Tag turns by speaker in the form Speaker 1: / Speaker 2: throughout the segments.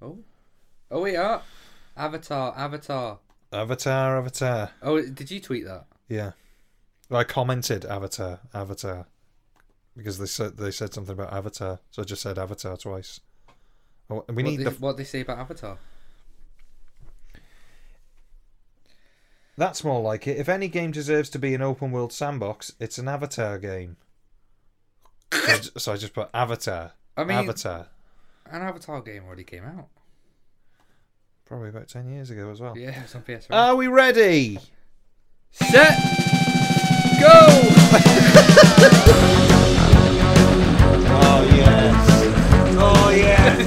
Speaker 1: Oh, oh, we are. Avatar, Avatar.
Speaker 2: Avatar, Avatar.
Speaker 1: Oh, did you tweet that?
Speaker 2: Yeah. I commented Avatar, Avatar, because they said they said something about Avatar, so I just said Avatar twice. Oh, and we
Speaker 1: What
Speaker 2: need
Speaker 1: they,
Speaker 2: the. f-
Speaker 1: what they say about Avatar.
Speaker 2: That's more like it. If any game deserves to be an open world sandbox, it's an Avatar game. so, I ju- so I just put Avatar,
Speaker 1: I mean,
Speaker 2: Avatar.
Speaker 1: an Avatar game already came out.
Speaker 2: Probably about ten years ago as well.
Speaker 1: Yeah, it was on PS4.
Speaker 2: Are we ready?
Speaker 1: Set, go.
Speaker 2: Oh yes! Oh yes!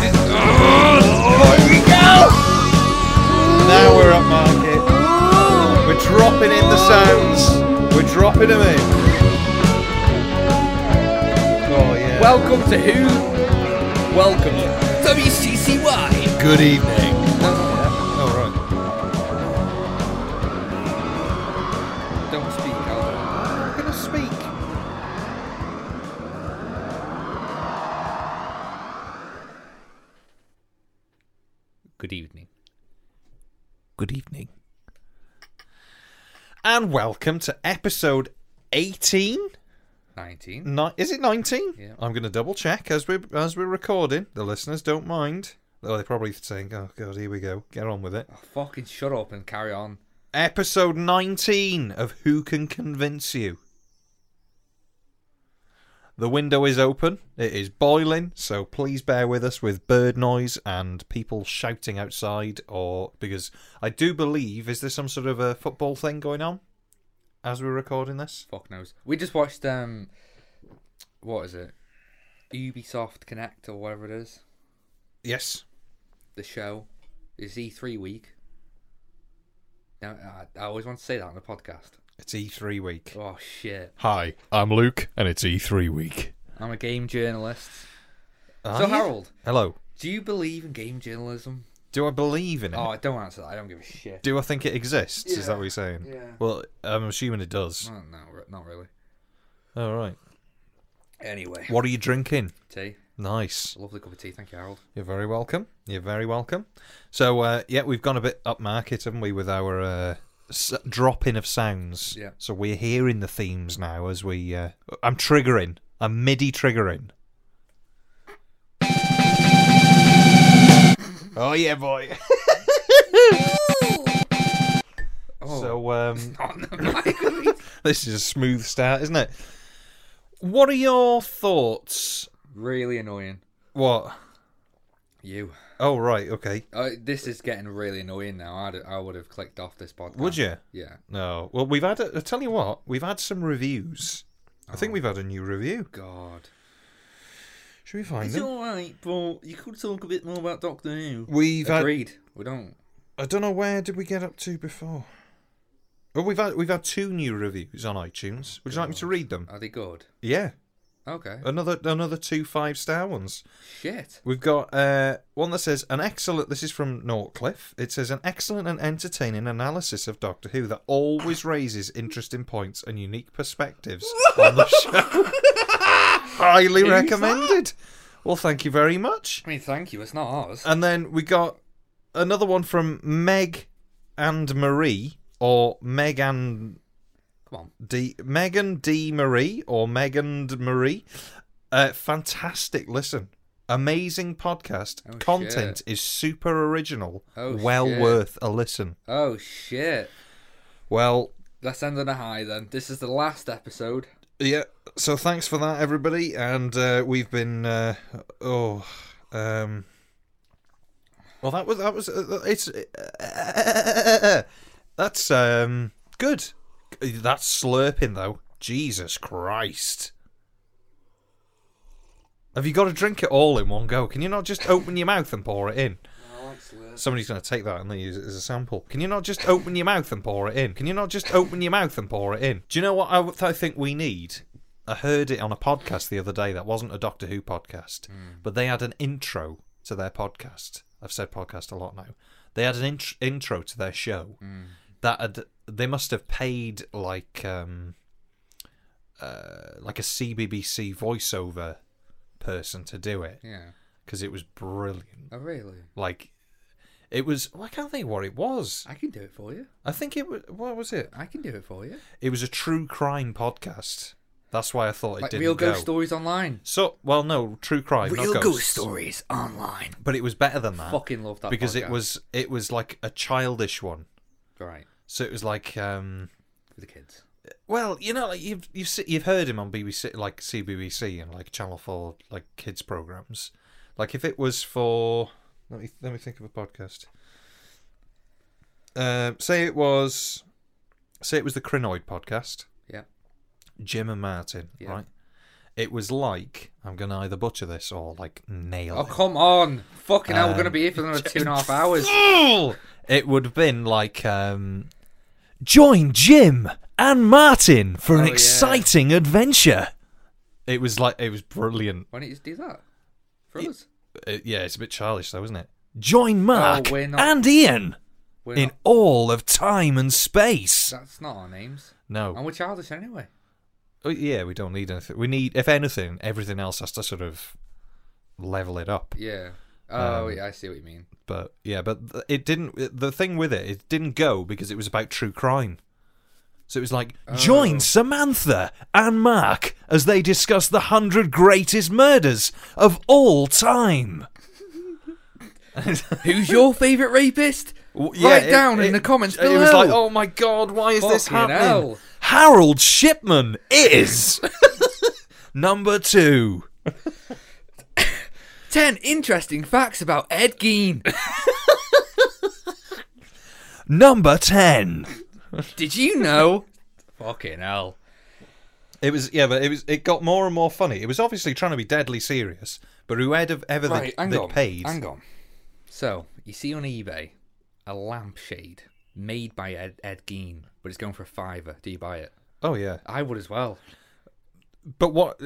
Speaker 2: Now we're up market. We're dropping in the sounds. We're dropping them in. Oh yeah.
Speaker 1: Welcome to who? Welcome to WCCY.
Speaker 2: good evening. Oh
Speaker 1: Don't speak. Alvin.
Speaker 2: right. I'm gonna speak.
Speaker 1: Good evening.
Speaker 2: Good evening. And welcome to episode 18.
Speaker 1: Nineteen.
Speaker 2: Ni- is it 19?
Speaker 1: Yeah.
Speaker 2: I'm going to double check as we're as we're recording. The listeners don't mind. Though they're probably saying, "Oh god, here we go. Get on with it."
Speaker 1: Oh, fucking shut up and carry on.
Speaker 2: Episode 19 of Who Can Convince You. The window is open. It is boiling, so please bear with us with bird noise and people shouting outside or because I do believe is there some sort of a football thing going on as we're recording this?
Speaker 1: Fuck knows. We just watched um, what is it? Ubisoft Connect or whatever it is.
Speaker 2: Yes.
Speaker 1: The show is E3 week. Now I, I always want to say that on the podcast.
Speaker 2: It's E3 week.
Speaker 1: Oh shit!
Speaker 2: Hi, I'm Luke and it's E3 week.
Speaker 1: I'm a game journalist. so Harold,
Speaker 2: Hello.
Speaker 1: do you believe in game journalism?
Speaker 2: Do I believe in it?
Speaker 1: Oh, I don't answer that. I don't give a shit.
Speaker 2: Do I think it exists? Is that
Speaker 1: Yeah,
Speaker 2: what you're saying?
Speaker 1: yeah.
Speaker 2: Well, I'm assuming it does.
Speaker 1: Oh, no, re- not really.
Speaker 2: All right.
Speaker 1: Anyway,
Speaker 2: What are you drinking?
Speaker 1: tea.
Speaker 2: Nice.
Speaker 1: Lovely cup of tea. Thank you, Harold.
Speaker 2: You're very welcome. You're very welcome. So, uh, yeah, we've gone a bit upmarket, haven't we, with our uh, s- drop in of sounds?
Speaker 1: Yeah.
Speaker 2: So we're hearing the themes now as we. Uh, I'm triggering. I'm MIDI triggering. oh, yeah, boy.
Speaker 1: Oh,
Speaker 2: So, um,
Speaker 1: on the mic.
Speaker 2: this is a smooth start, isn't it? What are your thoughts?
Speaker 1: really annoying.
Speaker 2: What?
Speaker 1: You.
Speaker 2: Oh, right, okay.
Speaker 1: Uh, this is getting really annoying now. I'd, I would have clicked off this podcast.
Speaker 2: Would you?
Speaker 1: Yeah.
Speaker 2: No. Well, we've had. A, I tell you what, we've had some reviews. I think we've had a new review.
Speaker 1: God.
Speaker 2: Should we find them?
Speaker 1: alright, but you could talk a bit more about Doctor Who.
Speaker 2: We've had.
Speaker 1: Agreed. We don't.
Speaker 2: I don't know where did we get up to before. Well, we've had we've had two new reviews on iTunes. Would you like me to read them?
Speaker 1: Are they good?
Speaker 2: Yeah,
Speaker 1: Okay.
Speaker 2: another another two five star ones.
Speaker 1: Shit.
Speaker 2: We've got uh, one that says an excellent. This is from Nortcliffe. It says an excellent and entertaining analysis of Doctor Who that always raises interesting points and unique perspectives on the show. Highly recommended. Well, thank you very much.
Speaker 1: I mean, thank you. It's not ours.
Speaker 2: And then we got another one from Meg and Marie, or Meg and
Speaker 1: Come on.
Speaker 2: D. Megan D. Marie, or Megan D. Marie. Uh, fantastic listen. Amazing podcast.
Speaker 1: Oh,
Speaker 2: Content is super original.
Speaker 1: Oh,
Speaker 2: well
Speaker 1: shit.
Speaker 2: worth a listen.
Speaker 1: Oh, shit.
Speaker 2: Well,
Speaker 1: Let's end on a high then. This is the last episode.
Speaker 2: yeah. So thanks for that, everybody. And uh, we've been. Uh, oh. Um, well, that was that was uh, it's that's um good. That's slurping though. Jesus Christ! Have you got to drink it all in one go? Can you not just open your mouth and pour it in? Somebody's going to take that and they use it as a sample. Can you not just open your mouth and pour it in? Can you not just open your mouth and pour it in? Do you know what I, w- I think we need? I heard it on a podcast the other day that wasn't a Doctor Who podcast, but they had an intro to their podcast. I've said podcast a lot now. They had an int- intro to their show that had, they must have paid like um, uh, like a CBBC voiceover person to do it
Speaker 1: Yeah.
Speaker 2: because because it was brilliant.
Speaker 1: Oh, really?
Speaker 2: Like, it was. Well, I can't think what it was.
Speaker 1: I can do it for you.
Speaker 2: I think it was. What was it?
Speaker 1: I can do it for you.
Speaker 2: It was a true crime podcast. That's why I thought it
Speaker 1: Like
Speaker 2: didn't
Speaker 1: real
Speaker 2: go.
Speaker 1: ghost stories online.
Speaker 2: so, well, no, true crime,
Speaker 1: Real
Speaker 2: not
Speaker 1: ghost.
Speaker 2: ghosts.
Speaker 1: stories online.
Speaker 2: But it was better than that
Speaker 1: Fucking love that
Speaker 2: because it
Speaker 1: podcast.
Speaker 2: was it was like a childish one.
Speaker 1: right
Speaker 2: So it was like, um,
Speaker 1: for the kids.
Speaker 2: well, you know, like you've you've se- you've heard him on BBC, like CBBC and like Channel Four, like kids programs. Like if it was for, let me let me think of a podcast. Um, say it was, say it was the Crinoid podcast.
Speaker 1: Yeah.
Speaker 2: Jim and Martin,
Speaker 1: Yeah.
Speaker 2: right? It was like I'm gonna either butcher this or like nail
Speaker 1: Oh
Speaker 2: it.
Speaker 1: come on! Fucking hell, we're gonna
Speaker 2: Um,
Speaker 1: be here for another two and a half hours.
Speaker 2: Ugh! It would have been like um, join Jim and Martin for an
Speaker 1: Oh, yeah.
Speaker 2: exciting adventure. It was like it was brilliant.
Speaker 1: Why don't you just do that for us?
Speaker 2: Uh, yeah, it's a bit childish though, isn't it? Join Mark
Speaker 1: we're not-
Speaker 2: and Ian
Speaker 1: We're
Speaker 2: in
Speaker 1: not,
Speaker 2: all of time and space.
Speaker 1: that's not our names, and
Speaker 2: No,
Speaker 1: we're childish anyway.
Speaker 2: Oh, yeah, we don't need anything. We need, if anything, everything else has to sort of level it up.
Speaker 1: Yeah. Oh, yeah, I see what you mean.
Speaker 2: But yeah, but th- it didn't. The thing with it, it didn't go because it was about true crime. So it was like
Speaker 1: Oh.
Speaker 2: join Samantha and Mark as they discuss the hundred greatest murders of all time.
Speaker 1: Who's your favourite rapist?
Speaker 2: W-
Speaker 1: Write
Speaker 2: it-
Speaker 1: down in
Speaker 2: it-
Speaker 1: the comments
Speaker 2: It was
Speaker 1: below.
Speaker 2: like, oh my god, why is this
Speaker 1: Fucking
Speaker 2: happening?
Speaker 1: hell.
Speaker 2: Harold Shipman is number two.
Speaker 1: Ten interesting facts about Ed Gein.
Speaker 2: Number ten.
Speaker 1: Did you know? Fucking hell.
Speaker 2: It was yeah, but it was it got more and more funny. It was obviously trying to be deadly serious, but whoever ever
Speaker 1: Right,
Speaker 2: they,
Speaker 1: hang
Speaker 2: they
Speaker 1: on.
Speaker 2: paid,
Speaker 1: Hang on. So you see on eBay a lampshade made by Ed, Ed Gein, but it's going for a fiver. Do you buy it?
Speaker 2: Oh yeah,
Speaker 1: I would as well.
Speaker 2: but what?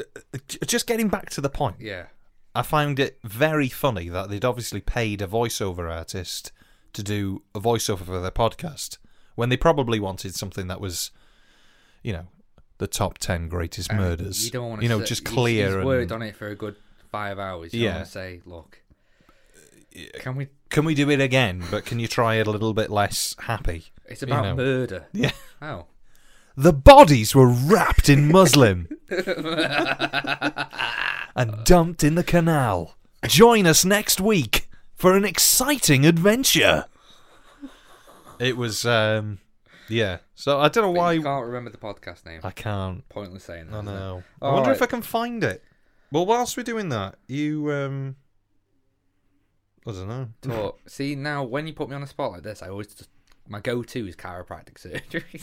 Speaker 2: j- Just getting back to the point,
Speaker 1: Yeah.
Speaker 2: I found it very funny that they'd obviously paid a voiceover artist to do a voiceover for their podcast when they probably wanted something that was, you know, the top ten greatest murders.
Speaker 1: You don't want to.
Speaker 2: know, just
Speaker 1: He's,
Speaker 2: clear
Speaker 1: he's
Speaker 2: and
Speaker 1: worked on it for a good five hours. You
Speaker 2: Yeah.
Speaker 1: want to say, look, can we?
Speaker 2: can we do it again? But can you try it a little bit less happy?
Speaker 1: It's about
Speaker 2: know.
Speaker 1: murder.
Speaker 2: Yeah.
Speaker 1: Oh.
Speaker 2: The bodies were wrapped in muslin and dumped in the canal. Join us next week for an exciting adventure. It was, um, yeah. So I don't know
Speaker 1: Why?
Speaker 2: why
Speaker 1: You can't remember the podcast name.
Speaker 2: I can't.
Speaker 1: Pointless saying that.
Speaker 2: I
Speaker 1: isn't it?
Speaker 2: know. I
Speaker 1: All
Speaker 2: wonder
Speaker 1: right.
Speaker 2: if I can find it. Well, whilst we're doing that, you, um, I don't know.
Speaker 1: But see now, when you put me on a spot like this, I always just, my go-to is chiropractic surgery.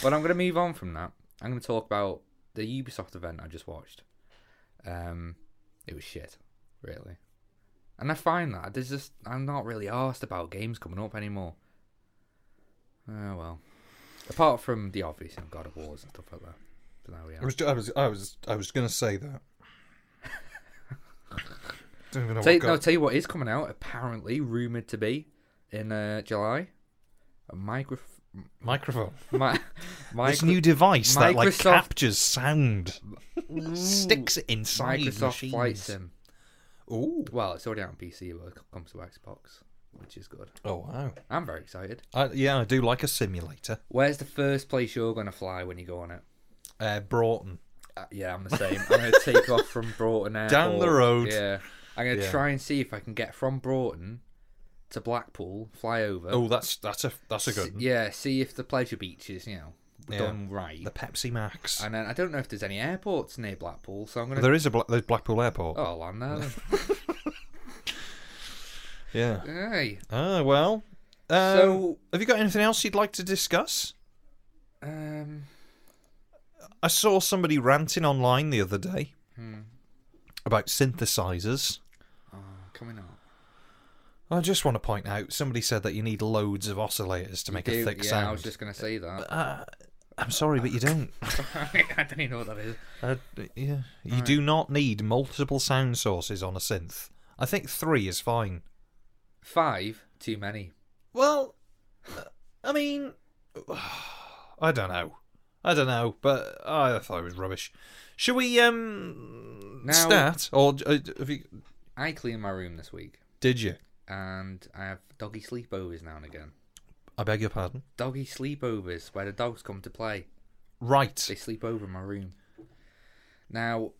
Speaker 1: but I'm going to move on from that. I'm going to talk about the Ubisoft event I just watched. Um, it was shit, really. And I find that there's just I'm not really asked about games coming up anymore. Oh well, apart from the obvious, you know, God of Wars and stuff like that. But now we
Speaker 2: I
Speaker 1: are.
Speaker 2: was, I was, I was, I was gonna say that. don't even know
Speaker 1: Tell,
Speaker 2: what
Speaker 1: no,
Speaker 2: got-
Speaker 1: tell you what is coming out. Apparently, rumored to be in uh, July. A micro
Speaker 2: microphone.
Speaker 1: My,
Speaker 2: this new device that like
Speaker 1: Microsoft-
Speaker 2: captures sound, sticks it inside
Speaker 1: Microsoft
Speaker 2: machines.
Speaker 1: Flight Sim.
Speaker 2: Ooh.
Speaker 1: Well, it's already out on PC, but it comes to Xbox, which is good.
Speaker 2: Oh wow.
Speaker 1: I'm very excited.
Speaker 2: I, yeah, I do like a simulator.
Speaker 1: Where's the first place you're going to fly when you go on it?
Speaker 2: Uh, Broughton.
Speaker 1: Uh, yeah, I'm the same. I'm going to take off from Broughton Airport.
Speaker 2: Down the road.
Speaker 1: Yeah. I'm going to
Speaker 2: Yeah.
Speaker 1: try and see if I can get from Broughton to Blackpool, fly over.
Speaker 2: Oh, that's that's a that's a good.
Speaker 1: s-
Speaker 2: one.
Speaker 1: yeah, see if the pleasure beach is, you know,
Speaker 2: Yeah.
Speaker 1: done right.
Speaker 2: The Pepsi Max.
Speaker 1: And then I don't know if there's any airports near Blackpool, so I'm going to.
Speaker 2: there is a Bla- there's Blackpool Airport.
Speaker 1: Oh, I'll land there. then.
Speaker 2: Yeah.
Speaker 1: hey.
Speaker 2: Ah well. Um,
Speaker 1: So-
Speaker 2: have you got anything else you'd like to discuss?
Speaker 1: Um.
Speaker 2: I saw somebody ranting online the other day
Speaker 1: Hmm.
Speaker 2: about synthesizers.
Speaker 1: Coming out.
Speaker 2: I just want to point out somebody said that you need loads of oscillators to make a
Speaker 1: Dude,
Speaker 2: thick
Speaker 1: yeah,
Speaker 2: sound.
Speaker 1: I was just going to say that.
Speaker 2: I'm sorry, but you don't.
Speaker 1: I don't even know what that is.
Speaker 2: Uh, yeah, you do not need multiple sound sources on a synth. I think three is fine.
Speaker 1: Five, too many.
Speaker 2: Well, uh, I mean, I don't know. I don't know, but ah, I thought it was rubbish. Should we um
Speaker 1: Now,
Speaker 2: start or uh, have you?
Speaker 1: I cleaned my room this week,
Speaker 2: Did you?
Speaker 1: and I have doggy sleepovers now and again.
Speaker 2: I beg your pardon.
Speaker 1: Doggy sleepovers where the dogs come to play.
Speaker 2: Right.
Speaker 1: They sleep over in my room. Now,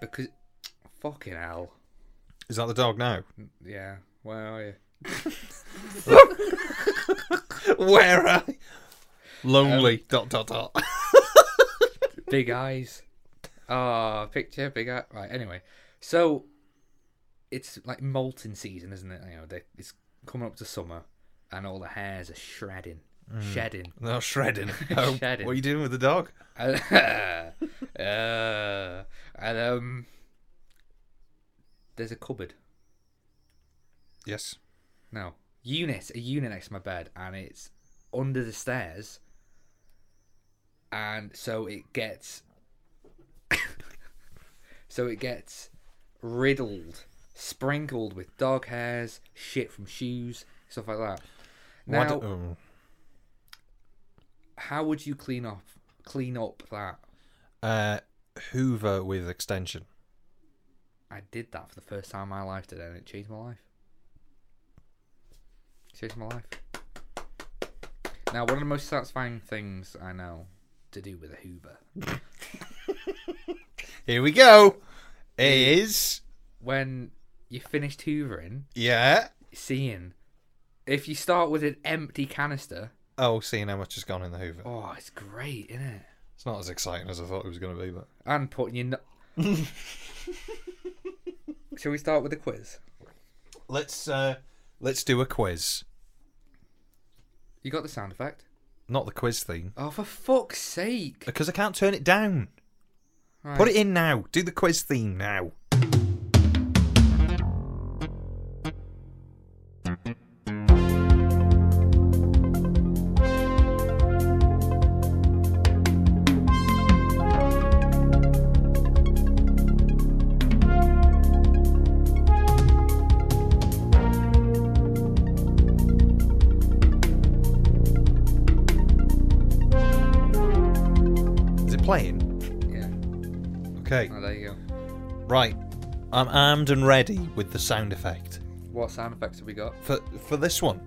Speaker 1: because fucking hell,
Speaker 2: Is that the dog now?
Speaker 1: yeah. Where are you?
Speaker 2: Where are Um, I? Lonely. dot dot dot.
Speaker 1: Big eyes. Ah, picture big eye. Right. Anyway, so it's like molting season, isn't it? You know, they- it's coming up to summer, and all the hairs are shredding, shedding.
Speaker 2: No shredding. Oh,
Speaker 1: Shredding.
Speaker 2: What are you doing with the dog?
Speaker 1: uh, and um, there's a cupboard.
Speaker 2: Yes.
Speaker 1: No unit, a unit next to my bed, and it's under the stairs, and so it gets, so it gets riddled, sprinkled with dog hairs, shit from shoes, stuff like that. Now,
Speaker 2: Why do- oh.
Speaker 1: how would you clean up, clean up that?
Speaker 2: uh, Hoover with extension.
Speaker 1: I did that for the first time in my life today, and it changed my life. It changed my life. Now, one of the most satisfying things I know to do with a Hoover,
Speaker 2: Here we go. Is
Speaker 1: when you finished hoovering,
Speaker 2: yeah.
Speaker 1: seeing if you start with an empty canister,
Speaker 2: Oh, seeing how much has gone in the Hoover.
Speaker 1: oh, it's great, isn't it?
Speaker 2: It's not as exciting as I thought it was going to be, but
Speaker 1: And putting your. No- Shall we start with the quiz?
Speaker 2: let's uh, let's do a quiz.
Speaker 1: You got the sound effect?
Speaker 2: Not the quiz theme
Speaker 1: Oh, for fuck's sake!
Speaker 2: because I can't turn it down.
Speaker 1: Right.
Speaker 2: Put it in now. Do the quiz theme now. Is it playing?
Speaker 1: Yeah.
Speaker 2: Okay.
Speaker 1: Oh, there you go.
Speaker 2: Right. I'm armed and ready with the sound effect.
Speaker 1: What sound effects have we got?
Speaker 2: For for this one.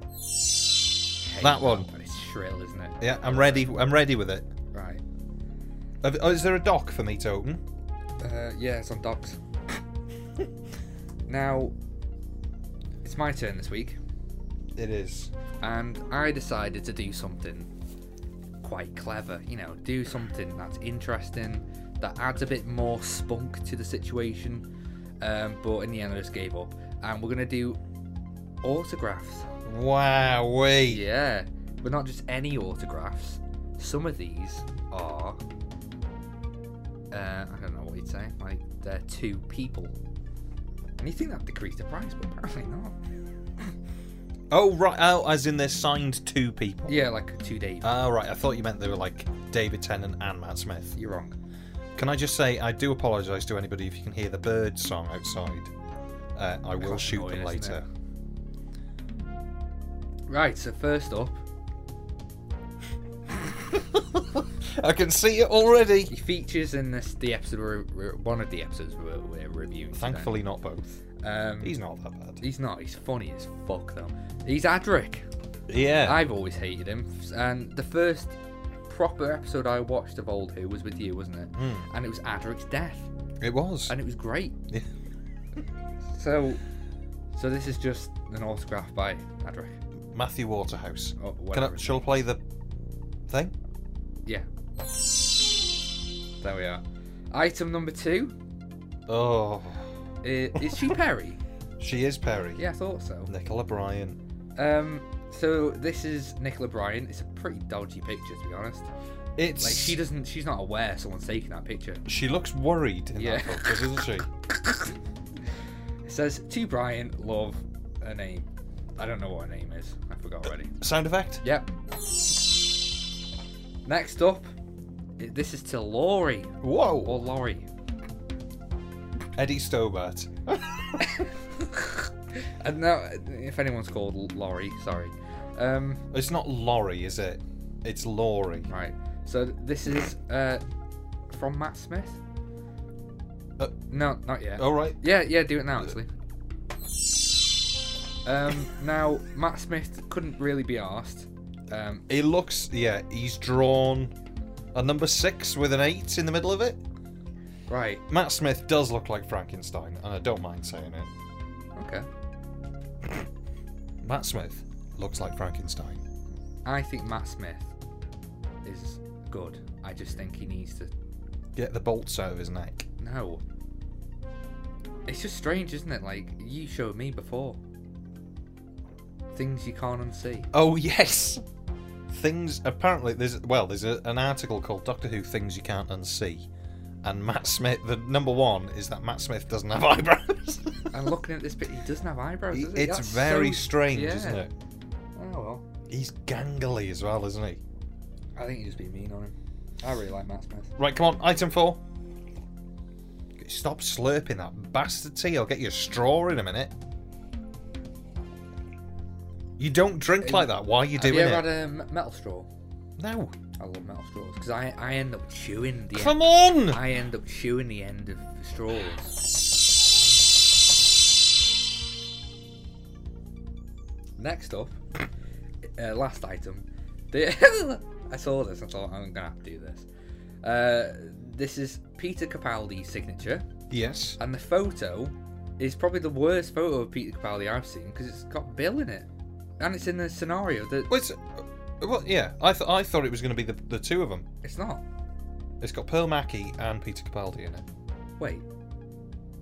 Speaker 2: That one.
Speaker 1: But it's shrill, isn't it?
Speaker 2: Yeah, I'm ready. I'm ready with it.
Speaker 1: Right.
Speaker 2: Have- Oh, is there a dock for me to open?
Speaker 1: Uh, yeah, it's on docs. now, it's my turn this week,
Speaker 2: It is.
Speaker 1: and I decided to do something quite clever. You know, do something that's interesting, that adds a bit more spunk to the situation. Um, but in the end, I just gave up. And we're gonna do autographs.
Speaker 2: Wowee.
Speaker 1: Yeah, but not just any autographs. Some of these are, uh, I don't know what you'd say, like they're two people. And you think that decreased the price, but apparently not.
Speaker 2: Oh right. Oh, as in they're signed to people.
Speaker 1: Yeah, like two days.
Speaker 2: Oh right. I thought you meant they were like David Tennant and Matt Smith.
Speaker 1: You're wrong.
Speaker 2: Can I just say I do apologise to anybody if you can hear the bird song outside. Uh, I will
Speaker 1: That's
Speaker 2: shoot them
Speaker 1: annoying, isn't
Speaker 2: later.
Speaker 1: Right, so first up,
Speaker 2: I can see it already.
Speaker 1: he features in this the episode we're, we're- one of the episodes we're, we're reviewing. today.
Speaker 2: Thankfully, not both.
Speaker 1: um, he's
Speaker 2: He's not that bad.
Speaker 1: he's not. He's funny as fuck though. He's Adric.
Speaker 2: Yeah.
Speaker 1: I've always hated him, and the first proper episode I watched of Old Who was with you, wasn't it?
Speaker 2: Hmm.
Speaker 1: And it was Adric's death,
Speaker 2: It was.
Speaker 1: and it was great.
Speaker 2: Yeah.
Speaker 1: so, so this is just an autograph by Adric. Oh,
Speaker 2: Matthew Waterhouse.
Speaker 1: Or
Speaker 2: Can
Speaker 1: whatever.
Speaker 2: I, shall I play the thing?
Speaker 1: Yeah. There we are. Item number two.
Speaker 2: Oh,
Speaker 1: i- Is she Perry?
Speaker 2: she is Perry.
Speaker 1: Yeah, I thought so.
Speaker 2: Nicola Bryan.
Speaker 1: Um, so this is Nicola Bryan. It's a pretty dodgy picture, to be honest.
Speaker 2: It's
Speaker 1: Like she doesn't, she's not aware someone's taking that picture.
Speaker 2: She looks worried in
Speaker 1: Yeah.
Speaker 2: that photo, doesn't she?
Speaker 1: It says to Brian, love a name. I don't know what her name is. I forgot already.
Speaker 2: Sound effect.
Speaker 1: Yep. Next up, i- this is to Laurie or
Speaker 2: Whoa.
Speaker 1: Laurie,
Speaker 2: Eddie Stobart.
Speaker 1: and now Uh, if anyone's called L- Laurie, sorry. Um,
Speaker 2: It's not Laurie, is it? It's Laurie.
Speaker 1: right. So this is uh, oh. from Matt Smith. No, not yet.
Speaker 2: All right.
Speaker 1: Yeah, yeah, do it now actually. Um, now Matt Smith couldn't really be asked. Um,
Speaker 2: He looks. Yeah, he's drawn a number six with an eight in the middle of it.
Speaker 1: right.
Speaker 2: Matt Smith does look like Frankenstein, and I don't mind saying it.
Speaker 1: Okay.
Speaker 2: Matt Smith looks like Frankenstein.
Speaker 1: I think Matt Smith is good. I just think he needs to.
Speaker 2: Get the bolts out of his neck.
Speaker 1: No. It's just strange, isn't it? Like you showed me before. Things you can't unsee.
Speaker 2: Oh yes. Things apparently there's well there's a, an article called Doctor Who things you can't unsee, and Matt Smith the number one is that Matt Smith doesn't have eyebrows.
Speaker 1: I'm looking at this bit. He doesn't have eyebrows. Does he?
Speaker 2: it's
Speaker 1: That's
Speaker 2: very
Speaker 1: so-
Speaker 2: strange,
Speaker 1: yeah.
Speaker 2: isn't it?
Speaker 1: Oh well.
Speaker 2: He's gangly as well, isn't he?
Speaker 1: I think you just be mean on him. I really like Matt Smith.
Speaker 2: Right, come on, item four. Stop slurping that bastard tea. I'll get you a straw in a minute. You don't drink like that. Why are you
Speaker 1: Have
Speaker 2: doing
Speaker 1: you
Speaker 2: it?
Speaker 1: ever had a m- metal straw?
Speaker 2: No.
Speaker 1: I love metal straws because I, I end up chewing the
Speaker 2: Come on.
Speaker 1: I end up chewing the end of the straws. Next up, uh, last item. The- I saw this and thought I'm gonna have to do this. Uh, this is Peter Capaldi's signature,
Speaker 2: Yes.
Speaker 1: and the photo is probably the worst photo of Peter Capaldi I've seen because it's got Bill in it, and it's in the scenario that
Speaker 2: Wait. so- uh, Well, yeah. I th- I thought it was going to be the the two of them.
Speaker 1: it's not.
Speaker 2: It's got Pearl Mackie and Peter Capaldi in it.
Speaker 1: Wait.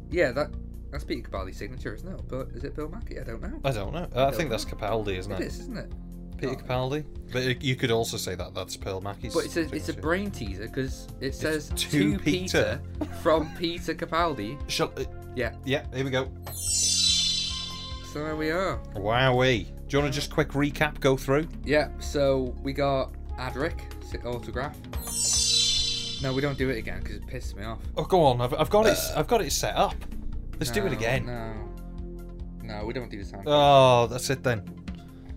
Speaker 1: Yeah, that that's Peter Capaldi's signature, isn't it? But is it Bill Mackey? I don't know.
Speaker 2: I don't know. I think that's Capaldi, isn't it?
Speaker 1: It is, isn't it?
Speaker 2: Peter Capaldi. But it- you could also say that that's Pearl Mackie's.
Speaker 1: But it's a it's a
Speaker 2: signature.
Speaker 1: brain teaser because it says
Speaker 2: to
Speaker 1: to Peter, from Peter Capaldi.
Speaker 2: Shall, uh,
Speaker 1: Yeah,
Speaker 2: yeah. Here we go.
Speaker 1: so there we are.
Speaker 2: Wowee. Do you want to just quick recap? Go through.
Speaker 1: Yeah, so we got Adric si- autograph. No, we don't do it again because it pisses me off.
Speaker 2: Oh, go on. I've, I've got it. I've got it set up. Let's do it
Speaker 1: No,
Speaker 2: again.
Speaker 1: No, no, we don't do the sound.
Speaker 2: Oh, that's it then.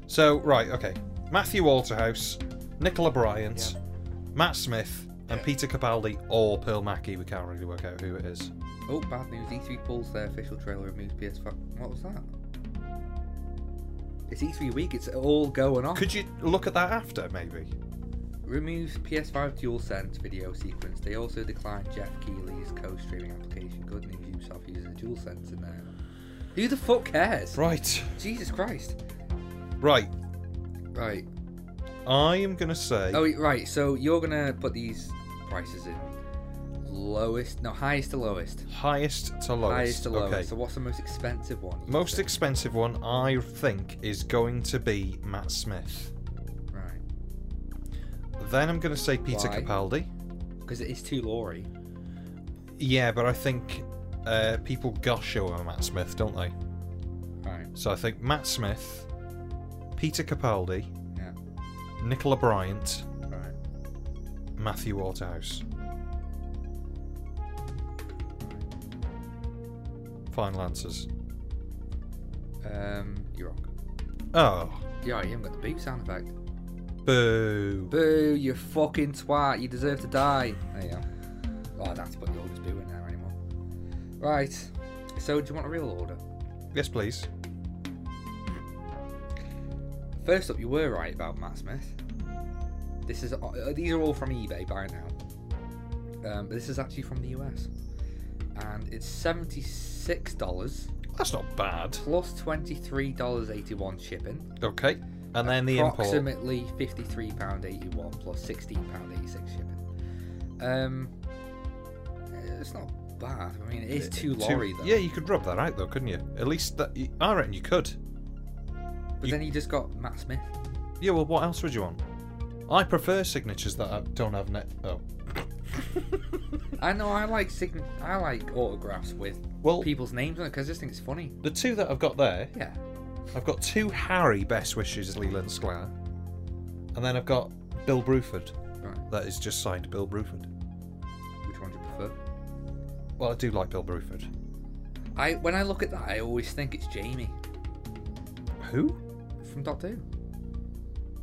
Speaker 2: So right, okay. Matthew Waterhouse, Nicola Bryant, Matt Smith, and Peter Capaldi or Pearl Mackie. We can't really work out who it is.
Speaker 1: oh, bad news! E3 pulls their official trailer of Moose PS5. What was that? It's E3 week. It's all going on.
Speaker 2: Could you look at that after, maybe?
Speaker 1: removes PS5 DualSense video sequence. They also declined Jeff Keighley's co-streaming application. Good news, Ubisoft uses the DualSense in there. Who the fuck cares?
Speaker 2: Right.
Speaker 1: Jesus Christ.
Speaker 2: Right.
Speaker 1: Right.
Speaker 2: I am gonna say.
Speaker 1: Oh, right. So you're gonna put these prices in lowest, no, highest to lowest.
Speaker 2: Highest to lowest.
Speaker 1: Highest to lowest.
Speaker 2: Okay.
Speaker 1: So what's the most expensive one? you
Speaker 2: Most
Speaker 1: think?
Speaker 2: expensive one, I think, is going to be Matt Smith.
Speaker 1: right.
Speaker 2: Then I'm going to say Peter
Speaker 1: Why?
Speaker 2: Capaldi.
Speaker 1: Because it is too lorry.
Speaker 2: Yeah, but I think uh, people gush over Matt Smith, don't they?
Speaker 1: Right.
Speaker 2: So I think Matt Smith, Peter Capaldi,
Speaker 1: Yeah.
Speaker 2: Nicola Bryant,
Speaker 1: Right.
Speaker 2: Matthew Waterhouse. Final answers.
Speaker 1: Um, you're wrong.
Speaker 2: Oh,
Speaker 1: Yeah, you haven't got the beep sound effect.
Speaker 2: boo.
Speaker 1: Boo, you fucking twat. You deserve to die. There you go. Oh, that's put the orders boo in there anymore. Right. So, do you want a real order?
Speaker 2: Yes, please.
Speaker 1: First up, you were right about Matt Smith. This is uh, these are all from eBay by now. Um, but this is actually from the US, and it's seventy six dollars
Speaker 2: That's not bad.
Speaker 1: plus twenty three dollars eighty one shipping,
Speaker 2: Okay. And then the import.
Speaker 1: approximately fifty three pound eighty one plus sixteen pound eighty six shipping. Um, eh, it's not bad. I mean, it is too
Speaker 2: Two-
Speaker 1: lorry though.
Speaker 2: Yeah, you could rub that out though, couldn't you? At least that. I reckon you could.
Speaker 1: But
Speaker 2: You-
Speaker 1: then you just got Matt Smith.
Speaker 2: Yeah, well, what else would you want? I prefer signatures that I don't have net. Oh.
Speaker 1: I know I like sign- I like autographs with
Speaker 2: Well,
Speaker 1: people's names on it because I just think it's funny.
Speaker 2: the two that I've got there,
Speaker 1: Yeah.
Speaker 2: I've got two Harry best wishes, Leland Sklar, and then I've got Bill Bruford.
Speaker 1: Right.
Speaker 2: That is just signed Bill Bruford.
Speaker 1: Which one do you prefer?
Speaker 2: Well, I do like Bill Bruford.
Speaker 1: I when I look at that, I always think it's Jamie
Speaker 2: Who?
Speaker 1: from Doctor Who.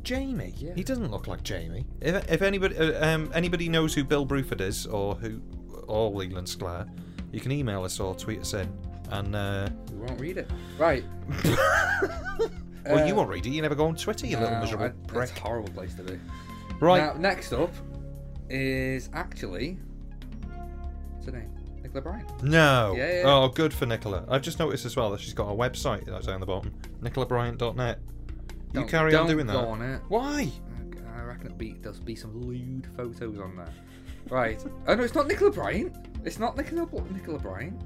Speaker 2: Jamie.
Speaker 1: Yeah.
Speaker 2: He doesn't look like Jamie. If, if anybody uh, um, anybody knows who Bill Bruford is or who or Leland Sklar, you can email us or tweet us in. And uh,
Speaker 1: We won't read it. Right.
Speaker 2: well,
Speaker 1: Uh,
Speaker 2: you won't read it. You never go on Twitter, you little
Speaker 1: no,
Speaker 2: miserable
Speaker 1: uh, I-
Speaker 2: prick.
Speaker 1: That's a horrible place to be.
Speaker 2: Right.
Speaker 1: Now, next up is actually. What's her name? Nicola Bryant.
Speaker 2: No.
Speaker 1: Yeah, yeah, yeah.
Speaker 2: Oh, good for Nicola. I've just noticed as well that she's got a website that's down the bottom, nicolabryant.net. You
Speaker 1: Don't-
Speaker 2: carry on
Speaker 1: don't
Speaker 2: doing that.
Speaker 1: Go on it.
Speaker 2: Why?
Speaker 1: I reckon it'll be, there'll be some lewd photos on there. Right. Oh no, it's not Nicola Bryant. It's not Nicola, Nicola Bryant.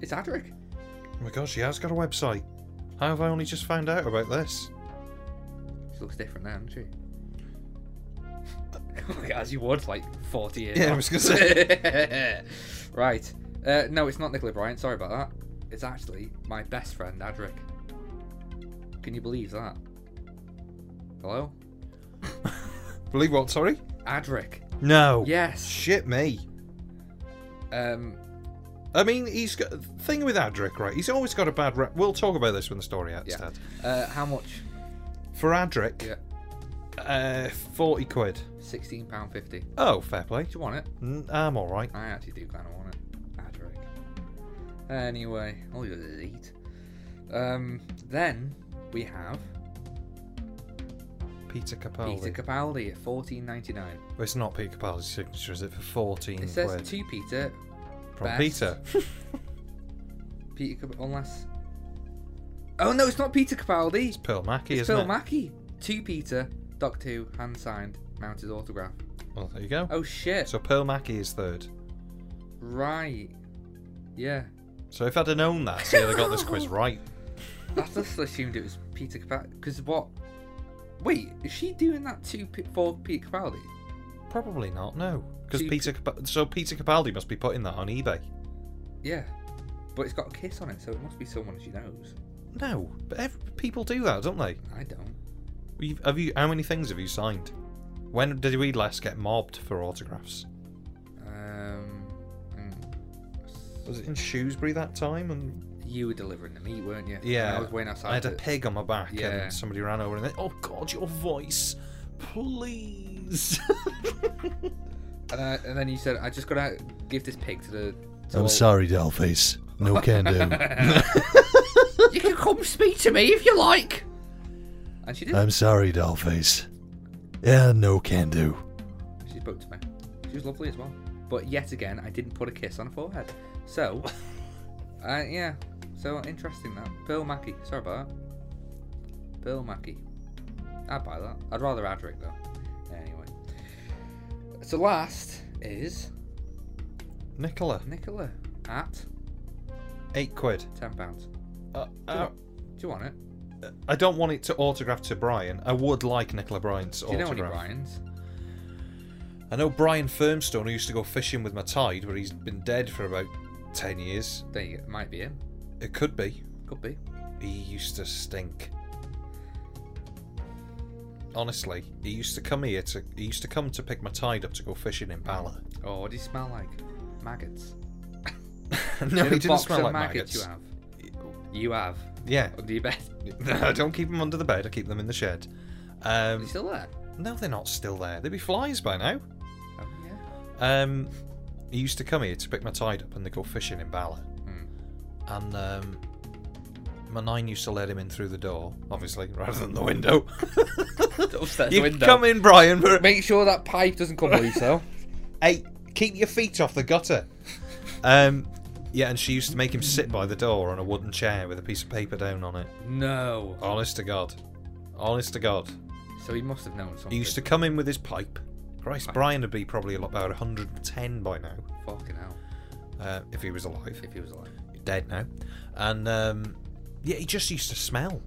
Speaker 1: It's Adric.
Speaker 2: Oh my god, she has got a website. How have I only just found out about this?
Speaker 1: She looks different now, doesn't she? Like, As you would, like 40 years.
Speaker 2: Yeah, I
Speaker 1: on.
Speaker 2: was gonna
Speaker 1: right. Uh, no, it's not Nicola Bryant. Sorry about that. It's actually my best friend, Adric. Can you believe that? Hello?
Speaker 2: Believe what, sorry?
Speaker 1: Adric.
Speaker 2: No.
Speaker 1: Yes.
Speaker 2: Shit me.
Speaker 1: Um,
Speaker 2: I mean, he's got. Thing with Adric, right? He's always got a bad rep. We'll talk about this when the story ends.
Speaker 1: Yeah.
Speaker 2: Dad.
Speaker 1: uh, how much?
Speaker 2: For Adric,
Speaker 1: Yeah,
Speaker 2: uh, 40 quid.
Speaker 1: £16.50. Do
Speaker 2: Oh, fair play.
Speaker 1: you want it?
Speaker 2: N- I'm alright.
Speaker 1: I actually do kind of want it. Adric. Anyway, all you do is eat. Um, then we have
Speaker 2: Peter Capaldi. Mm,
Speaker 1: Peter Capaldi at fourteen ninety nine.
Speaker 2: Well, it's not Peter Capaldi's signature, is it? For 14
Speaker 1: It says
Speaker 2: quid.
Speaker 1: to Peter,
Speaker 2: From
Speaker 1: best.
Speaker 2: Peter.
Speaker 1: Peter Cap- unless. Oh no, it's not Peter Capaldi.
Speaker 2: It's Pearl Mackie,
Speaker 1: It's
Speaker 2: isn't
Speaker 1: Phil
Speaker 2: it?
Speaker 1: Mackey. To Peter, Doc Two, hand signed, mounted autograph.
Speaker 2: well, there you go.
Speaker 1: Oh shit!
Speaker 2: So Pearl Mackie is third.
Speaker 1: right. Yeah,
Speaker 2: So if I'd have known that, see, I'd have got this quiz right.
Speaker 1: I just assumed it was Peter Capaldi. Because what? Wait, is she doing that to P- for Peter Capaldi?
Speaker 2: Probably not, no. Because
Speaker 1: So you-
Speaker 2: Peter, Capa- so Peter Capaldi must be putting that on eBay.
Speaker 1: Yeah, but it's got a kiss on it, so it must be someone she knows.
Speaker 2: No, but ev- people do that, don't they?
Speaker 1: I don't.
Speaker 2: You've, have you? How many things have you signed? When did we last get mobbed for autographs?
Speaker 1: Um, mm.
Speaker 2: Was it in Shrewsbury that time? And
Speaker 1: you were delivering the meat, weren't you?
Speaker 2: yeah,
Speaker 1: And I was waiting outside.
Speaker 2: I had a
Speaker 1: the-
Speaker 2: pig on my back,
Speaker 1: Yeah.
Speaker 2: and somebody ran over and they, "Oh God, your voice, please."
Speaker 1: And, I- and then you said, "I just gotta give this pig to the." to all-"
Speaker 2: Dollface. No can do.
Speaker 1: You can come speak to me if you like. And she did.
Speaker 2: Uh, sorry, Dollface. Yeah, no can do.
Speaker 1: She spoke to me. She was lovely as well. But yet again, I didn't put a kiss on her forehead. So, uh, yeah. So interesting that. Bill Mackey. Sorry about that. Bill Mackey. I'd buy that. I'd rather Adric though. Anyway. So last is
Speaker 2: Nicola,
Speaker 1: Nicola at
Speaker 2: eight quid.
Speaker 1: ten pounds.
Speaker 2: Uh,
Speaker 1: Do, you
Speaker 2: uh,
Speaker 1: want- do you want it?
Speaker 2: I don't want it to autograph to Brian. I would like Nicola Bryant's
Speaker 1: Do you know
Speaker 2: autograph.
Speaker 1: any Brian's?
Speaker 2: I know Brian Firmstone, who used to go fishing with my tide, but he's been dead for about 10 years.
Speaker 1: There you go. Might be him.
Speaker 2: It could be.
Speaker 1: Could be.
Speaker 2: He used to stink. Honestly, he used to come here to. He used to come to pick my tide up to go fishing in Bala.
Speaker 1: Oh, what do you smell like? Maggots. You
Speaker 2: no,
Speaker 1: know
Speaker 2: he
Speaker 1: the
Speaker 2: didn't
Speaker 1: box
Speaker 2: smell
Speaker 1: of
Speaker 2: like
Speaker 1: maggots.
Speaker 2: maggots.
Speaker 1: You have. You have. Oh,
Speaker 2: Yeah,
Speaker 1: Under your bed.
Speaker 2: I don't keep them under the bed. I keep them in the shed.
Speaker 1: Are you
Speaker 2: Um,
Speaker 1: still there?
Speaker 2: no, they're not still there. They'd be flies by now.
Speaker 1: Oh, yeah.
Speaker 2: Um, he used to come here to pick my tide up and they go fishing in Bala.
Speaker 1: Hmm.
Speaker 2: And um, my nine used to let him in through the door, obviously, rather than the window.
Speaker 1: Upstairs
Speaker 2: you come in, Brian, for
Speaker 1: Make sure that pipe doesn't come loose, though.
Speaker 2: Hey, keep your feet off the gutter. Um, yeah, and she used to make him sit by the door on a wooden chair with a piece of paper down on it.
Speaker 1: No.
Speaker 2: Honest to God. Honest to God.
Speaker 1: So he must have known something.
Speaker 2: He used to come in with his pipe. Christ, Brian would be probably about 110 by now,
Speaker 1: Fucking hell.
Speaker 2: uh, if he was alive.
Speaker 1: If he was alive.
Speaker 2: dead now. And um, yeah, he just used to smell.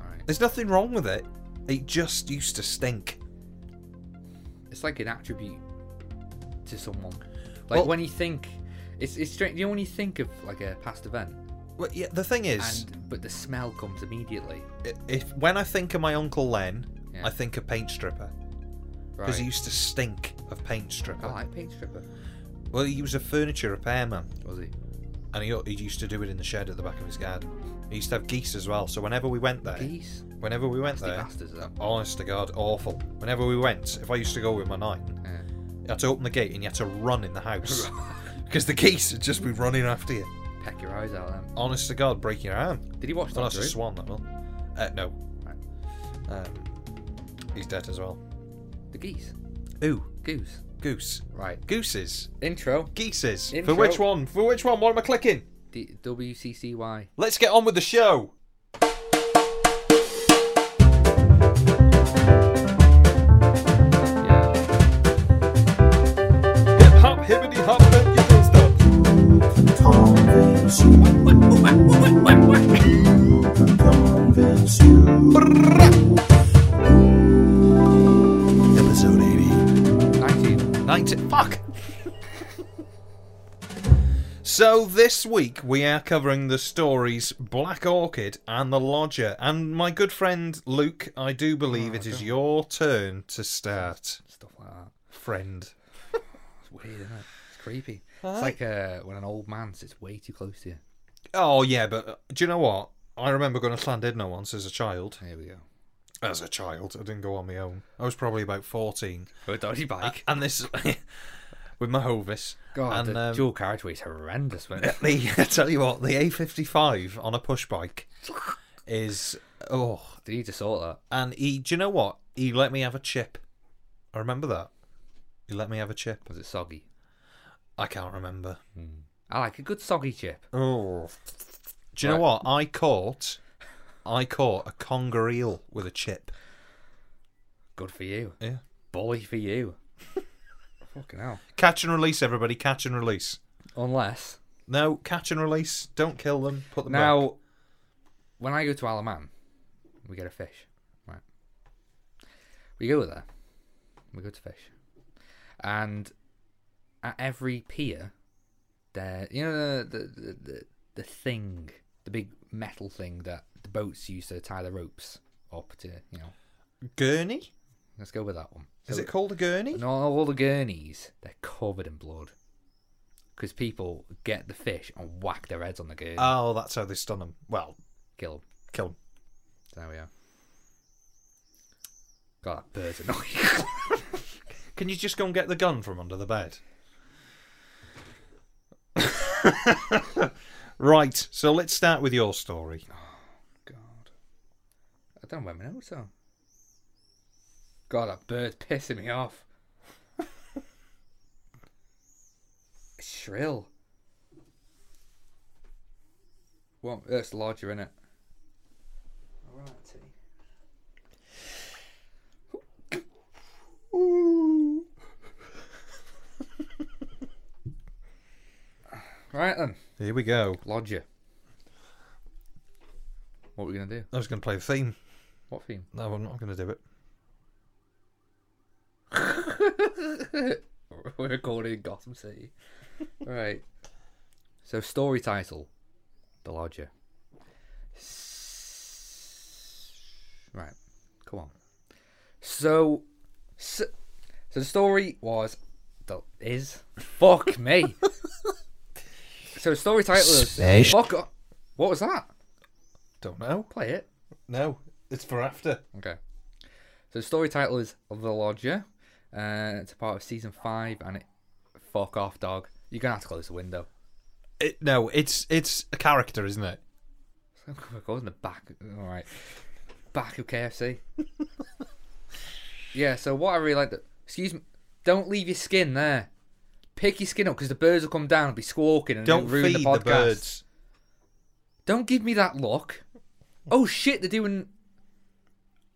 Speaker 1: Alright.
Speaker 2: There's nothing wrong with it. It just used to stink.
Speaker 1: It's like an attribute to someone. Like
Speaker 2: Well-
Speaker 1: when you think. It's, it's strange. You know when you think of like a past event,
Speaker 2: Well, yeah, the thing is,
Speaker 1: and but the smell comes immediately.
Speaker 2: i- if when I think of my uncle Len,
Speaker 1: Yeah.
Speaker 2: I think of paint stripper
Speaker 1: Right. Oh,
Speaker 2: because he used to stink of paint stripper.
Speaker 1: I like paint stripper.
Speaker 2: Well, he was a furniture repairman,
Speaker 1: Was he?
Speaker 2: and he he used to do it in the shed at the back of his garden. He used to have geese as well. So whenever we went there,
Speaker 1: Geese.
Speaker 2: whenever we went
Speaker 1: Nasty
Speaker 2: there,
Speaker 1: bastards, though.
Speaker 2: honest to God, awful. Whenever we went, if I used to go with my nine,
Speaker 1: Yeah.
Speaker 2: you had to open the gate and you had to run in the house because the geese would just be running after you.
Speaker 1: Peck your eyes out then.
Speaker 2: Honest to God, break your arm.
Speaker 1: Did he watch
Speaker 2: Well,
Speaker 1: that
Speaker 2: that's a
Speaker 1: through?
Speaker 2: swan, that will. Uh, no.
Speaker 1: Right.
Speaker 2: Um, he's dead as well.
Speaker 1: the geese.
Speaker 2: Ooh,
Speaker 1: Goose.
Speaker 2: goose.
Speaker 1: Right.
Speaker 2: Gooses.
Speaker 1: Intro.
Speaker 2: Geeses.
Speaker 1: Intro.
Speaker 2: For which one? For which one? What am I clicking?
Speaker 1: D- WCCY.
Speaker 2: Let's get on with the show.
Speaker 1: Yeah.
Speaker 2: Hip hop, hippity hop, and you can stop.
Speaker 3: Convince you. Convince you. Episode 80.
Speaker 1: 19.
Speaker 2: Nineteen. Fuck. So this week we are covering the stories Black Orchid and the Lodger. And my good friend Luke, I do
Speaker 1: Oh,
Speaker 2: believe it is your turn to start.
Speaker 1: Stuff like that.
Speaker 2: Friend.
Speaker 1: It's weird, isn't it? It's creepy. It's like uh, when an old man sits way too close to you.
Speaker 2: Oh yeah, but uh, do you know what? I remember going to Llandudno once as a child.
Speaker 1: Here we go.
Speaker 2: As a child, I didn't go on my own. I was probably about fourteen,
Speaker 1: Go a dodgy bike.
Speaker 2: and this with my Hovis.
Speaker 1: Uh, God,
Speaker 2: and,
Speaker 1: the
Speaker 2: um,
Speaker 1: dual carriageway is horrendous, wasn't it?
Speaker 2: the I tell you what, the A55 on a push bike is oh,
Speaker 1: They need to sort that.
Speaker 2: and he. Do you know what? He let me have a chip. I remember that. He let me have a chip.
Speaker 1: Was it soggy?
Speaker 2: I can't remember.
Speaker 1: I like a good soggy chip.
Speaker 2: Oh, do you know what? I caught, I caught a conger eel with a chip.
Speaker 1: Good for you.
Speaker 2: Yeah.
Speaker 1: Bully for you. Fucking hell.
Speaker 2: Catch and release, everybody. Catch and release.
Speaker 1: Unless.
Speaker 2: No, catch and release. Don't kill them. Put them
Speaker 1: Now,
Speaker 2: back.
Speaker 1: when I go to Alaman, we get a fish. Right. We go there. We go to fish. And at every pier, there, you know, the, the, the, the, the thing, the big metal thing that the boats use to tie the ropes up to, you know,
Speaker 2: gurney.
Speaker 1: let's go with that one.
Speaker 2: Is
Speaker 1: So-
Speaker 2: it called a gurney?
Speaker 1: And all, all the gurneys, they're covered in blood. Because people get the fish and whack their heads on the gurney.
Speaker 2: Oh, that's how they stun them. Well,
Speaker 1: kill 'em.
Speaker 2: kill them.
Speaker 1: There we are. God, that bird's annoying.
Speaker 2: Can you just go and get the gun from under the bed? right, so let's start with your story.
Speaker 1: God. I don't know where my notes are. God, that bird's pissing me off. It's Shrill. Well, it's larger, innit? Alrighty. right then,
Speaker 2: Here we go.
Speaker 1: lodger. What are we gonna do?
Speaker 2: I was going to play the theme.
Speaker 1: What theme?
Speaker 2: No, I'm not going to do it.
Speaker 1: We're recording in Gotham City. right. So, story title The Lodger. S- Right. Come on. So, so, so the story was. The, is. Fuck me. so, the story title is.
Speaker 2: Special.
Speaker 1: Fuck. o- What was that?
Speaker 2: Don't know.
Speaker 1: Play it.
Speaker 2: No, it's for after.
Speaker 1: Okay. So the story title is The Lodger. Uh, it's a part of season five, and it fuck off, dog. You're gonna have to close the window.
Speaker 2: It, no, it's it's a character, isn't it?
Speaker 1: I'm recording the back. All right, back of KFC. yeah. So what I really like that. Excuse me. Don't leave your skin there. Pick your skin up because the birds will come down and be squawking and
Speaker 2: Don't
Speaker 1: it'll ruin
Speaker 2: feed
Speaker 1: the
Speaker 2: the,
Speaker 1: podcast.
Speaker 2: birds.
Speaker 1: Don't give me that look. Oh shit, they're doing.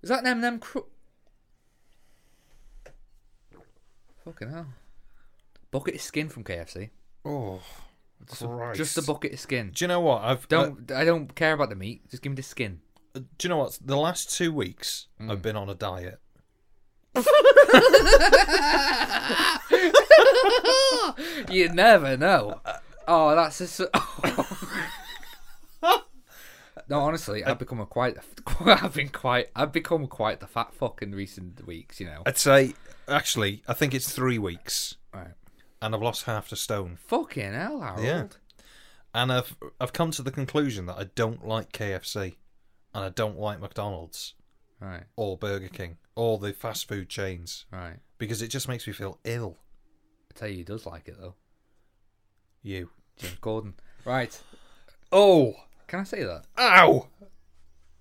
Speaker 1: Is that an Eminem? Cr- Fucking hell. Bucket of skin from KFC.
Speaker 2: Oh,
Speaker 1: Just a bucket of skin.
Speaker 2: Do you know what? I've uh,
Speaker 1: Don't I don't care about the meat. Just give me the skin.
Speaker 2: do you know what? The last two weeks,
Speaker 1: Hmm.
Speaker 2: I've been on a diet.
Speaker 1: You never know. Oh, that's a. s- no, honestly, I've become a quite. I've been quite. I've become quite the fat fuck in recent weeks. You know.
Speaker 2: I'd say, actually, I think it's three weeks,
Speaker 1: Right.
Speaker 2: and I've lost half the stone.
Speaker 1: Fucking hell, Harold.
Speaker 2: Yeah. and I've I've come to the conclusion that I don't like KFC, and I don't like McDonald's
Speaker 1: Right.
Speaker 2: or Burger King or the fast food chains
Speaker 1: Right.
Speaker 2: because it just makes me feel ill.
Speaker 1: I tell you, he does like it though.
Speaker 2: You.
Speaker 1: James Gordon. Right.
Speaker 2: Oh!
Speaker 1: Can I say that?
Speaker 2: Ow!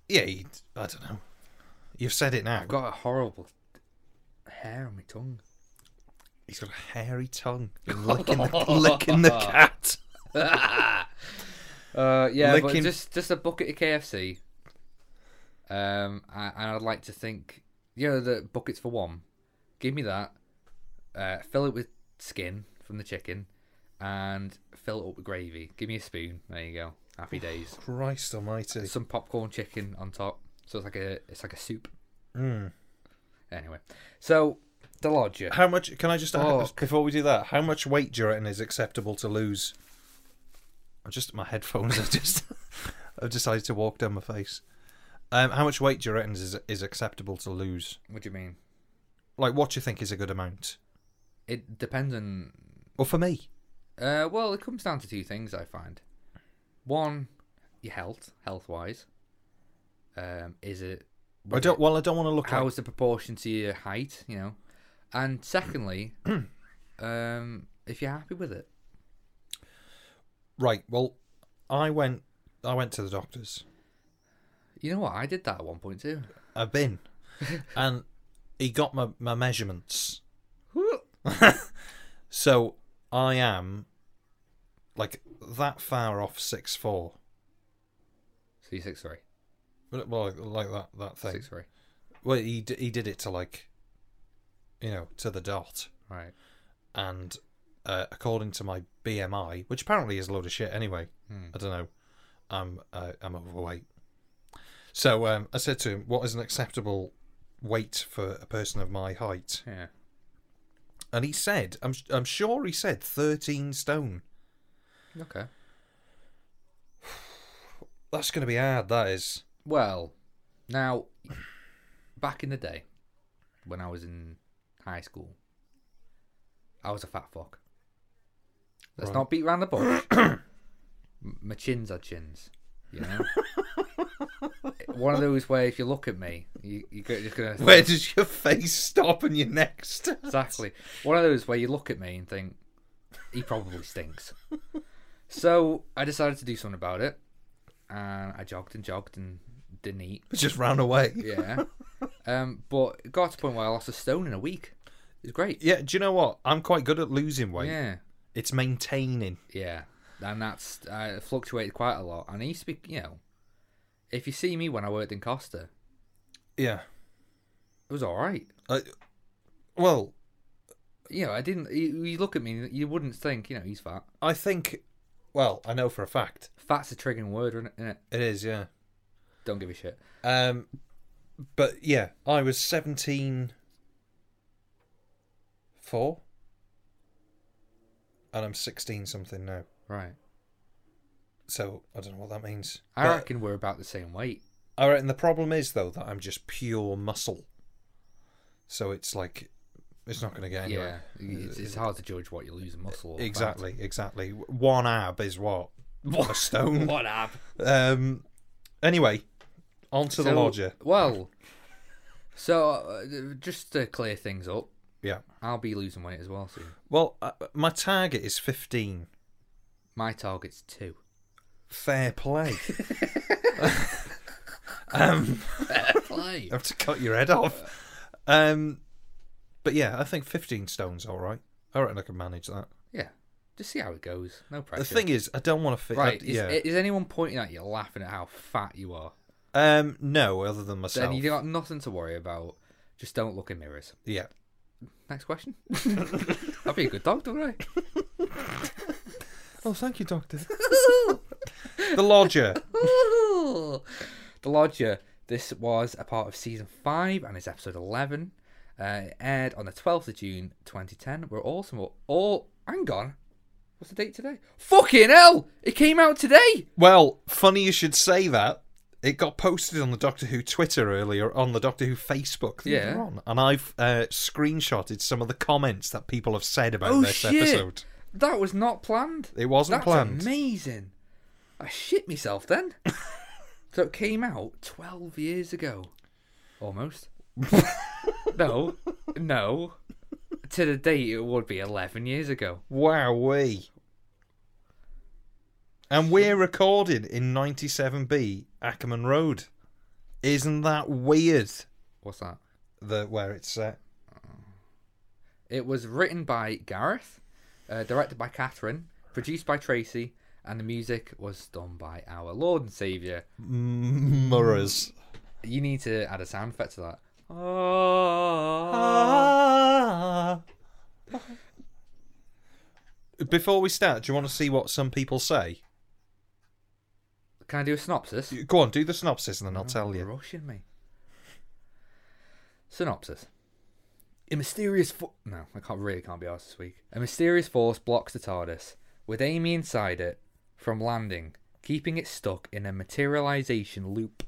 Speaker 2: Yeah, you, I don't know. You've said it now.
Speaker 1: I've got a horrible hair on my tongue.
Speaker 2: He's got a hairy tongue. Been licking the, licking the cat.
Speaker 1: Uh, yeah, but
Speaker 2: Licking-
Speaker 1: just just a bucket of KFC. Um, I, and I'd like to think, you know, the buckets for one. Give me that. Uh, fill it with skin from the chicken, and fill it up with gravy. Give me a spoon. There you go. Happy days.
Speaker 2: Christ almighty.
Speaker 1: Some popcorn chicken on top. So it's like a it's like a soup.
Speaker 2: Mm.
Speaker 1: Anyway, so the lodger.
Speaker 2: How much, can I just,
Speaker 1: Fuck.
Speaker 2: before we do that, how much weight do you reckon is acceptable to lose? I'm just, my headphones have just, I've decided to walk down my face. Um, how much weight do you reckon is, is acceptable to lose?
Speaker 1: What do you mean?
Speaker 2: Like, what do you think is a good amount?
Speaker 1: It depends on
Speaker 2: Well, for me,
Speaker 1: Uh, well, it comes down to two things I find. One, your health, health wise. Um, is it?
Speaker 2: I don't, well, I don't want to look
Speaker 1: How
Speaker 2: like
Speaker 1: is the proportion to your height? You know, and secondly, um, if you're happy with it,
Speaker 2: Right. Well, I went. I went to the doctors.
Speaker 1: you know what I did that at one point too.
Speaker 2: I've been, and he got my my measurements. So I am like that far off six four.
Speaker 1: So you're six three,
Speaker 2: Well, like, like that that thing.
Speaker 1: six three,
Speaker 2: Well, he d- he did it to like, you know, to the dot,
Speaker 1: right?
Speaker 2: and uh, according to my BMI, which apparently is a load of shit anyway.
Speaker 1: Hmm.
Speaker 2: I don't know. I'm uh, I'm overweight. So um, I said to him, "What is an acceptable weight for a person of my height?"
Speaker 1: Yeah.
Speaker 2: And he said, "I'm I'm sure he said 13 stone.
Speaker 1: Okay.
Speaker 2: That's going to be hard. That is.
Speaker 1: Well, now, back in the day, when I was in high school, I was a fat fuck. Let's
Speaker 2: Right.
Speaker 1: not beat round the bush. M- My chins are chins, you know. One of those where if you look at me, you you go- you're gonna
Speaker 2: Where does your face stop and your neck start?
Speaker 1: exactly. One of those where you look at me and think he probably stinks. so I decided to do something about it, and I jogged and jogged and didn't eat.
Speaker 2: Just ran away. Yeah.
Speaker 1: Yeah. um, but it got to the point where I lost a stone in a week. It was great.
Speaker 2: Do you know what? I'm quite good at losing weight.
Speaker 1: Yeah.
Speaker 2: It's maintaining.
Speaker 1: Yeah. And that's uh, it fluctuated quite a lot. And I used to be, you know, if you see me when I worked in Costa,
Speaker 2: Yeah.
Speaker 1: it was all right.
Speaker 2: I, well,
Speaker 1: You know, I didn't. You, you look at me, you wouldn't think, you know, he's fat.
Speaker 2: I think. Well, I know for a fact
Speaker 1: Fat's a triggering word, isn't it? Innit?
Speaker 2: it is. Yeah.
Speaker 1: Don't give a shit.
Speaker 2: Um, but yeah, I was seventeen four, and I'm sixteen something now.
Speaker 1: Right.
Speaker 2: So I don't know what that means.
Speaker 1: I
Speaker 2: But
Speaker 1: reckon we're about the same weight.
Speaker 2: I reckon the problem is though that I'm just pure muscle. So it's like, it's not going to get
Speaker 1: Yeah.
Speaker 2: anywhere.
Speaker 1: It's, it's hard to judge what you lose in muscle. or fat.
Speaker 2: Exactly, exactly. One ab is what a stone.
Speaker 1: What ab?
Speaker 2: Um. Anyway, on to the
Speaker 1: So-
Speaker 2: lodger.
Speaker 1: Well, so uh, just to clear things up,
Speaker 2: Yeah.
Speaker 1: I'll be losing weight as well soon.
Speaker 2: Well, uh, my target is fifteen.
Speaker 1: My target's two.
Speaker 2: Fair play. Um,
Speaker 1: Play.
Speaker 2: have to cut your head off. Um, but yeah, I think 15 stones all right. I reckon I can manage that.
Speaker 1: yeah. Just see how it goes. No pressure.
Speaker 2: The thing is, I don't want to fit.
Speaker 1: right?
Speaker 2: I-
Speaker 1: Is,
Speaker 2: yeah.
Speaker 1: is anyone pointing at you, laughing at how fat you are?
Speaker 2: um, no, other than myself.
Speaker 1: Then you got nothing to worry about. Just don't look in mirrors.
Speaker 2: Yeah.
Speaker 1: Next question. I'd be a good doctor, wouldn't I?
Speaker 2: Oh, thank you, doctor. the lodger.
Speaker 1: the Lodger. This was a part of season five and it's episode eleven. Uh, it aired on the twelfth of June, twenty ten. We're also all hang on. What's the date today? Fucking hell! It came out today.
Speaker 2: Well, funny you should say that. It got posted on the Doctor Who Twitter earlier, on the Doctor Who Facebook. that you
Speaker 1: Yeah.
Speaker 2: were on, and I've uh, screenshotted some of the comments that people have said about
Speaker 1: Oh,
Speaker 2: this
Speaker 1: shit.
Speaker 2: episode.
Speaker 1: That was not planned.
Speaker 2: It wasn't
Speaker 1: That's
Speaker 2: planned.
Speaker 1: amazing. I shit myself then. so it came out 12 years ago. Almost. no, no. To the date, it would be 11 years ago.
Speaker 2: Wowee. And we're recorded in 97B Ackerman Road. Isn't that weird?
Speaker 1: What's that?
Speaker 2: The where it's uh, set.
Speaker 1: It was written by Gareth, uh, directed by Catherine, produced by Tracy, and the music was done by our Lord and Saviour.
Speaker 2: Murrahs.
Speaker 1: You need to add a sound effect to that.
Speaker 2: Ah.
Speaker 1: Oh.
Speaker 2: Before we start, do you want to see what some people say?
Speaker 1: Can I do a synopsis?
Speaker 2: Go on, do the synopsis and then I'll tell you.
Speaker 1: Russian me. Synopsis. A mysterious fo- no, I can't really can't be asked this week. A mysterious force blocks the TARDIS, with Amy inside it, from landing, keeping it stuck in a materialization loop.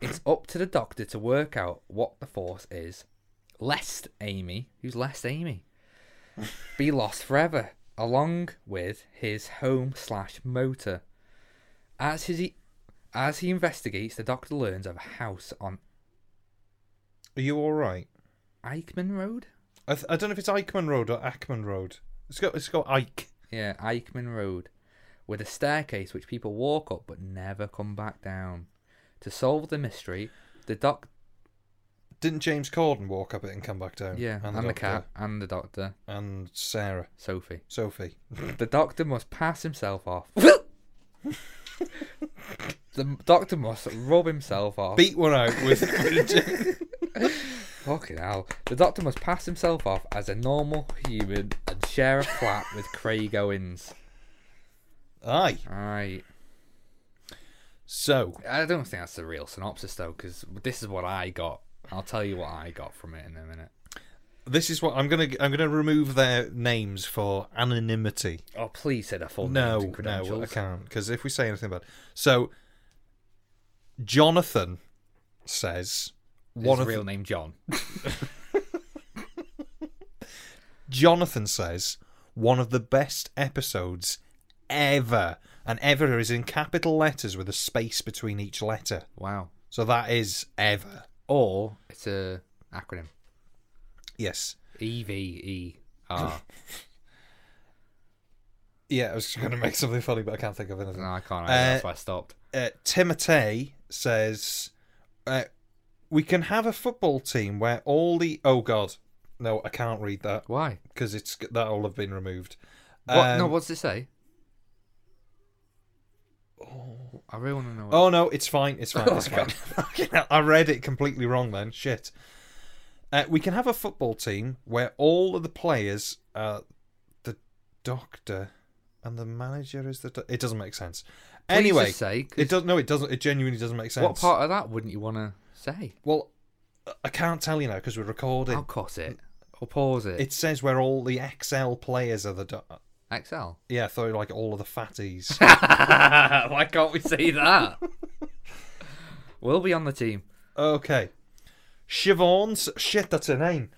Speaker 1: It's up to the Doctor to work out what the force is, lest Amy, who's lest Amy, be lost forever, along with his home slash motor. As his as he investigates, the doctor learns of a house on
Speaker 2: Are you all right?
Speaker 1: Eichmann Road?
Speaker 2: I, th- I don't know if it's Eichmann Road or Ackman Road. It's got it's got Ike.
Speaker 1: Yeah, Eichmann Road, with a staircase which people walk up but never come back down. To solve the mystery, the doc
Speaker 2: Didn't James Corden walk up it and come back down?
Speaker 1: yeah, and, the,
Speaker 2: doctor.
Speaker 1: cat and the doctor,
Speaker 2: and Sarah
Speaker 1: Sophie.
Speaker 2: Sophie.
Speaker 1: The doctor must pass himself off. the doctor must rub himself off.
Speaker 2: Beat one out with
Speaker 1: Fucking hell. The doctor must pass himself off as a normal human and share a flat with Craig Owens.
Speaker 2: aye.
Speaker 1: Right.
Speaker 2: So
Speaker 1: I don't think that's the real synopsis though, because this is what I got. I'll tell you what I got from it in a minute.
Speaker 2: this is what I'm gonna I'm gonna remove their names for anonymity.
Speaker 1: Oh, please say the full names
Speaker 2: No,
Speaker 1: and
Speaker 2: no, I
Speaker 1: credentials.
Speaker 2: can't because if we say anything bad, so Jonathan says
Speaker 1: One
Speaker 2: one
Speaker 1: His
Speaker 2: of
Speaker 1: real name John.
Speaker 2: Jonathan says one of the best episodes ever, and ever is in capital letters with a space between each letter.
Speaker 1: Wow.
Speaker 2: So that is ever.
Speaker 1: Or it's a acronym.
Speaker 2: Yes.
Speaker 1: E V E R.
Speaker 2: Yeah, I was going to make something funny, but I can't think of anything.
Speaker 1: No, I can't. I-
Speaker 2: Uh,
Speaker 1: that's why I stopped.
Speaker 2: uh, Timotei says, uh, "We can have a football team where all the oh god, no, I can't read that
Speaker 1: Why?
Speaker 2: because it's that'll have been removed."
Speaker 1: What? no,
Speaker 2: Um,
Speaker 1: what's it say? Oh, I really want to know. What...
Speaker 2: Oh no, it's fine. It's
Speaker 1: Oh,
Speaker 2: fine. It's fine. Fucking hell, I read it completely wrong. Then shit. Uh, we can have a football team where all of the players are the doctor, and the manager is the. Do- it doesn't make sense.
Speaker 1: Please
Speaker 2: anyway,
Speaker 1: just say, 'cause
Speaker 2: it does. No, it doesn't. It genuinely doesn't make sense.
Speaker 1: What part of that wouldn't you want to say?
Speaker 2: Well, I can't tell you now because we're recording.
Speaker 1: I'll cut it. Or pause it.
Speaker 2: It says where all the XL players are the. Do-
Speaker 1: Excel.
Speaker 2: yeah, I thought like all of the fatties.
Speaker 1: Why can't we say that? we'll be on the team.
Speaker 2: okay. Siobhan's. Shit, that's her name.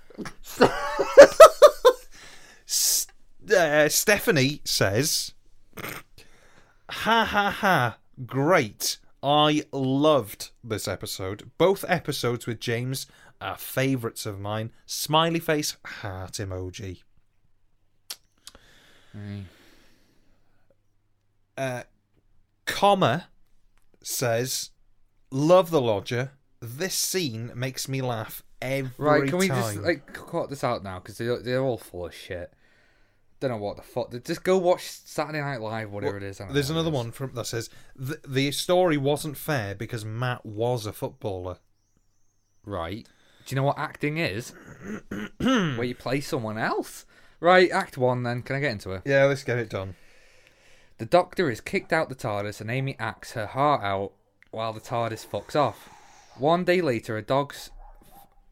Speaker 2: S- uh, Stephanie says. Ha ha ha. Great. I loved this episode. Both episodes with James are favourites of mine. Smiley face, heart emoji. uh, comma says, "Love the lodger. This scene makes me laugh every
Speaker 1: Right, can we
Speaker 2: time."
Speaker 1: just like cut this out now because they're, they're all full of shit. Don't know what the fuck. Just go watch Saturday Night Live, whatever it is. I don't
Speaker 2: There's
Speaker 1: know what it
Speaker 2: another
Speaker 1: is.
Speaker 2: one from that says the, the story wasn't fair because Matt was a footballer.
Speaker 1: Right. Do you know what acting is? Where you play someone else. Right, Act One. Then can I get into it?
Speaker 2: Yeah, let's get it done.
Speaker 1: The Doctor is kicked out the TARDIS, and Amy acts her heart out while the TARDIS fucks off. One day later, a dog's.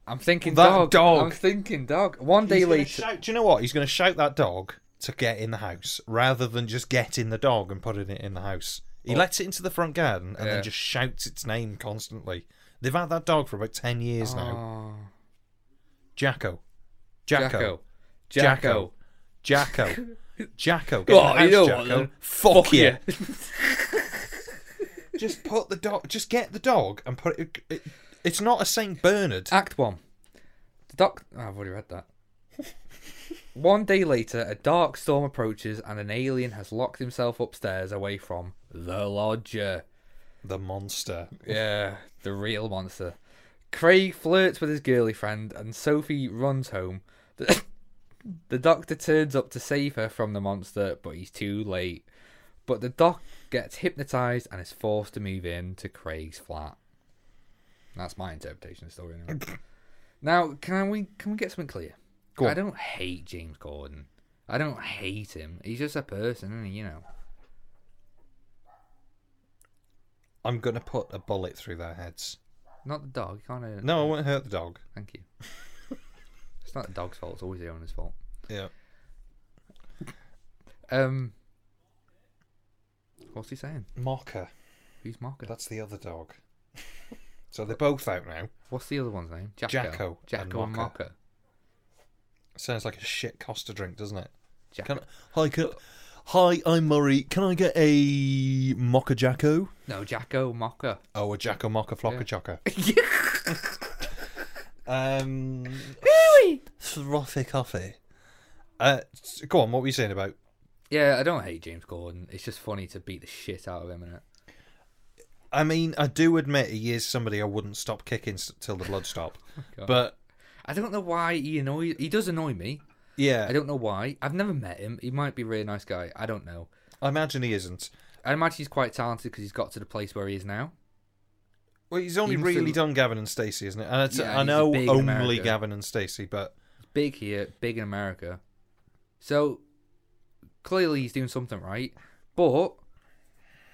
Speaker 1: I'm thinking
Speaker 2: That
Speaker 1: dog.
Speaker 2: dog.
Speaker 1: I'm thinking dog. One day
Speaker 2: He's gonna
Speaker 1: later.
Speaker 2: shout- do you know what? He's going to shout that dog to get in the house rather than just getting the dog and putting it in the house. He lets it into the front garden and
Speaker 1: Yeah.
Speaker 2: then just shouts its name constantly. They've had that dog for about ten years now.
Speaker 1: Oh,
Speaker 2: Jacko. Jacko.
Speaker 1: Jacko.
Speaker 2: Jacko. Jacko. Jacko. Get
Speaker 1: Oh,
Speaker 2: in the house,
Speaker 1: you know what,
Speaker 2: Jacko.
Speaker 1: then.
Speaker 2: Fuck, you. just put the dog. Just get the dog and put it. it it's not a Saint Bernard.
Speaker 1: Act one. The doc. oh, I've already read that. One day later, a dark storm approaches and an alien has locked himself upstairs away from the lodger.
Speaker 2: The monster.
Speaker 1: Yeah, the real monster. Craig flirts with his girly friend and Sophie runs home. The, the doctor turns up to save her from the monster, but he's too late. But the doc gets hypnotized and is forced to move in to Craig's flat. That's my interpretation of the story. Anyway. now, can we can we get something clear?
Speaker 2: Go on.
Speaker 1: I don't hate James Corden. I don't hate him. He's just a person, isn't he? You know.
Speaker 2: I'm going to put a bullet through their heads.
Speaker 1: Not the dog. You can't hurt it.
Speaker 2: No, I won't hurt the dog.
Speaker 1: Thank you. it's not the dog's fault. It's always the owner's fault.
Speaker 2: Yeah.
Speaker 1: Um, what's he saying?
Speaker 2: Mocker.
Speaker 1: Who's Marco?
Speaker 2: That's the other dog. so they're both out now.
Speaker 1: What's the other one's name? Jacko.
Speaker 2: Jacko and
Speaker 1: Jacko and
Speaker 2: Marco.
Speaker 1: Marco.
Speaker 2: Sounds like a shit Costa drink, doesn't it?
Speaker 1: Jacko.
Speaker 2: Can hi, can, hi, I'm Murray. Can I get a mocha jacko?
Speaker 1: No, Jacko Marco.
Speaker 2: Oh, a jacko mocha flocka chocker. um, frothy coffee. Uh, s- go on. What were you saying about?
Speaker 1: Yeah, I don't hate James Corden. It's just funny to beat the shit out of him, innit?
Speaker 2: I mean, I do admit he is somebody I wouldn't stop kicking s- till the blood stopped.
Speaker 1: Oh, God.
Speaker 2: but
Speaker 1: I don't know why he annoys. He does annoy me.
Speaker 2: yeah,
Speaker 1: I don't know why. I've never met him. He might be a really nice guy. I don't know.
Speaker 2: I imagine he isn't.
Speaker 1: I imagine he's quite talented because he's got to the place where he is now.
Speaker 2: Well, he's only
Speaker 1: Even
Speaker 2: really
Speaker 1: through-
Speaker 2: done Gavin and Stacey, isn't it? And it's,
Speaker 1: Yeah,
Speaker 2: I
Speaker 1: he's
Speaker 2: know
Speaker 1: big in
Speaker 2: only
Speaker 1: America.
Speaker 2: Gavin and Stacey, but
Speaker 1: big here, big in America. So clearly he's doing something right. But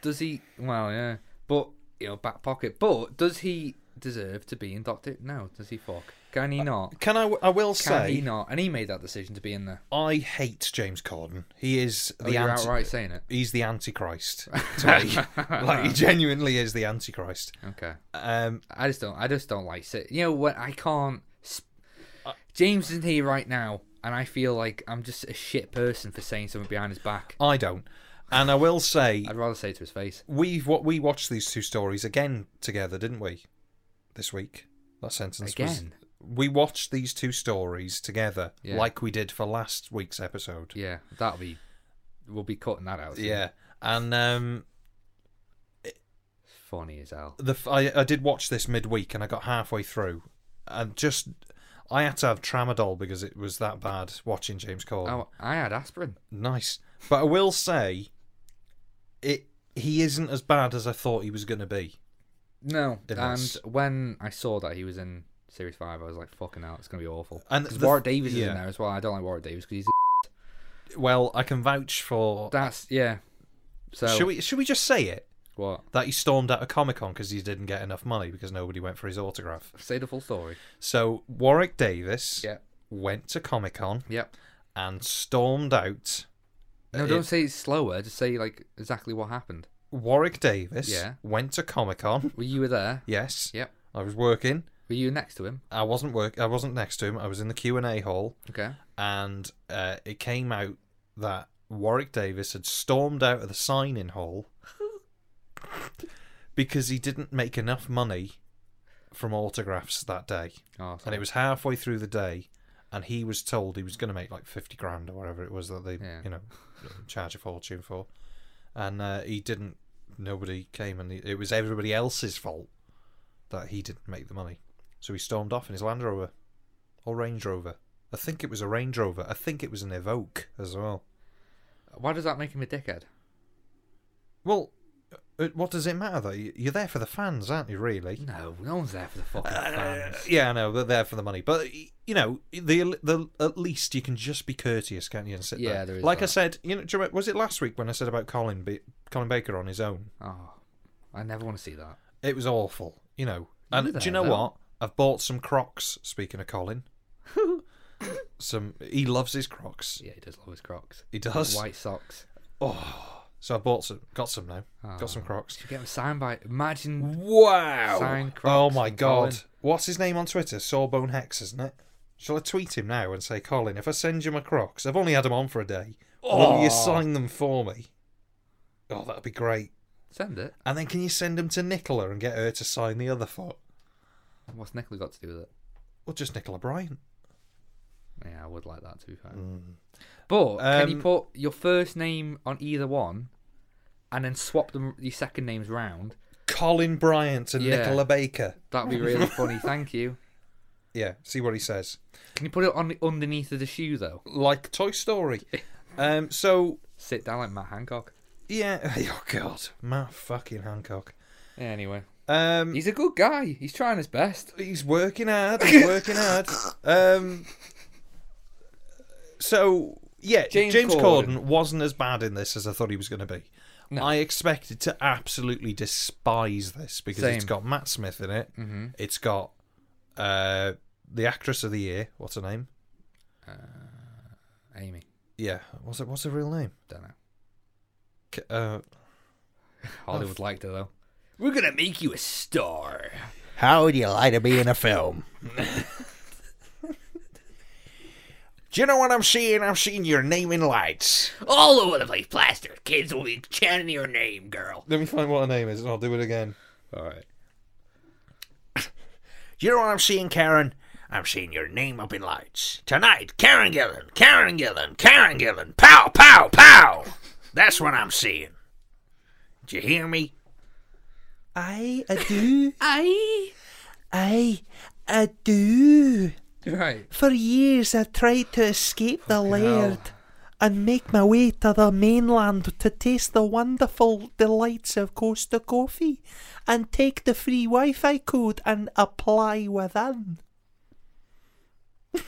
Speaker 1: does he? Well, yeah. But you know, back pocket. But does he deserve to be in Doctor? No. Does he fuck? Can he not?
Speaker 2: can I? I will
Speaker 1: Can
Speaker 2: Uh, say
Speaker 1: he not? And he made that decision to be in there.
Speaker 2: I hate James Corden. He is
Speaker 1: Oh,
Speaker 2: the
Speaker 1: you're
Speaker 2: anti-
Speaker 1: outright saying it.
Speaker 2: he's the antichrist to me. like he genuinely is the antichrist.
Speaker 1: Okay.
Speaker 2: Um,
Speaker 1: I just don't. I just don't like sit. You know what? I can't. Sp-
Speaker 2: Uh,
Speaker 1: James isn't here right now, and I feel like I'm just a shit person for saying something behind his back.
Speaker 2: I don't, and I will say
Speaker 1: I'd rather say it to his face.
Speaker 2: we what we watched these two stories again together, didn't we? This week, that sentence was-
Speaker 1: Again?
Speaker 2: We watched these two stories together,
Speaker 1: Yeah.
Speaker 2: like we did for last week's episode.
Speaker 1: Yeah, that'll be. We'll be cutting that out.
Speaker 2: Yeah, and um,
Speaker 1: funny as hell.
Speaker 2: the f- I, I did watch this midweek and I got halfway through and just I had to have tramadol because it was that bad watching James Corden.
Speaker 1: Oh, I had aspirin.
Speaker 2: Nice, but I will say it he isn't as bad as I thought he was going to be.
Speaker 1: No,
Speaker 2: It
Speaker 1: and
Speaker 2: was.
Speaker 1: when I saw that he was in Series Five, I was like, "Fucking hell, it's gonna be awful."
Speaker 2: And
Speaker 1: Because
Speaker 2: the-
Speaker 1: Warwick Davis is
Speaker 2: yeah.
Speaker 1: in there as well. I don't like Warwick Davis because he's.
Speaker 2: Well, I can vouch for.
Speaker 1: That's yeah. So
Speaker 2: should we should we just say it
Speaker 1: what?
Speaker 2: that he stormed out of Comic Con because he didn't get enough money because nobody went for his autograph?
Speaker 1: Say the full story.
Speaker 2: So Warwick Davis
Speaker 1: Yeah.
Speaker 2: went to Comic Con
Speaker 1: Yep.
Speaker 2: and stormed out.
Speaker 1: No,
Speaker 2: Uh,
Speaker 1: don't
Speaker 2: it-
Speaker 1: say it's slower. Just say like exactly what happened.
Speaker 2: Warwick Davis
Speaker 1: Yeah.
Speaker 2: went to Comic Con.
Speaker 1: Were you were there?
Speaker 2: Yes.
Speaker 1: Yep.
Speaker 2: I was working.
Speaker 1: Were you next to him?
Speaker 2: I wasn't work. I wasn't next to him. I was in the Q and A hall,
Speaker 1: Okay.
Speaker 2: and uh, it came out that Warwick Davis had stormed out of the sign-in hall because he didn't make enough money from autographs that day,
Speaker 1: Oh,
Speaker 2: and
Speaker 1: sorry.
Speaker 2: it was halfway through the day, and he was told he was going to make like fifty grand or whatever it was that they,
Speaker 1: Yeah.
Speaker 2: you know, charge a fortune for, and uh, he didn't. Nobody came, and it was everybody else's fault that he didn't make the money. So he stormed off in his Land Rover or Range Rover. I think it was a Range Rover. I think it was an Evoque as well.
Speaker 1: Why does that make him a dickhead?
Speaker 2: Well, uh, what does it matter though? You- You're there for the fans, aren't you? Really?
Speaker 1: No, no one's there for the fucking
Speaker 2: Uh,
Speaker 1: fans.
Speaker 2: yeah, I know they're there for the money, but y- you know, the, the at least you can just be courteous, can't you? And sit
Speaker 1: Yeah,
Speaker 2: there.
Speaker 1: there is
Speaker 2: like I
Speaker 1: that.
Speaker 2: said, you know, do you remember- was it last week when I said about Colin B- Colin Baker on his own?
Speaker 1: Oh, I never want to see that.
Speaker 2: It was awful, you know. And
Speaker 1: were
Speaker 2: do you
Speaker 1: there,
Speaker 2: know
Speaker 1: though.
Speaker 2: what? I've bought some Crocs. Speaking of Colin, some he loves his Crocs.
Speaker 1: Yeah, he does love his Crocs.
Speaker 2: He does.
Speaker 1: White socks.
Speaker 2: So I bought some, got some now, got
Speaker 1: Ah.
Speaker 2: some Crocs.
Speaker 1: Get him signed by. Imagine
Speaker 2: Wow!
Speaker 1: Signed Crocs
Speaker 2: oh my
Speaker 1: from
Speaker 2: god!
Speaker 1: Colin.
Speaker 2: What's his name on Twitter? Sawbone Hex, isn't it? Shall I tweet him now and say, Colin, if I send you my Crocs, I've only had them on for a day. Will you sign them for me? Oh, that'd be great.
Speaker 1: send it.
Speaker 2: And then can you send them to Nicola and get her to sign the other foot?
Speaker 1: What's Nicola got to do with it?
Speaker 2: Or just Nicola Bryant?
Speaker 1: Yeah, I would like that to be fair. But can you
Speaker 2: Um,
Speaker 1: put your first name on either one, and then swap them your second names round?
Speaker 2: Colin Bryant and
Speaker 1: Yeah.
Speaker 2: Nicola Baker.
Speaker 1: That'd be really funny. Thank you.
Speaker 2: Yeah, see what he says.
Speaker 1: Can you put it on the underneath of the shoe though?
Speaker 2: Like Toy Story. um, so
Speaker 1: Sit down like Matt Hancock.
Speaker 2: yeah, oh god, Matt fucking Hancock.
Speaker 1: Anyway,
Speaker 2: Um,
Speaker 1: he's a good guy. He's trying his best.
Speaker 2: He's working hard. He's working hard. Um. So yeah,
Speaker 1: James
Speaker 2: James,
Speaker 1: Corden.
Speaker 2: Corden. wasn't as bad in this as I thought he was going to be. I expected to absolutely despise this because it's
Speaker 1: Same.
Speaker 2: got Matt Smith in it. Mm-hmm. It's got uh, the actress of the year. What's her name?
Speaker 1: Amy,
Speaker 2: Yeah, what's it? What's her real name?
Speaker 1: don't know.
Speaker 2: K- Uh,
Speaker 1: Hollywood liked her though. We're gonna make you a star.
Speaker 2: How would you like to be in a film? Do you know what I'm seeing? I'm seeing your name in lights.
Speaker 1: All over the place, plaster. Kids will be chanting your name, girl.
Speaker 2: Let me find what her name is and I'll do it again.
Speaker 1: All right.
Speaker 2: Do you know what I'm seeing, Karen? I'm seeing your name up in lights. Tonight, Karen Gillan, Karen Gillan, Karen Gillan. Pow, pow, pow. That's what I'm seeing. Do you hear me? I, I do.
Speaker 1: I.
Speaker 2: I, I do.
Speaker 1: Right.
Speaker 2: For years, I tried to escape the laird and make my way to the mainland to taste the wonderful delights of Costa Coffee and take the free Wi Fi code and apply within.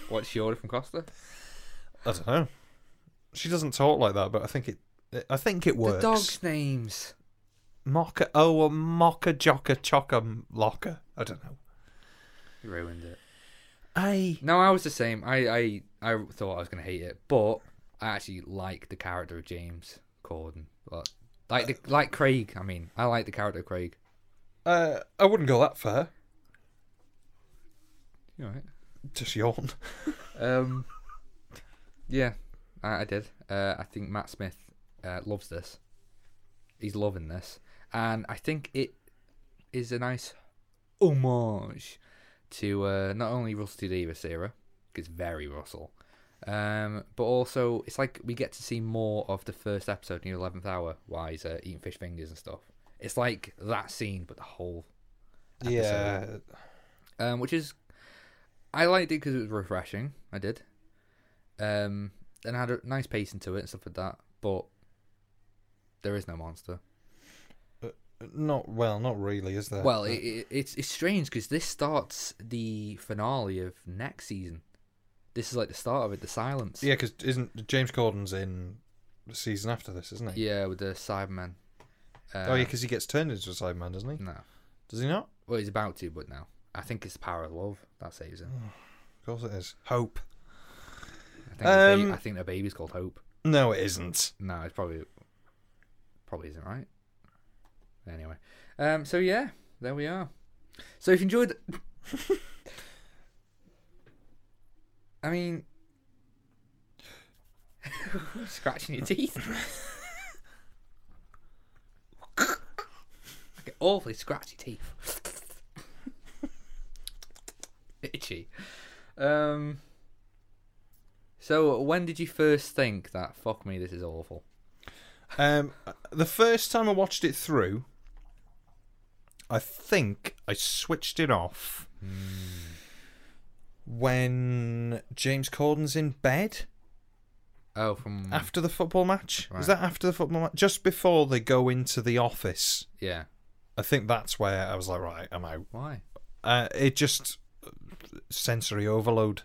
Speaker 1: What's she order from Costa?
Speaker 2: I don't know. She doesn't talk like that, but I think it. I think it
Speaker 1: The dogs' names.
Speaker 2: Mocha oh a mocha jocka chocka locker. I don't know.
Speaker 1: You ruined it.
Speaker 2: I
Speaker 1: No, I was the same. I, I, I thought I was going to hate it, but I actually like the character of James Corden. Like, like, the, like Craig, I mean. I like the character of Craig.
Speaker 2: uh, I wouldn't go that far.
Speaker 1: You alright?
Speaker 2: Just yawn.
Speaker 1: Um, yeah, I, I did. Uh, I think Matt Smith uh, loves this. He's loving this. And I think it is a nice homage to uh, not only Rusty Davis era, because very Russell, um, but also it's like we get to see more of the first episode in the 11th hour, why he's uh, eating fish fingers and stuff. It's like that scene, but the whole
Speaker 2: Yeah.
Speaker 1: um, which is I liked it because it was refreshing. I did, um, and had a nice pacing to it and stuff like that. But there is no monster.
Speaker 2: Uh, Not well, not really, is there?
Speaker 1: Well, it, it, it's it's strange because this starts the finale of next season. This is like the start of it, the silence.
Speaker 2: Yeah, because isn't James Corden's in the season after this, isn't he?
Speaker 1: yeah, with the Cybermen. Uh,
Speaker 2: oh yeah, because he gets turned into a Cyberman, doesn't he?
Speaker 1: no.
Speaker 2: Does he not?
Speaker 1: Well, he's about to, but no. I think it's the power of love that saves him.
Speaker 2: Of course it is. Hope.
Speaker 1: I think, the ba-
Speaker 2: Um,
Speaker 1: I think the baby's called Hope.
Speaker 2: No, it isn't.
Speaker 1: No, it's probably probably isn't right. Anyway, um, so yeah, there we are. So if you enjoyed, I mean, scratching your teeth. I get awfully scratchy teeth. Itchy. Um. So when did you first think that? Fuck me, this is awful.
Speaker 2: Um, the first time I watched it through, I think I switched it off
Speaker 1: Hmm.
Speaker 2: when James Corden's in bed
Speaker 1: Oh, from
Speaker 2: after the football match.
Speaker 1: Right.
Speaker 2: Is that after the football match? Just before they go into the office.
Speaker 1: yeah.
Speaker 2: I think that's where I was like, right, I'm out.
Speaker 1: Why?
Speaker 2: Uh, it just sensory overload.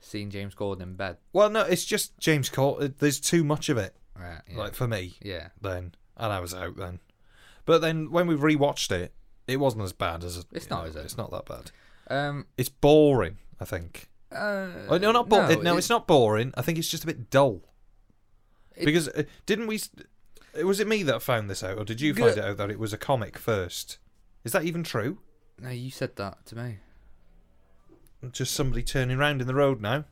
Speaker 1: Seeing James Gordon in bed.
Speaker 2: Well, no, it's just James Corden. There's too much of it,
Speaker 1: Right. Yeah.
Speaker 2: like for me.
Speaker 1: yeah.
Speaker 2: then, and I was out then. But then when we rewatched it, it wasn't as bad as
Speaker 1: It's not, is it?
Speaker 2: It's not that bad.
Speaker 1: Um.
Speaker 2: It's boring, I think.
Speaker 1: Uh,
Speaker 2: oh, no, not bo- no,
Speaker 1: it-
Speaker 2: it's not boring. I think it's just a bit dull.
Speaker 1: It-
Speaker 2: because uh, didn't we? s- uh, Was it me that found this out, or did you find it out that it was a comic first? Is that even true?
Speaker 1: No, you said that to me.
Speaker 2: Just somebody turning round in the road now.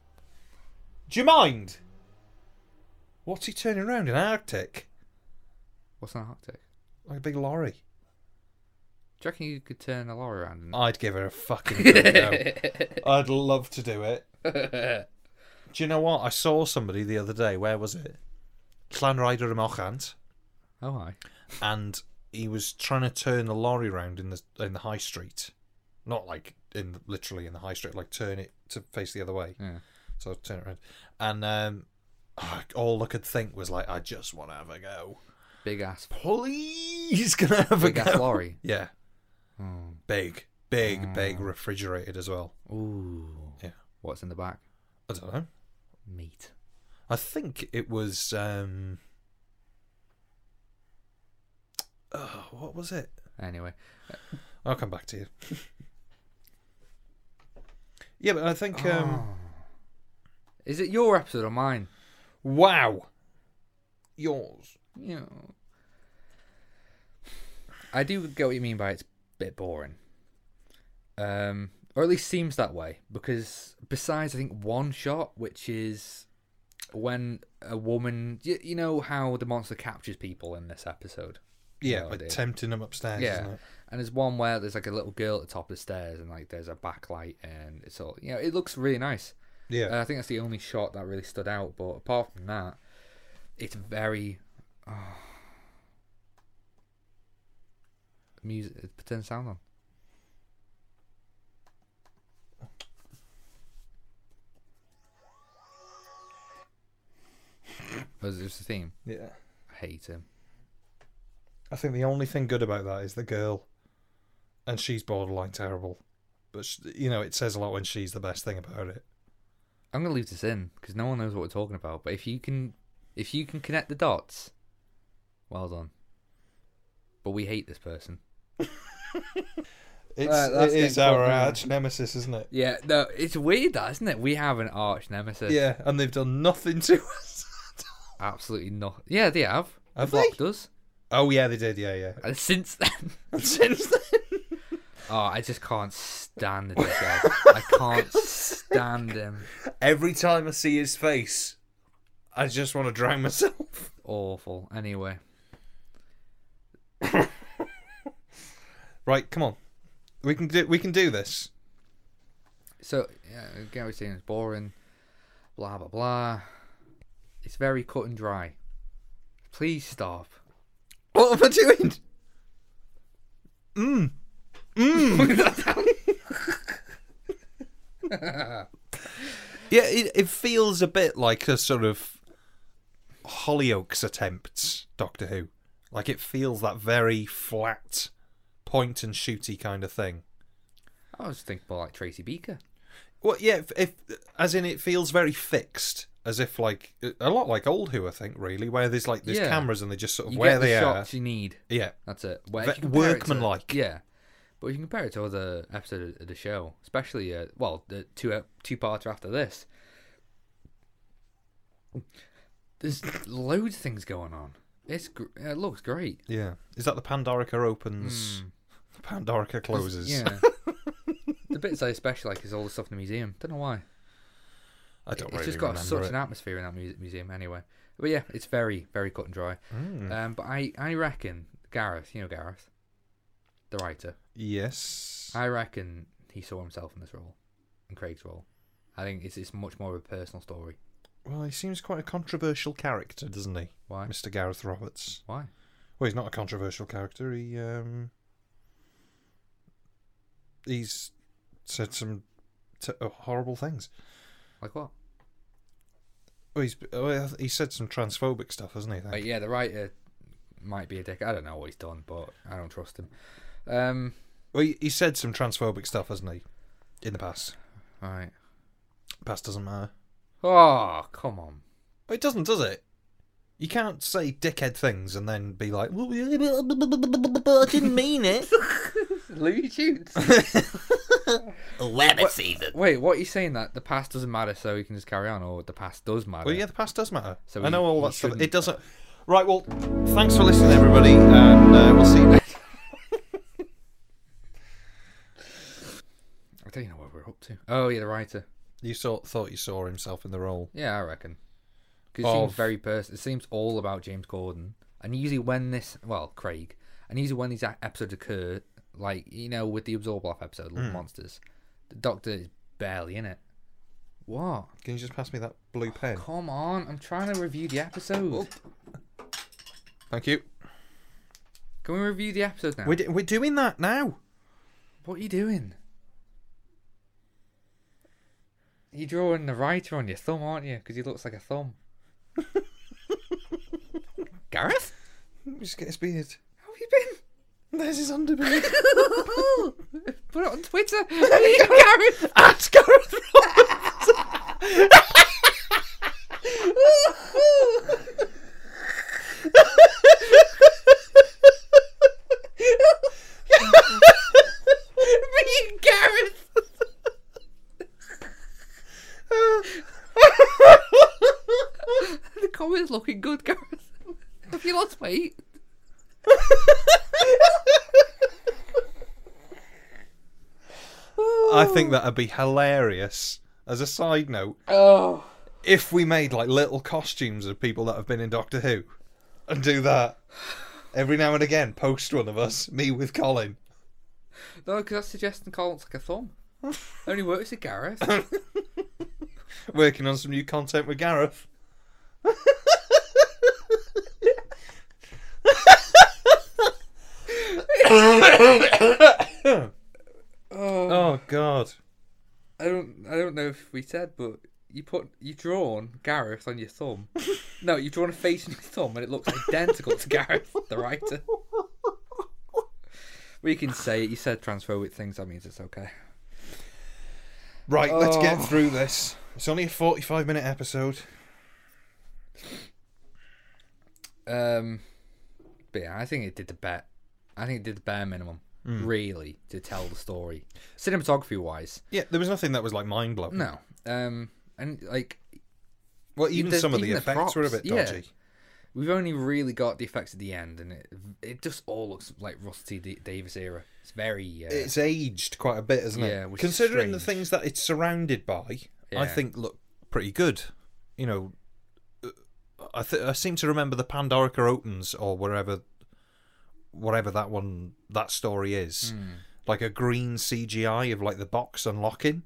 Speaker 2: Do you mind? What's he turning round in Arctic?
Speaker 1: What's an Arctic?
Speaker 2: Like a big lorry.
Speaker 1: Do you reckon you could turn a lorry around? And...
Speaker 2: I'd give her a fucking good go. I'd love to do it. Do you know what? I saw somebody the other day. Where was it? Clanrider and Ochant.
Speaker 1: oh, hi.
Speaker 2: and he was trying to turn the lorry round in the in the high street, not like in the, literally in the high street, like turn it to face the other way.
Speaker 1: Yeah.
Speaker 2: So I turn it around, and um, I- all I could think was like, I just want to have a go.
Speaker 1: Big ass,
Speaker 2: Please, can I have
Speaker 1: big
Speaker 2: a
Speaker 1: ass
Speaker 2: go?
Speaker 1: lorry.
Speaker 2: Yeah,
Speaker 1: Oh.
Speaker 2: big, big, big,
Speaker 1: Hmm.
Speaker 2: refrigerated as well.
Speaker 1: Ooh.
Speaker 2: Yeah.
Speaker 1: What's in the back?
Speaker 2: I don't know.
Speaker 1: Meat.
Speaker 2: I think it was um. Oh, what was it?
Speaker 1: Anyway,
Speaker 2: I'll come back to you. yeah, but I think um,
Speaker 1: Ah. is it your episode or mine?
Speaker 2: wow, yours.
Speaker 1: Yeah. I do get what you mean by it's a bit boring. Um, or at least seems that way because besides I think one shot, which is when a woman, you, you know how the monster captures people in this episode.
Speaker 2: Yeah,
Speaker 1: No
Speaker 2: like
Speaker 1: idea.
Speaker 2: tempting them upstairs.
Speaker 1: Yeah.
Speaker 2: Isn't it?
Speaker 1: And there's one where there's like a little girl at the top of the stairs, and like there's a backlight, and it's all you know. It looks really nice.
Speaker 2: yeah.
Speaker 1: Uh, I think that's the only shot that really stood out. But apart from that, it's very oh. music. uh, Turn the sound on. Was it just the theme?
Speaker 2: yeah.
Speaker 1: I hate him.
Speaker 2: I think the only thing good about that is the girl, and she's borderline terrible. But sh you know, it says a lot when she's the best thing about it.
Speaker 1: I'm gonna leave this in because no one knows what we're talking about. But if you can, if you can connect the dots, well done. But we hate this person.
Speaker 2: It's
Speaker 1: Right, that's
Speaker 2: it is
Speaker 1: getting
Speaker 2: our
Speaker 1: cut down.
Speaker 2: arch nemesis, isn't it?
Speaker 1: Yeah, no, it's weird that, isn't it? We have an arch nemesis.
Speaker 2: Yeah, and they've done nothing to us.
Speaker 1: Absolutely not. Yeah, they have.
Speaker 2: Have
Speaker 1: blocked us.
Speaker 2: oh yeah, they did. Yeah, yeah.
Speaker 1: And since then.
Speaker 2: And since then,
Speaker 1: Oh, I just can't stand the dickhead. I can't stand him.
Speaker 2: every time I see his face, I just want to drown myself.
Speaker 1: Awful. Anyway.
Speaker 2: Right, come on. We can do we can do this.
Speaker 1: So, yeah, again, we're saying it's boring. Blah, blah, blah. It's very cut and dry. Please stop.
Speaker 2: What am I doing?
Speaker 1: Mm.
Speaker 2: Yeah, it, it feels a bit like a sort of Hollyoaks attempts Doctor Who. Like it feels that very flat, point and shooty kind of thing.
Speaker 1: I was thinking more like Tracy Beaker.
Speaker 2: Well, yeah, if, if as in it feels very fixed, as if like a lot like old Who, I think, really, where there's like there's
Speaker 1: Yeah.
Speaker 2: cameras and they just sort of
Speaker 1: You
Speaker 2: where
Speaker 1: get the
Speaker 2: they are.
Speaker 1: shots you need.
Speaker 2: Yeah,
Speaker 1: That's it. Where
Speaker 2: Ve-
Speaker 1: if you compare it to-
Speaker 2: workmanlike.
Speaker 1: yeah, but if you compare it to other episodes of the show, especially uh, well, the two uh, two parts after this. There's loads of things going on. It's gr- it looks great.
Speaker 2: yeah. Is that the Pandorica opens? The Pandorica closes.
Speaker 1: Hmm. Yeah. the bits I especially like is all the stuff in the museum. Don't know why.
Speaker 2: I don't
Speaker 1: it's
Speaker 2: really
Speaker 1: just got
Speaker 2: remember
Speaker 1: such
Speaker 2: it.
Speaker 1: an atmosphere in that mu- museum anyway. But yeah, it's very very cut and dry.
Speaker 2: Hmm. Mm.
Speaker 1: Um, but I I reckon Gareth, you know Gareth, the writer.
Speaker 2: Yes.
Speaker 1: I reckon he saw himself in this role, in Craig's role. I think it's it's much more of a personal story.
Speaker 2: Well, he seems quite a controversial character, doesn't he,
Speaker 1: Why?
Speaker 2: Mr. Gareth Roberts?
Speaker 1: Why?
Speaker 2: Well, he's not a controversial character. He um, he's said some t- uh, horrible things.
Speaker 1: Like what?
Speaker 2: Oh, he's oh, he said some transphobic stuff, hasn't he? I think?
Speaker 1: But yeah, the writer might be a dick. I don't know what he's done, but I don't trust him. Um,
Speaker 2: Well, he, he said some transphobic stuff, hasn't he, in the past?
Speaker 1: all right.
Speaker 2: Past doesn't matter.
Speaker 1: Oh, come on.
Speaker 2: Well, it doesn't, does it? You can't say dickhead things and then be like, well, I didn't mean it.
Speaker 1: Looney Tunes.
Speaker 4: Rabbit season.
Speaker 1: Wait, what are you saying? That the past doesn't matter, so we can just carry on, or the past does matter?
Speaker 2: Well, yeah, the past does matter.
Speaker 1: So
Speaker 2: I know
Speaker 1: we-
Speaker 2: all
Speaker 1: we
Speaker 2: that stuff. It
Speaker 1: shouldn't-
Speaker 2: doesn't. Right. Well, thanks for listening, everybody, and uh, we'll see you next.
Speaker 1: I don't even know what we're up to. Oh yeah, the writer.
Speaker 2: You saw, thought you saw himself in the role.
Speaker 1: Yeah, I reckon. 'Cause it
Speaker 2: Of-
Speaker 1: seems very personal. It seems all about James Gordon. And usually when this, well, Craig, and usually when these a- episodes occur, Like you know, with the Absorb Laugh episode, Love Monsters, the Doctor is barely in it. What?
Speaker 2: Can you just pass me that blue pen?
Speaker 1: Come on! I'm trying to review the episode.
Speaker 2: Thank you.
Speaker 1: Can we review the episode now?
Speaker 2: We're, d- we're doing that now.
Speaker 1: What are you doing? You're drawing the writer on your thumb, aren't you? Because he looks like a thumb. Gareth,
Speaker 2: Let me just get his beard.
Speaker 1: how have you been?
Speaker 2: There's his underbeard.
Speaker 1: Put it on Twitter. Gareth.
Speaker 2: That's Gareth
Speaker 1: Me, Gareth. the comment's looking good, Gareth. Have you lost weight?
Speaker 2: I think that'd be hilarious. As a side note,
Speaker 1: Oh.
Speaker 2: if we made like little costumes of people that have been in Doctor Who and do that every now and again, post one of us, me with Colin.
Speaker 1: No, because that's suggesting Colin's like a thumb. Only works with Gareth.
Speaker 2: working on some new content with Gareth. oh God!
Speaker 1: I don't I don't know if we said, but you put you drawn Gareth on your thumb. no, you've drawn a face on your thumb and it looks identical to Gareth, the writer. We can say it. You said transphobic things. That means it's okay.
Speaker 2: Right, let's get
Speaker 1: Oh.
Speaker 2: through this. It's only a forty-five minute episode.
Speaker 1: Um, but yeah, I think it did the bet. I think it did the bare minimum, really, to tell the story, cinematography wise.
Speaker 2: Yeah, there was nothing that was like mind blowing.
Speaker 1: No, um, and like
Speaker 2: Well, even
Speaker 1: There's-
Speaker 2: some of the
Speaker 1: even the
Speaker 2: effects were a
Speaker 1: props,
Speaker 2: bit
Speaker 1: yeah.
Speaker 2: dodgy.
Speaker 1: we've only really got the effects at the end, and it it just all looks like Rusty D- Davis era. It's very uh,
Speaker 2: It's aged quite a bit, isn't it?
Speaker 1: Yeah, which is
Speaker 2: Considering the
Speaker 1: strange.
Speaker 2: things that it's surrounded by, I
Speaker 1: Yeah.
Speaker 2: think look pretty good. You know, uh, I th- I seem to remember the Pandorica opens or wherever, whatever that one that story is,
Speaker 1: Hmm.
Speaker 2: like a green CGI of like the box unlocking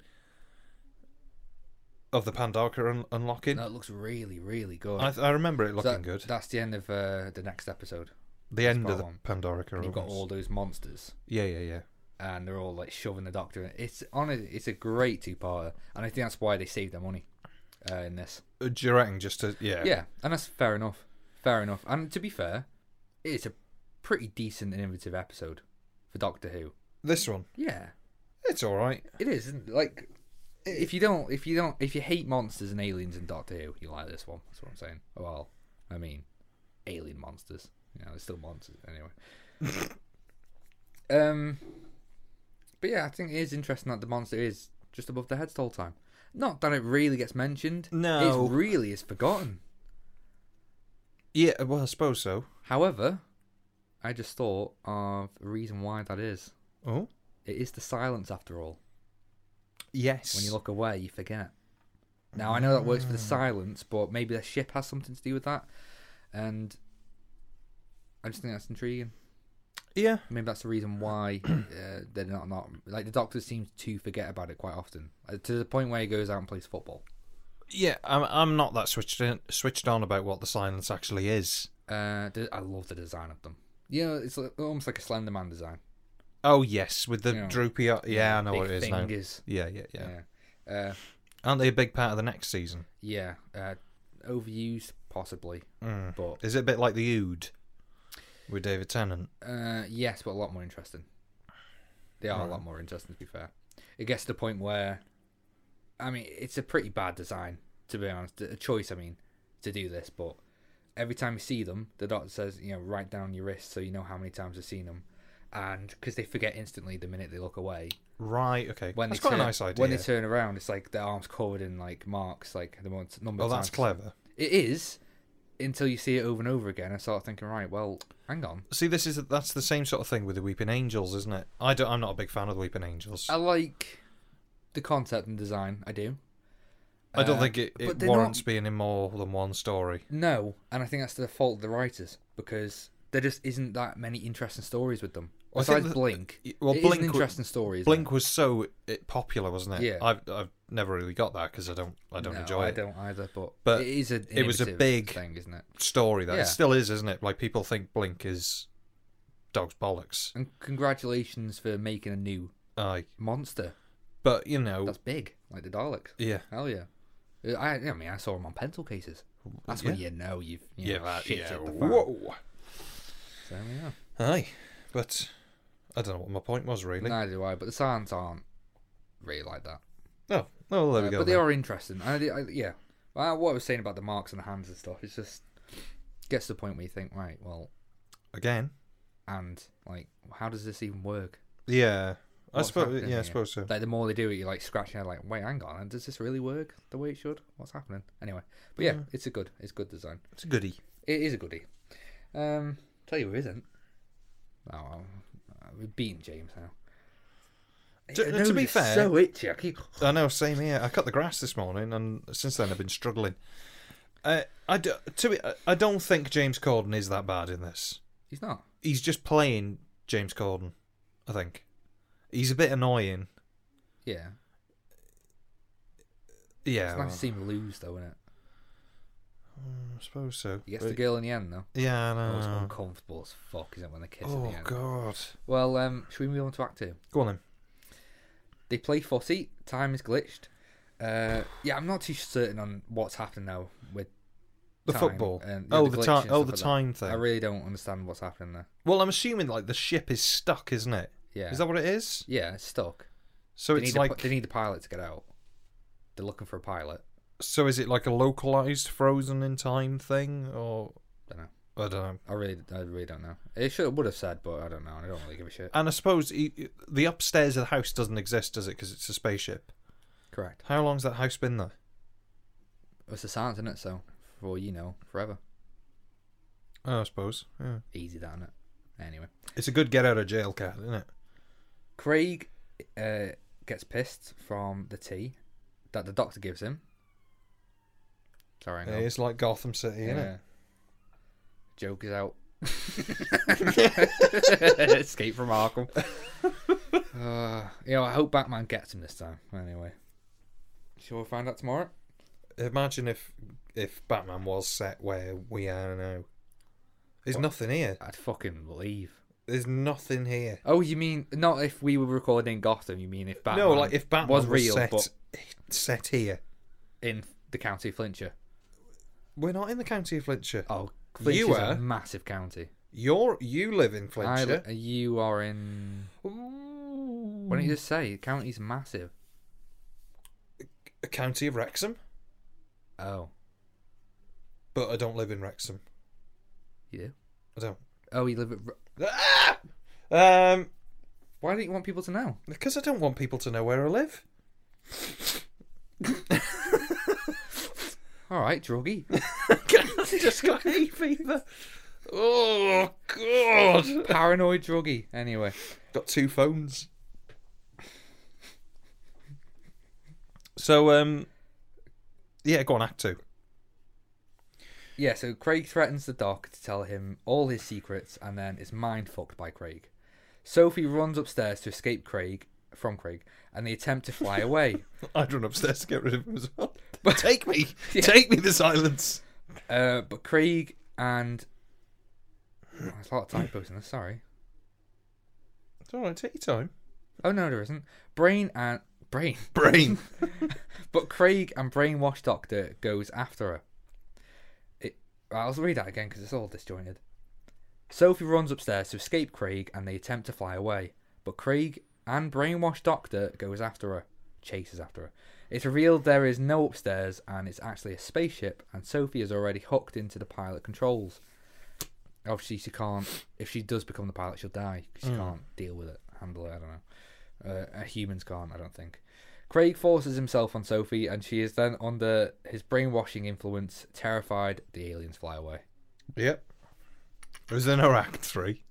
Speaker 2: of the Pandorica un- unlocking.
Speaker 1: no, it looks really really good.
Speaker 2: I, th- I remember it
Speaker 1: So
Speaker 2: looking
Speaker 1: that-
Speaker 2: good.
Speaker 1: That's the end of uh, the next episode.
Speaker 2: the end
Speaker 1: got
Speaker 2: of the
Speaker 1: one.
Speaker 2: Pandorica
Speaker 1: You've
Speaker 2: opens.
Speaker 1: got all those monsters,
Speaker 2: Yeah, yeah, yeah.
Speaker 1: and they're all like shoving the doctor. in. It's on. It's a great two-parter, and I think that's why they saved their money uh, in this.
Speaker 2: Uh, Do you reckon just to yeah?
Speaker 1: Yeah, and that's fair enough. Fair enough. And to be fair, it's a pretty decent and innovative episode for Doctor Who.
Speaker 2: This one,
Speaker 1: Yeah,
Speaker 2: it's all right.
Speaker 1: it is. isn't it? Like, if you don't, if you don't, if you hate monsters and aliens in Doctor Who, you like this one. That's what I'm saying. Well, I mean, alien monsters. You know, they're still monsters anyway. um, but yeah, I think it is interesting that the monster is just above their heads the whole time. Not that it really gets mentioned.
Speaker 2: No.
Speaker 1: it really is forgotten.
Speaker 2: Yeah, well, I suppose so.
Speaker 1: However, I just thought of a reason why that is.
Speaker 2: Oh,
Speaker 1: It is the silence after all.
Speaker 2: yes.
Speaker 1: When you look away, you forget. Now I know that works for the silence, but maybe the ship has something to do with that. And I just think that's intriguing.
Speaker 2: yeah,
Speaker 1: Maybe that's the reason why uh, they're not not like the doctor seems to forget about it quite often, uh, to the point where he goes out and plays football.
Speaker 2: yeah. I'm I'm not that switched in, switched on about what the silence actually is.
Speaker 1: Uh, the- I love the design of them. You know, it's like- almost like a Slender Man design.
Speaker 2: Oh yes, with the
Speaker 1: Yeah.
Speaker 2: droopy. Yeah, yeah, I know
Speaker 1: Big
Speaker 2: what it is now.
Speaker 1: fingers.
Speaker 2: Yeah, yeah, yeah,
Speaker 1: Yeah. Uh,
Speaker 2: Aren't they a big part of the next season?
Speaker 1: Yeah, uh, overused possibly, but
Speaker 2: Is it a bit like the Ood with David Tennant?
Speaker 1: uh, yes, but a lot more interesting. They are a lot more interesting to be fair. It gets to the point where, I mean, it's a pretty bad design to be honest. A choice, I mean, to do this, but every time you see them, the doctor says, you know, write down your wrist so you know how many times you've seen them, and because they forget instantly the minute they look away.
Speaker 2: Right. Okay.
Speaker 1: When
Speaker 2: that's
Speaker 1: they
Speaker 2: quite
Speaker 1: turn,
Speaker 2: a nice idea.
Speaker 1: When they turn around, it's like their arms covered in like marks, like the mon- number.
Speaker 2: oh,
Speaker 1: of
Speaker 2: that's
Speaker 1: times.
Speaker 2: clever.
Speaker 1: It is until you see it over and over again and start thinking, right, well, hang on.
Speaker 2: See, this is that's the same sort of thing with the Weeping Angels, isn't it? I don't. I'm not a big fan of the Weeping Angels.
Speaker 1: I like the concept and design. I do.
Speaker 2: I don't
Speaker 1: uh,
Speaker 2: think it,
Speaker 1: but
Speaker 2: it
Speaker 1: they're not-
Speaker 2: warrants being in more than one story.
Speaker 1: Um, No, and I think that's the fault of the writers because there just isn't that many interesting stories with them.
Speaker 2: I think
Speaker 1: Besides
Speaker 2: the-
Speaker 1: Blink,
Speaker 2: well,
Speaker 1: it is
Speaker 2: Blink
Speaker 1: an
Speaker 2: w-
Speaker 1: interesting story. isn't
Speaker 2: Blink was so uh, popular, wasn't it?
Speaker 1: Yeah.
Speaker 2: I've I've never really got that because I don't I
Speaker 1: it?
Speaker 2: don't
Speaker 1: No,
Speaker 2: enjoy
Speaker 1: I
Speaker 2: it.
Speaker 1: don't either, but,
Speaker 2: But
Speaker 1: it is a.
Speaker 2: it was a
Speaker 1: innovative
Speaker 2: big-
Speaker 1: thing, isn't it?
Speaker 2: Story that
Speaker 1: Yeah.
Speaker 2: it still is, isn't it? Like people think Blink is dog's bollocks.
Speaker 1: And congratulations for making a new
Speaker 2: Aye,
Speaker 1: monster.
Speaker 2: but you know,
Speaker 1: That's big, like the Daleks.
Speaker 2: yeah,
Speaker 1: Hell yeah. Uh, I, I mean, I saw him on pencil cases. That's when you know you've you
Speaker 2: yeah,
Speaker 1: know,
Speaker 2: that,
Speaker 1: shit
Speaker 2: yeah.
Speaker 1: hit the fan.
Speaker 2: Whoa,
Speaker 1: So, yeah.
Speaker 2: aye, but I don't know what my point was really.
Speaker 1: Neither do I, but the sounds aren't really like that.
Speaker 2: Oh, well, there we
Speaker 1: Uh,
Speaker 2: go.
Speaker 1: but they
Speaker 2: then.
Speaker 1: are interesting. I, I, yeah. Well, what I was saying about the marks and the hands and stuff, it's just gets to the point where you think, right, well,
Speaker 2: Again,
Speaker 1: and like, how does this even work?
Speaker 2: yeah, I
Speaker 1: What's
Speaker 2: suppose.
Speaker 1: happening
Speaker 2: Yeah, I
Speaker 1: here?
Speaker 2: suppose so.
Speaker 1: Like, the more they do it, you're like scratching your head, like, wait, hang on, and does this really work the way it should? What's happening? Anyway, but yeah, it's a good, it's good design.
Speaker 2: It's a goodie.
Speaker 1: It is a goodie. Um, tell you who isn't. Oh, I'm- I've beaten James now.
Speaker 2: To-
Speaker 1: I
Speaker 2: to
Speaker 1: know
Speaker 2: be
Speaker 1: it's
Speaker 2: fair-
Speaker 1: so itchy. I keep
Speaker 2: I know, same here. I cut the grass this morning, and since then I've been struggling. Uh, I do, to be, I don't think James Corden is that bad in this.
Speaker 1: He's not.
Speaker 2: He's just playing James Corden. I think he's a bit annoying.
Speaker 1: Yeah.
Speaker 2: Yeah,
Speaker 1: It's
Speaker 2: well,
Speaker 1: nice to see him lose, though, isn't it?
Speaker 2: I suppose so.
Speaker 1: He gets
Speaker 2: But-
Speaker 1: the girl in the end, though.
Speaker 2: yeah,
Speaker 1: Oh, it's
Speaker 2: I know.
Speaker 1: uncomfortable as fuck, isn't it, when they kiss at
Speaker 2: Uh. Oh
Speaker 1: the end?
Speaker 2: God,
Speaker 1: Well, um, should we move on to Act 2?
Speaker 2: go on then.
Speaker 1: They play footy. Time is glitched. Uh, yeah, I'm not too certain on what's happened now with
Speaker 2: The
Speaker 1: time
Speaker 2: football.
Speaker 1: and, yeah,
Speaker 2: oh,
Speaker 1: the
Speaker 2: the
Speaker 1: glitch
Speaker 2: time.
Speaker 1: and
Speaker 2: Oh,
Speaker 1: stuff
Speaker 2: the
Speaker 1: like that.
Speaker 2: time
Speaker 1: I
Speaker 2: thing.
Speaker 1: really don't understand what's happening there.
Speaker 2: well, I'm assuming like the ship is stuck, isn't it?
Speaker 1: Yeah.
Speaker 2: Is that what it is?
Speaker 1: Yeah, it's stuck.
Speaker 2: So
Speaker 1: they
Speaker 2: it's
Speaker 1: need
Speaker 2: like.
Speaker 1: a, pi- they need a pilot to get out. They're looking for a pilot.
Speaker 2: So is it like a localized frozen in time thing, or
Speaker 1: Dunno.
Speaker 2: I don't know.
Speaker 1: I really, I really don't know. It should would have said, but I don't know. I don't really give a shit.
Speaker 2: And I suppose he, the upstairs of the house doesn't exist, does it? Because it's a spaceship.
Speaker 1: Correct.
Speaker 2: How long's that house been there?
Speaker 1: It's the science, isn't it? So for you know, forever.
Speaker 2: Oh, I suppose. Yeah.
Speaker 1: Easy, that, isn't it? Anyway,
Speaker 2: It's a good get out of jail card, isn't it?
Speaker 1: Craig uh, gets pissed from the tea that the doctor gives him. Sorry, I know.
Speaker 2: It's like Gotham City, isn't
Speaker 1: Yeah.
Speaker 2: it?
Speaker 1: Joke is out. Escape from Arkham. uh, you know, I hope Batman gets him this time. Anyway, sure, we'll find out tomorrow.
Speaker 2: Imagine if if Batman was set where we are now. There's nothing here.
Speaker 1: I'd fucking leave.
Speaker 2: There's nothing here.
Speaker 1: Oh, you mean not if we were recording Gotham? You mean if Batman?
Speaker 2: no, like if Batman
Speaker 1: was real,
Speaker 2: set,
Speaker 1: but
Speaker 2: set here.
Speaker 1: in the county of Flintshire.
Speaker 2: We're not in the county of Flintshire.
Speaker 1: Oh,
Speaker 2: You
Speaker 1: Flintshire's
Speaker 2: were.
Speaker 1: a massive county.
Speaker 2: You're you live in
Speaker 1: I,
Speaker 2: Flintshire.
Speaker 1: you are in. Why don't you just say county's massive?
Speaker 2: A county of Wrexham,
Speaker 1: Oh,
Speaker 2: but I don't live in Wrexham.
Speaker 1: you do.
Speaker 2: I don't.
Speaker 1: Oh, you live at. Ru-
Speaker 2: Ah! Um,
Speaker 1: Why don't you want people to know?
Speaker 2: because I don't want people to know where I live.
Speaker 1: All right, druggy.
Speaker 2: just got hay fever. Oh God!
Speaker 1: Paranoid druggy. Anyway,
Speaker 2: Got two phones. So um, yeah, go on Act Two.
Speaker 1: yeah. So Craig threatens the doc to tell him all his secrets, and then is mind fucked by Craig. Sophie runs upstairs to escape Craig from Craig, and they attempt to fly away.
Speaker 2: I'd run upstairs to get rid of him as well. But take me, take me, the silence.
Speaker 1: Uh, but Craig and oh, there's a lot of typos in this. Sorry.
Speaker 2: It's all right. Take your time.
Speaker 1: Oh no, there isn't. Brain and brain.
Speaker 2: Brain.
Speaker 1: But Craig and brainwash doctor goes after her. It. I'll read that again because it's all disjointed. Sophie runs upstairs to escape Craig, and they attempt to fly away. But Craig and brainwash doctor goes after her, chases after her. It's revealed there is no upstairs, and it's actually a spaceship. And Sophie is already hooked into the pilot controls. Obviously, she can't. If she does become the pilot, she'll die. 'cause She can't deal with it, handle it. I don't know. Uh, uh, humans can't, I don't think. Craig forces himself on Sophie, and she is then under his brainwashing influence. Terrified, the aliens fly away.
Speaker 2: yep. Was there no Act Three?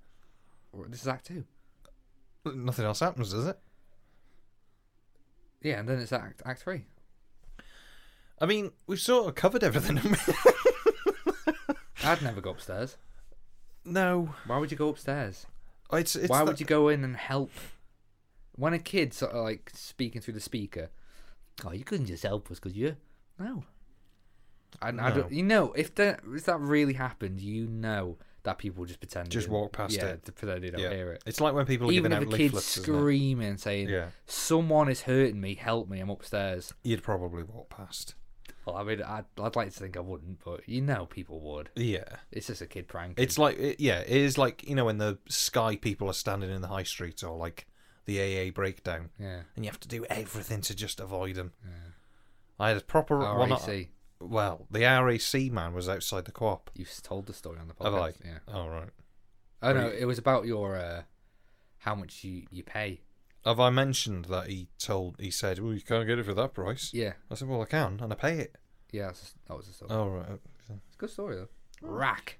Speaker 1: Or- This is Act Two.
Speaker 2: Nothing else happens, does it?
Speaker 1: Yeah, and then it's Act Act Three.
Speaker 2: I mean, we've sort of covered everything. haven't we?
Speaker 1: I'd never go upstairs.
Speaker 2: no.
Speaker 1: Why would you go upstairs?
Speaker 2: It's, it's
Speaker 1: Why
Speaker 2: that-
Speaker 1: would you go in and help? When a kid's sort of like speaking through the speaker, oh, you couldn't just help us, could you? No. And I
Speaker 2: No.
Speaker 1: don't, you know, if that if that really happened, you know that people would just pretend they
Speaker 2: Just
Speaker 1: didn't-
Speaker 2: walk past
Speaker 1: yeah,
Speaker 2: it.
Speaker 1: to pretend they don't
Speaker 2: Yeah.
Speaker 1: hear it.
Speaker 2: It's like when people are
Speaker 1: Even
Speaker 2: giving
Speaker 1: if
Speaker 2: out
Speaker 1: a kid's
Speaker 2: leaflets. isn't it?
Speaker 1: screaming saying,
Speaker 2: Yeah,
Speaker 1: "Someone is hurting me, help me, I'm upstairs."
Speaker 2: you'd probably walk past.
Speaker 1: Well, I mean, I'd, I'd like to think I wouldn't, but you know, people would.
Speaker 2: Yeah.
Speaker 1: It's just a kid prank.
Speaker 2: It's like it, yeah, it is like you know when the sky people are standing in the high street or like the AA breakdown,
Speaker 1: yeah.
Speaker 2: and you have to do everything to just avoid them. I had a proper
Speaker 1: Oh,
Speaker 2: one.
Speaker 1: RAC,
Speaker 2: Well, the RAC man was outside the co-op.
Speaker 1: you've told the story on the podcast.
Speaker 2: Have I?
Speaker 1: Yeah.
Speaker 2: oh, right.
Speaker 1: Oh no, it was about your uh, how much you you pay.
Speaker 2: Have I mentioned that he told? He said, "Well, you can't get it for that price."
Speaker 1: Yeah,
Speaker 2: I said, "Well, I can, and I pay it."
Speaker 1: yeah, that's just, that was a story.
Speaker 2: Oh right.
Speaker 1: It's a good story though. Rack.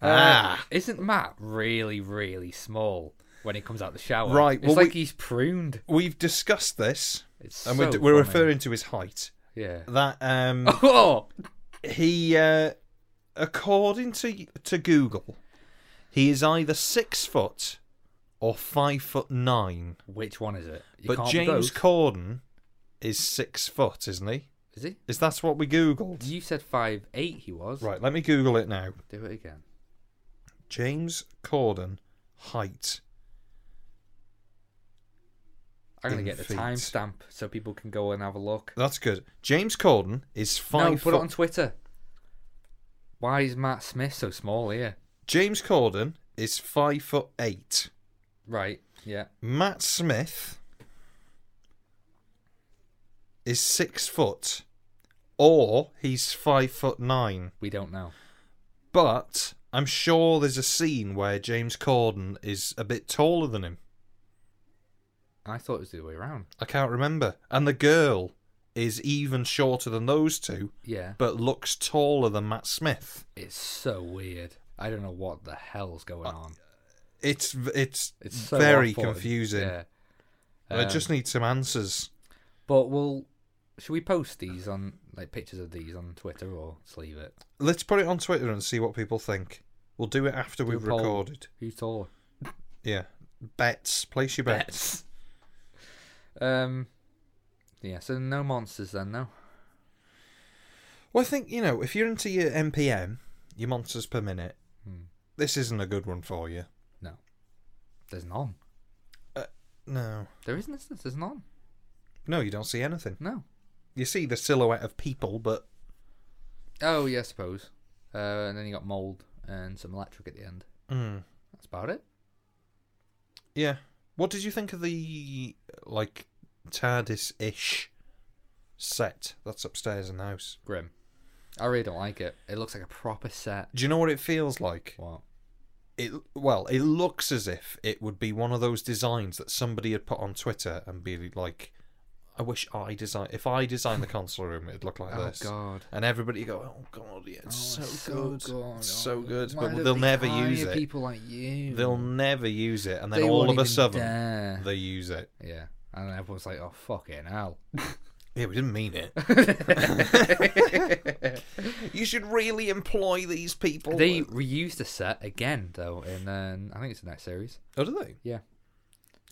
Speaker 2: Ah.
Speaker 1: Uh, isn't Matt really really small when he comes out the shower?
Speaker 2: Right,
Speaker 1: It's
Speaker 2: well,
Speaker 1: like
Speaker 2: we-
Speaker 1: he's pruned.
Speaker 2: We've discussed this,
Speaker 1: It's
Speaker 2: and
Speaker 1: so
Speaker 2: we're, d- we're
Speaker 1: funny.
Speaker 2: referring to his height.
Speaker 1: Yeah.
Speaker 2: That um,
Speaker 1: Oh,
Speaker 2: he uh, according to to google he is either six foot or five foot nine
Speaker 1: which one is it? You
Speaker 2: but
Speaker 1: can't
Speaker 2: james
Speaker 1: both.
Speaker 2: corden is six foot isn't he
Speaker 1: is he?
Speaker 2: is that what we googled
Speaker 1: You said five eight. He was.
Speaker 2: right let me google it now
Speaker 1: Do it again.
Speaker 2: james corden height
Speaker 1: I'm gonna
Speaker 2: In
Speaker 1: get the
Speaker 2: feet.
Speaker 1: timestamp so people can go and have a look.
Speaker 2: that's good james corden is five
Speaker 1: no, put
Speaker 2: foot
Speaker 1: it on Twitter. Why is Matt Smith so small here?
Speaker 2: james corden is five foot eight
Speaker 1: Right. Yeah.
Speaker 2: matt smith is six foot or he's five foot nine
Speaker 1: We don't know.
Speaker 2: But I'm sure there's a scene where James Corden is a bit taller than him.
Speaker 1: I thought it was the other way around.
Speaker 2: I can't remember. And the girl is even shorter than those two,
Speaker 1: Yeah.
Speaker 2: but looks taller than Matt Smith.
Speaker 1: It's so weird. I don't know what the hell's going on.
Speaker 2: It's v- it's,
Speaker 1: It's so
Speaker 2: Uh, very
Speaker 1: off-putting.
Speaker 2: confusing.
Speaker 1: Yeah.
Speaker 2: I
Speaker 1: Um,
Speaker 2: just need some answers.
Speaker 1: But we'll. Should we post these on like pictures of these on Twitter or just leave it?
Speaker 2: Let's put it on Twitter and see what people think. We'll do it after
Speaker 1: Do a
Speaker 2: we've
Speaker 1: poll.
Speaker 2: recorded.
Speaker 1: Who's taller?
Speaker 2: Yeah. Bets. Place your bets.
Speaker 1: Um. Yeah. So no monsters then, no.
Speaker 2: Well, I think, you know, if you're into your MPM, your monsters per minute,
Speaker 1: Hmm.
Speaker 2: this isn't a good one for you.
Speaker 1: There's none.
Speaker 2: No.
Speaker 1: There isn't. is there? There's none.
Speaker 2: No, you don't see anything.
Speaker 1: No.
Speaker 2: you see the silhouette of people, but
Speaker 1: Oh yeah, I suppose. Uh, and then you got mold and some electric at the end.
Speaker 2: Hmm.
Speaker 1: That's about it.
Speaker 2: yeah. What did you think of the like TARDIS-ish set that's upstairs in the house?
Speaker 1: Grim. I really don't like it. It looks like a proper set.
Speaker 2: Do you know what it feels like?
Speaker 1: What?
Speaker 2: It well, it looks as if it would be one of those designs that somebody had put on Twitter and be like, "I wish I design if I designed the console room, it'd look like
Speaker 1: oh
Speaker 2: this."
Speaker 1: God.
Speaker 2: And everybody go, "Oh God, yeah, it's
Speaker 1: Oh,
Speaker 2: so,
Speaker 1: it's
Speaker 2: good, It's so
Speaker 1: Oh,
Speaker 2: good,"
Speaker 1: why
Speaker 2: but
Speaker 1: don't
Speaker 2: they'll
Speaker 1: they
Speaker 2: never
Speaker 1: hire
Speaker 2: use it.
Speaker 1: People like you.
Speaker 2: They'll never use it, and then
Speaker 1: They
Speaker 2: all
Speaker 1: won't
Speaker 2: of a
Speaker 1: even
Speaker 2: sudden
Speaker 1: dare.
Speaker 2: they use it.
Speaker 1: Yeah. And then everyone's like, "Oh fucking hell!"
Speaker 2: Yeah, we didn't mean it. you should really employ these people.
Speaker 1: they reused the set again, though, in um, I think it's the next series.
Speaker 2: oh, do they?
Speaker 1: Yeah,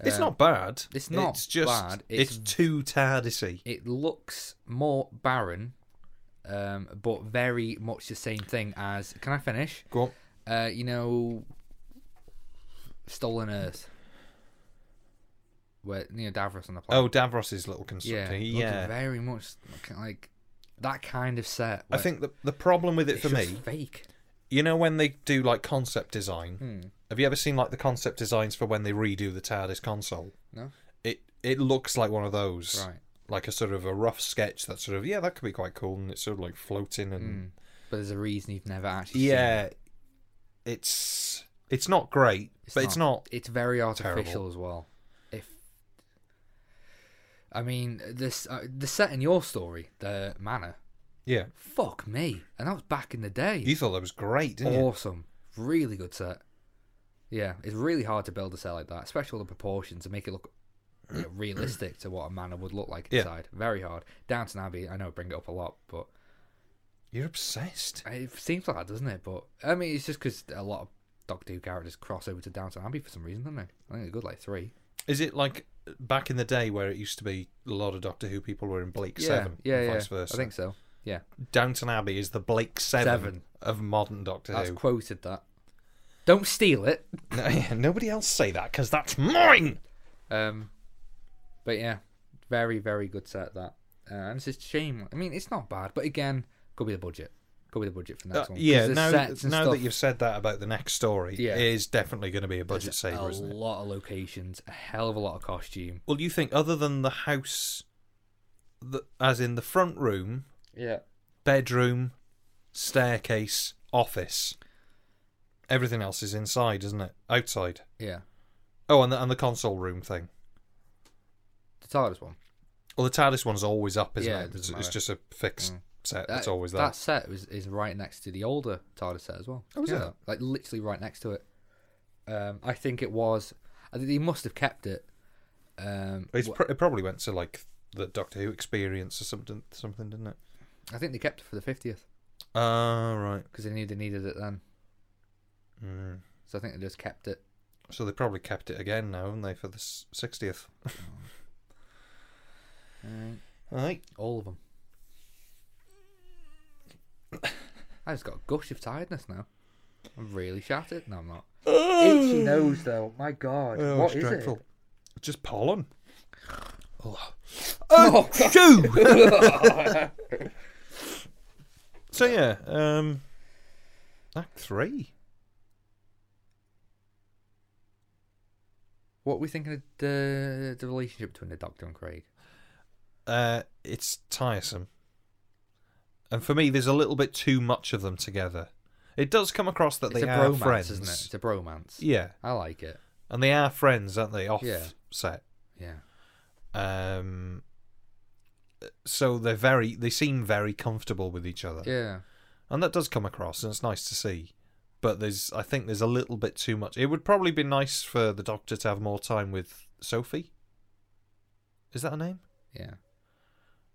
Speaker 2: It's
Speaker 1: Um,
Speaker 2: not bad.
Speaker 1: it's not
Speaker 2: It's just
Speaker 1: bad,
Speaker 2: it's,
Speaker 1: it's-
Speaker 2: too tardisy.
Speaker 1: It looks more barren, um, but very much the same thing as. Can I finish?
Speaker 2: Go on.
Speaker 1: Uh, you know, Stolen Earth, where you know Davros on the planet.
Speaker 2: Oh, Davros's little
Speaker 1: yeah,
Speaker 2: constructor.
Speaker 1: looks
Speaker 2: Oh, Yeah,
Speaker 1: very much like- like that kind of set.
Speaker 2: I
Speaker 1: where
Speaker 2: think the the problem with it
Speaker 1: it's
Speaker 2: for
Speaker 1: just
Speaker 2: me,
Speaker 1: fake.
Speaker 2: you know, when they do like concept design.
Speaker 1: Hmm.
Speaker 2: Have you ever seen like the concept designs for when they redo the TARDIS console?
Speaker 1: No.
Speaker 2: It it looks like one of those.
Speaker 1: Right,
Speaker 2: like a sort of a rough sketch that sort of yeah that could be quite cool and it's sort of like floating
Speaker 1: Hmm.
Speaker 2: and
Speaker 1: but there's a reason you've never actually. seen it.
Speaker 2: yeah it's it's not great but it's not
Speaker 1: It's very artificial
Speaker 2: terrible.
Speaker 1: as well. If I mean this, uh, the set in your story, the manor.
Speaker 2: yeah
Speaker 1: Fuck me, and that was back in the day.
Speaker 2: you thought that was great didn't you
Speaker 1: awesome, really good set. Yeah, it's really hard to build a set like that, especially all the proportions to make it look you know, realistic to what a manor would look like
Speaker 2: Yeah.
Speaker 1: inside. Very hard. Downton Abbey, I know I bring it up a lot, but
Speaker 2: you're obsessed
Speaker 1: it seems like that, doesn't it? But I mean, it's just because a lot of Doctor Who characters cross over to Downton Abbey for some reason, don't they? I think they're good, like three.
Speaker 2: Is it like back in the day where it used to be a lot of Doctor Who people were in Blake Seven,
Speaker 1: yeah,
Speaker 2: and
Speaker 1: yeah.
Speaker 2: vice versa?
Speaker 1: I think so. Yeah,
Speaker 2: Downton Abbey is the Blake Seven,
Speaker 1: Seven.
Speaker 2: of modern Doctor
Speaker 1: that's
Speaker 2: Who.
Speaker 1: quoted that. Don't steal it.
Speaker 2: No, yeah, nobody else say that because that's mine.
Speaker 1: Um, but yeah, very very good set that. Uh, and it's just a shame. I mean, it's not bad, but again, could be the budget. Could be the budget for the
Speaker 2: Uh,
Speaker 1: next one. 'Cause
Speaker 2: yeah,
Speaker 1: the
Speaker 2: now,
Speaker 1: sets and
Speaker 2: now
Speaker 1: stuff,
Speaker 2: that you've said that about the next story,
Speaker 1: Yeah.
Speaker 2: it is definitely going to be a budget
Speaker 1: there's
Speaker 2: saver,
Speaker 1: a
Speaker 2: isn't it?
Speaker 1: lot of locations, a hell of a lot of costume.
Speaker 2: Well, you think other than the house, the, as in the front room,
Speaker 1: Yeah.
Speaker 2: bedroom, staircase, office, everything else is inside, isn't it? Outside.
Speaker 1: Yeah.
Speaker 2: Oh, and the, and the console room thing.
Speaker 1: The TARDIS one.
Speaker 2: Well, the TARDIS one's always up, isn't
Speaker 1: Yeah, it
Speaker 2: it? It's,
Speaker 1: doesn't
Speaker 2: it's
Speaker 1: matter. Mm.
Speaker 2: just a fixed set.
Speaker 1: That-
Speaker 2: It's always
Speaker 1: Uh, That
Speaker 2: that.
Speaker 1: set was, is right next to the older TARDIS set as well.
Speaker 2: Oh, is it?
Speaker 1: Like literally right next to it. Um, I think it was. I think they must have kept it. Um,
Speaker 2: It's
Speaker 1: wh-
Speaker 2: pr- it probably went to like the Doctor Who experience or something, something, didn't it?
Speaker 1: I think they kept it for the fiftieth
Speaker 2: Oh, right.
Speaker 1: because they knew they needed it then.
Speaker 2: Mm.
Speaker 1: So I think they just kept it.
Speaker 2: So they probably kept it again now, haven't they, for the s- 60th?
Speaker 1: Alright.
Speaker 2: Right.
Speaker 1: All of them. I just got a gush of tiredness now. I'm really shattered. No, I'm not. Itchy nose, though. My God.
Speaker 2: Oh,
Speaker 1: what is
Speaker 2: it's dreadful.
Speaker 1: it?
Speaker 2: Just pollen.
Speaker 1: Oh,
Speaker 2: Shoo! so yeah, um, Act Three.
Speaker 1: What are we thinking of the, the relationship between the Doctor and Craig?
Speaker 2: Uh, it's tiresome, and for me, there's a little bit too much of them together. It does come across that
Speaker 1: it's
Speaker 2: they
Speaker 1: a
Speaker 2: are
Speaker 1: bromance,
Speaker 2: friends,
Speaker 1: isn't it? It's a bromance.
Speaker 2: Yeah,
Speaker 1: I like it.
Speaker 2: and they are friends, aren't they? Off
Speaker 1: Yeah.
Speaker 2: set.
Speaker 1: Yeah.
Speaker 2: Um, so they're very, they seem very comfortable with each other.
Speaker 1: Yeah.
Speaker 2: and that does come across and it's nice to see but there's i think there's a little bit too much it would probably be nice for the doctor to have more time with sophie is that her name
Speaker 1: Yeah.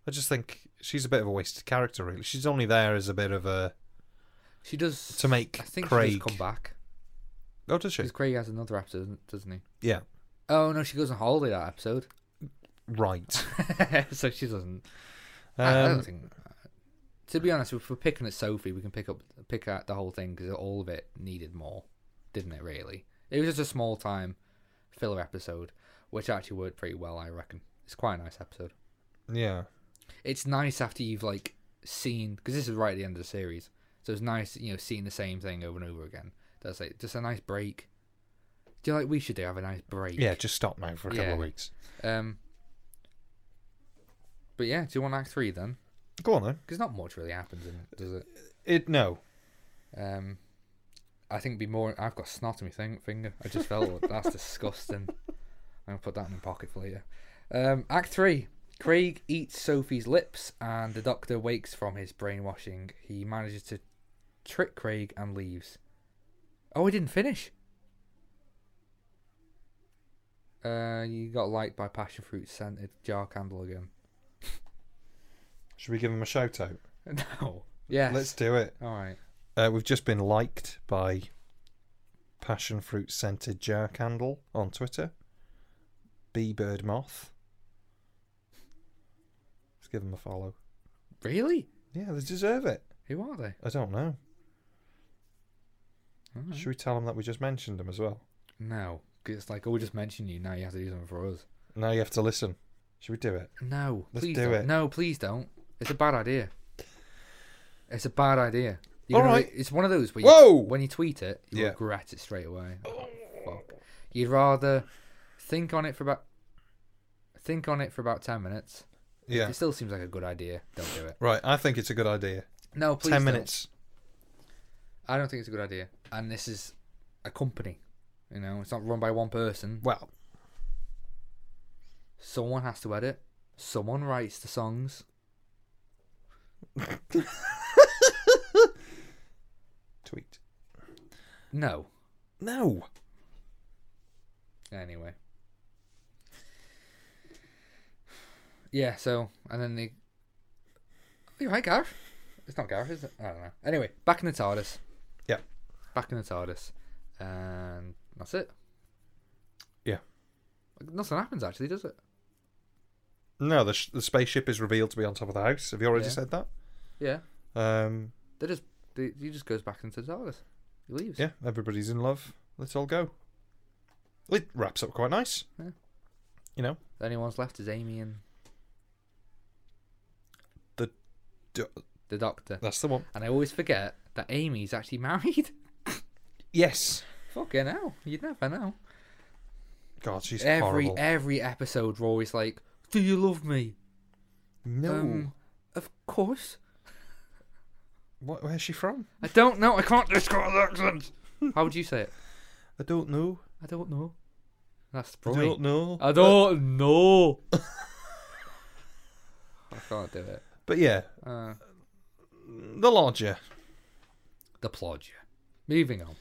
Speaker 2: i just think she's a bit of a wasted character really she's only there as a bit of a
Speaker 1: She does.
Speaker 2: to make
Speaker 1: I think she
Speaker 2: craig
Speaker 1: does come back.
Speaker 2: oh does she
Speaker 1: Because Craig has another episode, doesn't- doesn't he?
Speaker 2: yeah
Speaker 1: Oh, no, she goes on holiday that episode.
Speaker 2: right
Speaker 1: so she doesn't. I, I
Speaker 2: um,
Speaker 1: don't think. To be honest, if we're picking at Sophie, we can pick up pick out the whole thing because all of it needed more, didn't it? Really, it was just a small time filler episode, which actually worked pretty well, I reckon. It's quite a nice episode.
Speaker 2: yeah
Speaker 1: It's nice after you've like seen because this is right at the end of the series, so it's nice you know seeing the same thing over and over again. That's like just a nice break. Do you know, like we should do have a nice break?
Speaker 2: yeah just stop now for a couple of
Speaker 1: Yeah.
Speaker 2: weeks
Speaker 1: Um. But yeah, do you want Act Three then?
Speaker 2: go on then
Speaker 1: Because not much really happens in it, does it?
Speaker 2: it no
Speaker 1: Um, I think it'd be more. I've got snot on my thing, finger. I just felt it. that's disgusting. I'm gonna put that in my pocket for later. Um, Act three. Craig eats Sophie's lips, and the Doctor wakes from his brainwashing. He manages to trick Craig and leaves. Oh, he didn't finish. Uh, you got light by passion fruit scented jar candle again.
Speaker 2: should we give him a shout out
Speaker 1: No. Yes.
Speaker 2: let's do it
Speaker 1: All right.
Speaker 2: Uh, we've just been liked by Passion Fruit Scented Jar Candle on Twitter. Bee Bird Moth. Let's give them a follow.
Speaker 1: Really?
Speaker 2: Yeah, they deserve it.
Speaker 1: Who are they?
Speaker 2: I don't know.
Speaker 1: Alright.
Speaker 2: Should we tell them that we just mentioned them as well?
Speaker 1: No, 'cause it's like oh, we just mentioned you. Now you have to do something for us.
Speaker 2: Now you have to listen. Should we do it?
Speaker 1: No,
Speaker 2: Let's
Speaker 1: please
Speaker 2: do
Speaker 1: not
Speaker 2: it.
Speaker 1: No, please don't. It's a bad idea. It's a bad idea. You're
Speaker 2: All
Speaker 1: gonna
Speaker 2: right.
Speaker 1: re- it's one of those where
Speaker 2: Whoa!
Speaker 1: You, when you tweet it, you
Speaker 2: Yeah.
Speaker 1: regret it straight away. Oh, fuck. You'd rather think on it for about think on it for about ten minutes.
Speaker 2: Yeah.
Speaker 1: It still seems like a good idea. Don't do it.
Speaker 2: Right, I think it's a good idea.
Speaker 1: No, please.
Speaker 2: Ten
Speaker 1: don't.
Speaker 2: minutes.
Speaker 1: I don't think it's a good idea. And this is a company. You know, it's not run by one person.
Speaker 2: Well,
Speaker 1: Someone has to edit. Someone writes the songs.
Speaker 2: tweet.
Speaker 1: No.
Speaker 2: No.
Speaker 1: Anyway. Yeah, so and then they Oh hi Gareth. It's not Gareth, is it? I don't know. Anyway, back in the TARDIS.
Speaker 2: Yep.
Speaker 1: Back in the TARDIS. and that's it.
Speaker 2: Yeah.
Speaker 1: Like, nothing happens actually, does it?
Speaker 2: No, the, sh- the spaceship is revealed to be on top of the house. Have you already
Speaker 1: Yeah.
Speaker 2: said that?
Speaker 1: Yeah,
Speaker 2: Um,
Speaker 1: they just they, he just goes back into TARDIS. He leaves.
Speaker 2: yeah, everybody's in love. Let's all go. It wraps up quite nice.
Speaker 1: Yeah.
Speaker 2: You know,
Speaker 1: The only ones left is Amy and
Speaker 2: The do-
Speaker 1: the Doctor.
Speaker 2: that's the one.
Speaker 1: And I always forget that Amy's actually married.
Speaker 2: Yes.
Speaker 1: Fucking hell, you'd never know.
Speaker 2: God, she's
Speaker 1: every
Speaker 2: horrible.
Speaker 1: every episode, Rory's like, "Do you love me?"
Speaker 2: no.
Speaker 1: Um, of course.
Speaker 2: What, where's she from?
Speaker 1: I don't know. I can't describe the accent. How would you say it?
Speaker 2: I don't know.
Speaker 1: I don't know. That's
Speaker 2: I
Speaker 1: probably.
Speaker 2: don't know.
Speaker 1: I don't know. I can't do it.
Speaker 2: But yeah,
Speaker 1: Uh,
Speaker 2: the lodger.
Speaker 1: the plodger. Moving on.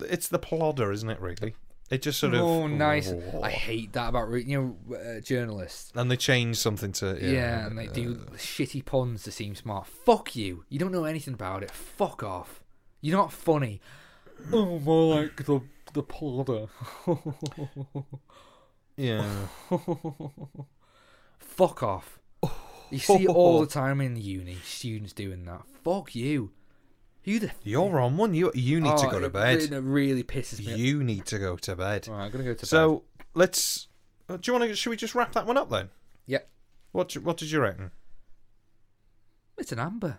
Speaker 2: It's the plodder, isn't it? Really, it just sort of.
Speaker 1: oh, nice. I hate that about re- you know uh, journalists.
Speaker 2: And they change something to
Speaker 1: Yeah, uh,
Speaker 2: yeah.
Speaker 1: and they do shitty puns to seem smart. Fuck you. You don't know anything about it. Fuck off. You're not funny. Oh, more like the the plodder.
Speaker 2: Yeah.
Speaker 1: Fuck off. You see it all the time in uni, students doing that. Fuck you. Who the f-
Speaker 2: You're on one. You you need to
Speaker 1: Oh,
Speaker 2: go to
Speaker 1: it
Speaker 2: bed.
Speaker 1: really- It really pisses me.
Speaker 2: You need to go to
Speaker 1: off.
Speaker 2: bed.
Speaker 1: Right, I'm gonna go to bed.
Speaker 2: So let's. uh, Do you want to? Should we just wrap that one up then?
Speaker 1: Yep.
Speaker 2: What do- What did you reckon?
Speaker 1: It's an amber.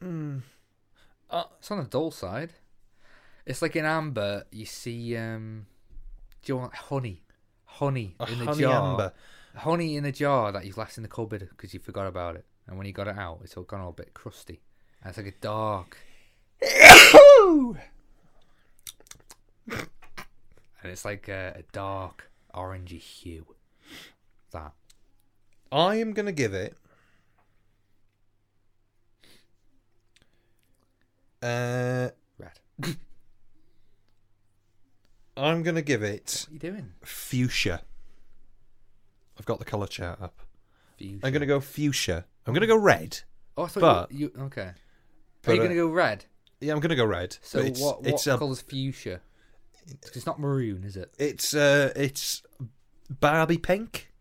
Speaker 2: Mm.
Speaker 1: Oh, It's on the dull side. It's like in amber. You see, um, do you want honey? Honey
Speaker 2: A
Speaker 1: in the
Speaker 2: honey
Speaker 1: jar.
Speaker 2: amber.
Speaker 1: Honey in a jar that you've left in the cupboard because you forgot about it. And when you got it out, it's all gone all a bit crusty. And it's like a dark. and it's like a, a dark orangey hue. That.
Speaker 2: I am gonna give it. Uh,
Speaker 1: Red.
Speaker 2: I'm gonna give it
Speaker 1: What are you doing?
Speaker 2: fuchsia. I've got the color chart up.
Speaker 1: Fuchsia.
Speaker 2: I'm gonna go fuchsia. I'm gonna go red.
Speaker 1: Oh, I thought
Speaker 2: but-
Speaker 1: you, you. Okay. Are
Speaker 2: but,
Speaker 1: you
Speaker 2: uh,
Speaker 1: going to go red?
Speaker 2: Yeah, I'm gonna go red. but
Speaker 1: So
Speaker 2: it's,
Speaker 1: what, what
Speaker 2: It's um, a,
Speaker 1: colour's fuchsia? 'Cause It's not maroon, is it?
Speaker 2: it's uh, it's Barbie pink.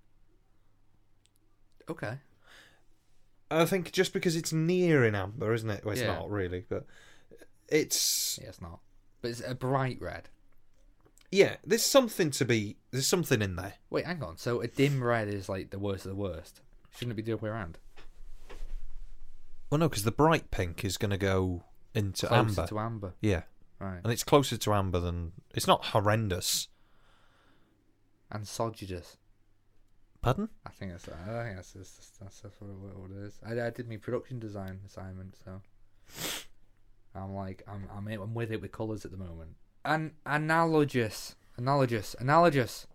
Speaker 1: Okay.
Speaker 2: I think just because it's near in amber, isn't it? Well, it's
Speaker 1: Yeah.
Speaker 2: not really, but it's
Speaker 1: Yeah, it's not. But it's a bright red.
Speaker 2: yeah. There's something to be. There's something in there.
Speaker 1: Wait, hang on. So a dim red is like the worst of the worst. Shouldn't it be the other way around?
Speaker 2: Well, no, because the bright pink is gonna go into
Speaker 1: Closer
Speaker 2: amber.
Speaker 1: to amber.
Speaker 2: yeah,
Speaker 1: Right.
Speaker 2: and it's closer to amber than it's not horrendous.
Speaker 1: And sodgidus.
Speaker 2: Pardon?
Speaker 1: I think that's. I think that's that's, that's, that's what, it, what it is. I, I did my production design assignment, so I'm like I'm I'm, in- I'm with it with colors at the moment. An analogous, analogous, analogous,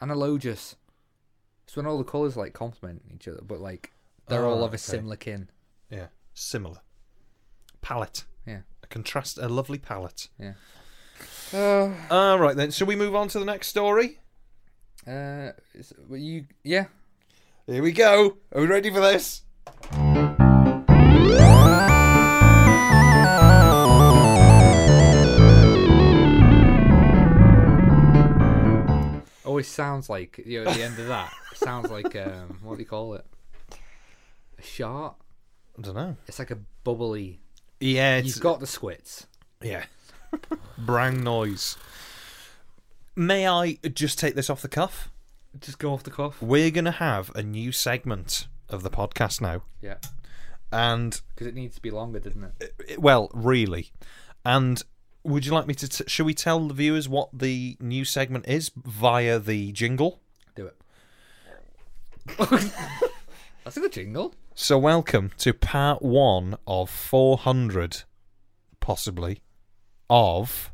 Speaker 1: analogous. It's when all the colors like complement each other, but like they're
Speaker 2: Oh,
Speaker 1: all of a
Speaker 2: okay.
Speaker 1: similar kin.
Speaker 2: Yeah, similar. Palette.
Speaker 1: Yeah.
Speaker 2: A contrast. A lovely palette.
Speaker 1: Uh,
Speaker 2: All right then. Shall we move on to the next story?
Speaker 1: uh, is- well, you yeah.
Speaker 2: Here we go. Are we ready for this?
Speaker 1: Always sounds like you know, at the end of that it sounds like um what do you call it? A shart.
Speaker 2: I don't know.
Speaker 1: It's like a bubbly.
Speaker 2: Yeah, it's
Speaker 1: You've got the squits.
Speaker 2: yeah. Brown noise. May I just take this off the cuff?
Speaker 1: Just go off the cuff.
Speaker 2: We're gonna have a new segment of the podcast now,
Speaker 1: Yeah,
Speaker 2: and
Speaker 1: because it needs to be longer, doesn't it?
Speaker 2: well, really, and would you like me to? T- shall we tell the viewers what the new segment is via the jingle?
Speaker 1: Do it. That's a good jingle.
Speaker 2: So, welcome to part one of 400, possibly, of.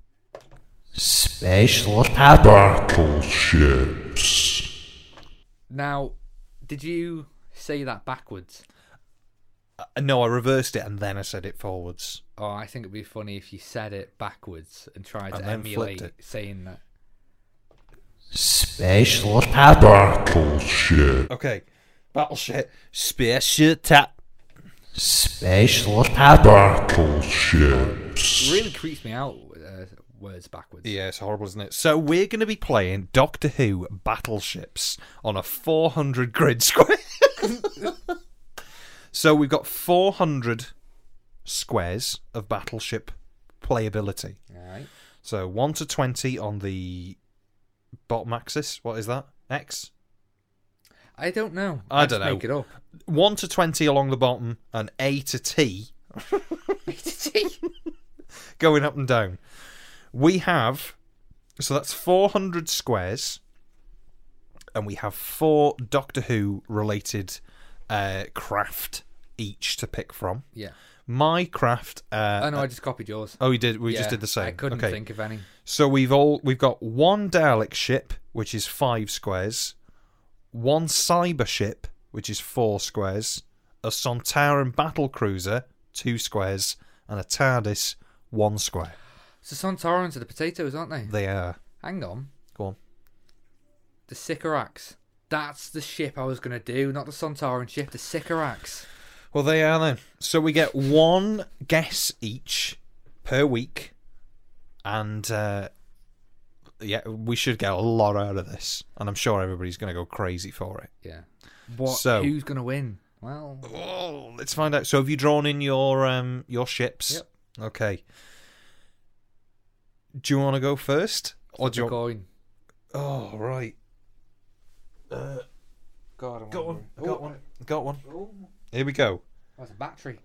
Speaker 2: Special
Speaker 3: Battleships.
Speaker 1: Now, did you say that backwards?
Speaker 2: Uh, No, I reversed it and then I said it forwards.
Speaker 1: Oh, I think it'd be funny if you said it backwards and tried
Speaker 2: And
Speaker 1: to
Speaker 2: then flipped
Speaker 1: emulate saying that.
Speaker 2: Special
Speaker 3: Battleships.
Speaker 2: Okay. Battleship. Special ta-
Speaker 4: Special power.
Speaker 3: Battleships.
Speaker 1: Really creeps me out. Uh, words backwards.
Speaker 2: Yeah, it's horrible, isn't it? So we're going to be playing Doctor Who battleships on a 400 grid square. so we've got 400 squares of battleship playability.
Speaker 1: Alright.
Speaker 2: So 1 to 20 on the bottom axis. What is that? X?
Speaker 1: I don't know.
Speaker 2: I
Speaker 1: Let's
Speaker 2: don't know.
Speaker 1: Make it up.
Speaker 2: 1 to 20 along the bottom and A to T going up and down. We have so that's 400 squares, and we have four Doctor Who related uh, craft each to pick from.
Speaker 1: yeah.
Speaker 2: My craft. Uh,
Speaker 1: Oh no, I just copied yours.
Speaker 2: oh, we did. We just
Speaker 1: Yeah,
Speaker 2: did the same.
Speaker 1: I couldn't
Speaker 2: okay.
Speaker 1: think of any.
Speaker 2: So we've all we've got one Dalek ship, which is five squares, one cyber ship, which is four squares, a Sontaran battle cruiser, two squares, and a TARDIS, one square.
Speaker 1: So Santorans are the potatoes, aren't they?
Speaker 2: They are.
Speaker 1: Hang on.
Speaker 2: Go on.
Speaker 1: The Sycorax. That's the ship I was gonna do, not the Santaran ship. The Sycorax.
Speaker 2: Well, they are then. So we get one guess each per week, and uh, yeah, we should get a lot out of this, and I'm sure everybody's going to go crazy for it.
Speaker 1: Yeah. What?
Speaker 2: So-
Speaker 1: Who's gonna win? Well,
Speaker 2: Oh, let's find out. So have you drawn in your um your ships?
Speaker 1: Yep.
Speaker 2: Okay. Do you want to go first, or do
Speaker 1: the
Speaker 2: you? Want...
Speaker 1: coin.
Speaker 2: Oh right.
Speaker 1: Uh, God, I'm
Speaker 2: Got one. I got one. I got one. Here we go.
Speaker 1: That's a battery.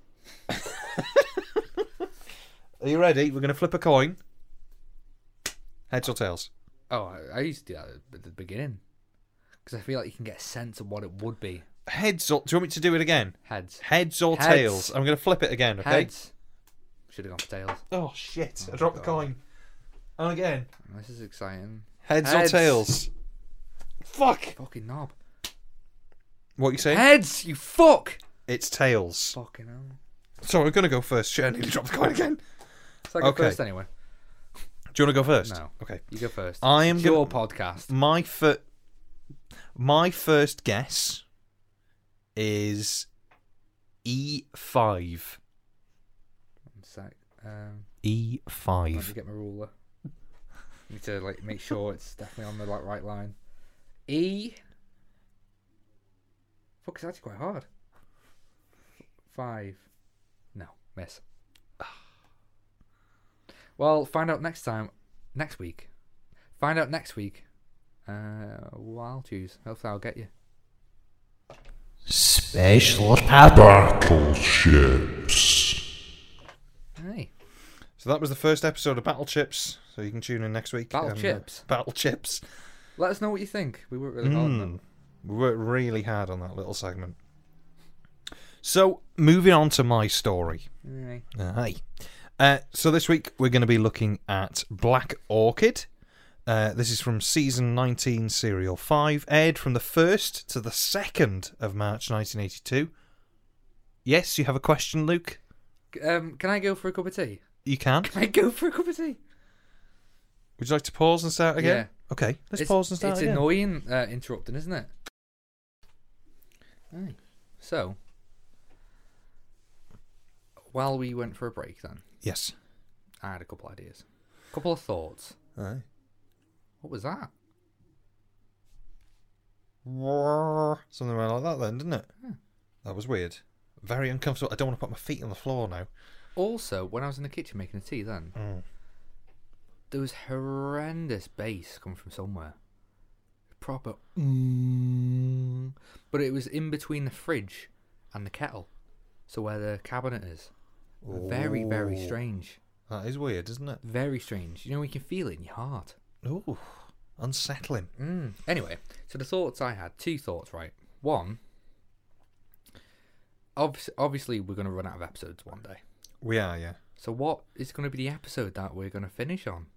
Speaker 2: Are you ready? We're going to flip a coin. Heads or tails.
Speaker 1: Oh, I, I used to do that at the beginning because I feel like you can get a sense of what it would be.
Speaker 2: Heads or do you want me to do it again?
Speaker 1: Heads.
Speaker 2: Heads or
Speaker 1: Heads.
Speaker 2: tails? I'm going to flip it again. Okay.
Speaker 1: Heads. Should have gone for tails.
Speaker 2: Oh shit! I dropped the coin. And again.
Speaker 1: This is exciting.
Speaker 2: Heads,
Speaker 1: Heads.
Speaker 2: or tails? Fuck.
Speaker 1: Fucking knob.
Speaker 2: What you saying?
Speaker 1: Heads, you fuck.
Speaker 2: It's tails.
Speaker 1: Fucking hell.
Speaker 2: So I'm going to go first. Shit, I need to drop the coin again.
Speaker 1: So I go
Speaker 2: Okay.
Speaker 1: first anyway.
Speaker 2: Do you want to go first?
Speaker 1: No.
Speaker 2: Okay.
Speaker 1: You go first.
Speaker 2: I am
Speaker 1: It's
Speaker 2: gonna-
Speaker 1: your podcast.
Speaker 2: My fir- my first guess is E E5.
Speaker 1: One sec. Um,
Speaker 2: E
Speaker 1: let me
Speaker 2: E5.
Speaker 1: get my ruler. need to like make sure it's definitely on the like right line. E. Fuck, it's actually quite hard. Five. No, miss. Well, find out next time. Next week. Find out next week. Uh, what I'll choose. Hopefully, I'll get you.
Speaker 4: Special power.
Speaker 3: Battleships.
Speaker 1: Hey,
Speaker 2: So that was the first episode of Battle Chips. So you can tune in next week.
Speaker 1: Battle
Speaker 2: and, uh,
Speaker 1: Chips?
Speaker 2: Battle Chips.
Speaker 1: let us know what you think. We worked really hard on
Speaker 2: Mm.
Speaker 1: them.
Speaker 2: We worked really hard on that little segment. So moving on to my story.
Speaker 1: Anyway,
Speaker 2: Aye. Uh, so this week we're going to be looking at Black Orchid. Uh, this is from season 19, serial 5, aired from the 1st to the 2nd of March 1982. Yes, you have a question, Luke?
Speaker 1: um, can I go for a cup of tea?
Speaker 2: You can.
Speaker 1: Can I go for a cup of tea?
Speaker 2: Would you like to pause and start again?
Speaker 1: Yeah.
Speaker 2: Okay, let's pause and start
Speaker 1: It's
Speaker 2: again.
Speaker 1: annoying uh, interrupting, isn't it? Aye. So, while we went for a break, then
Speaker 2: yes.
Speaker 1: I had a couple ideas, a couple of thoughts.
Speaker 2: Aye.
Speaker 1: What was that?
Speaker 2: Something like that then, didn't it?
Speaker 1: Hmm.
Speaker 2: That was weird. Very uncomfortable. I don't want to put my feet on the floor now.
Speaker 1: Also, when I was in the kitchen making the tea, then
Speaker 2: Mm.
Speaker 1: there was horrendous bass coming from somewhere. Proper,
Speaker 2: Mm.
Speaker 1: but it was in between the fridge and the kettle, so where the cabinet is. Very, very
Speaker 2: Ooh.
Speaker 1: strange.
Speaker 2: That is weird, isn't it?
Speaker 1: Very strange. You know, you can feel it in your heart.
Speaker 2: Ooh, unsettling.
Speaker 1: Mm. Anyway, so the thoughts I had, two thoughts, right? One, obvi- obviously, we're going to run out of episodes one day.
Speaker 2: We are, yeah.
Speaker 1: So, what is going to be the episode that we're going to finish on?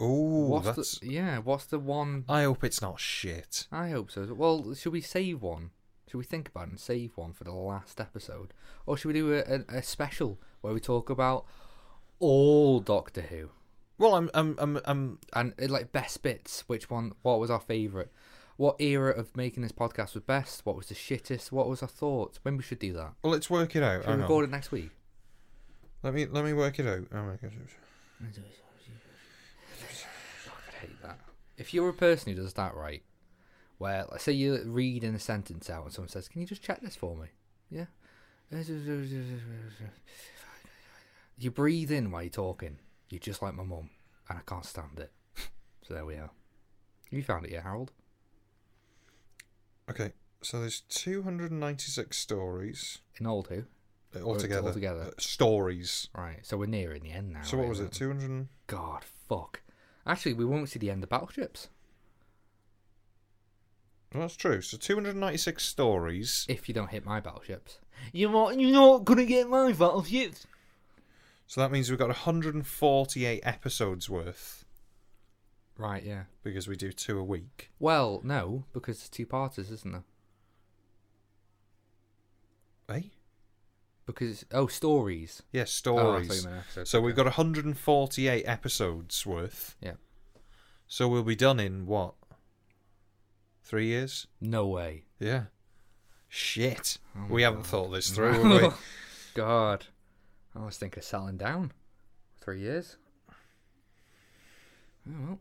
Speaker 2: Ooh,
Speaker 1: what's
Speaker 2: that's.
Speaker 1: the, yeah, what's the one?
Speaker 2: I hope it's not shit.
Speaker 1: I hope so. Well, should we save one? Should we think about it and save one for the last episode? Or should we do a, a, a special where we talk about all Doctor Who?
Speaker 2: Well, I'm, I'm, I'm, I'm.
Speaker 1: and uh, like best bits. Which one? What was our favourite? what era of making this podcast was best? What was the shittest? What was our thoughts? Maybe we should do that.
Speaker 2: Well, let's work it out.
Speaker 1: Should we
Speaker 2: Hang on.
Speaker 1: record it next week?
Speaker 2: Let me let me work it out. Oh my god.
Speaker 1: I'd hate that. If you're a person who does that right, where let's say you're reading a sentence out and someone says, "Can you just check this for me?" Yeah. You breathe in while you're talking. You're just like my mum, and I can't stand it. So there we are. You found it, yeah, Harold?
Speaker 2: Okay, so there's 296 stories
Speaker 1: In old who?
Speaker 2: uh, altogether.
Speaker 1: Oh, altogether.
Speaker 2: Uh, stories.
Speaker 1: Right. So we're nearing the end now.
Speaker 2: So what
Speaker 1: right?
Speaker 2: was it? 200. and-
Speaker 1: God, fuck. Actually, we won't see the end of battleships
Speaker 2: Well, that's true. So 296 stories.
Speaker 1: if you don't hit my battleships. You're not, you're not gonna get my battleships.
Speaker 2: So that means we've got 148 episodes worth
Speaker 1: Right. Yeah.
Speaker 2: because we do two a week.
Speaker 1: Well, no, because it's two parters, isn't there?
Speaker 2: Eh?
Speaker 1: Because it's, oh, stories.
Speaker 2: Yes,
Speaker 1: Oh, I thought you
Speaker 2: stories.
Speaker 1: meant episodes,
Speaker 2: so we've
Speaker 1: okay.
Speaker 2: got 148 episodes worth.
Speaker 1: Yeah.
Speaker 2: So we'll be done in what? Three years?
Speaker 1: No way.
Speaker 2: Yeah. Shit.
Speaker 1: Oh my
Speaker 2: we haven't
Speaker 1: God.
Speaker 2: thought this through, have we?
Speaker 1: God, I was thinking of settling down. Three years. Oh,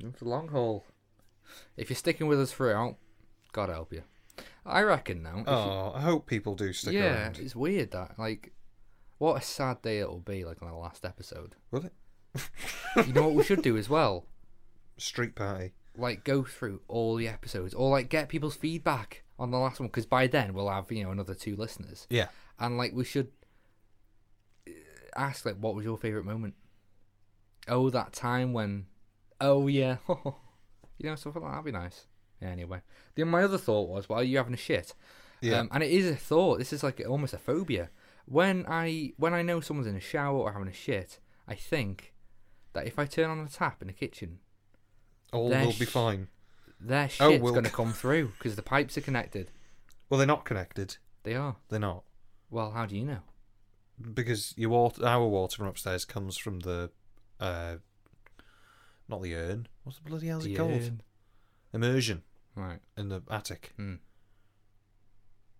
Speaker 1: well, it's a long haul. If you're sticking with us throughout, God help you. I reckon now. if you-
Speaker 2: Oh, I hope people do stick
Speaker 1: yeah,
Speaker 2: around.
Speaker 1: it's weird that like, what a sad day it'll be like on the last episode.
Speaker 2: Will it?
Speaker 1: You know what we should do as well?
Speaker 2: Street party.
Speaker 1: like go through all the episodes or like get people's feedback on the last one because by then we'll have you know another two listeners
Speaker 2: Yeah.
Speaker 1: and like we should uh, ask like what was your favorite moment oh that time when oh yeah you know something like that'd be nice anyway then my other thought was why are you having a shit
Speaker 2: Yeah.
Speaker 1: um, and it is a thought this is like almost a phobia when i when i know someone's in a shower or having a shit i think that if i turn on the tap in the kitchen
Speaker 2: All
Speaker 1: their
Speaker 2: will be
Speaker 1: sh-
Speaker 2: fine.
Speaker 1: their
Speaker 2: Oh,
Speaker 1: shit's
Speaker 2: we'll-
Speaker 1: going to come through because the pipes are connected.
Speaker 2: Well, they're not connected.
Speaker 1: They are.
Speaker 2: They're not.
Speaker 1: Well, how do you know?
Speaker 2: Because your water, our water from upstairs comes from the, uh, not the urn. What's the bloody hell's it
Speaker 1: The
Speaker 2: called?
Speaker 1: urn.
Speaker 2: Immersion
Speaker 1: Right.
Speaker 2: in the attic.
Speaker 1: Mm.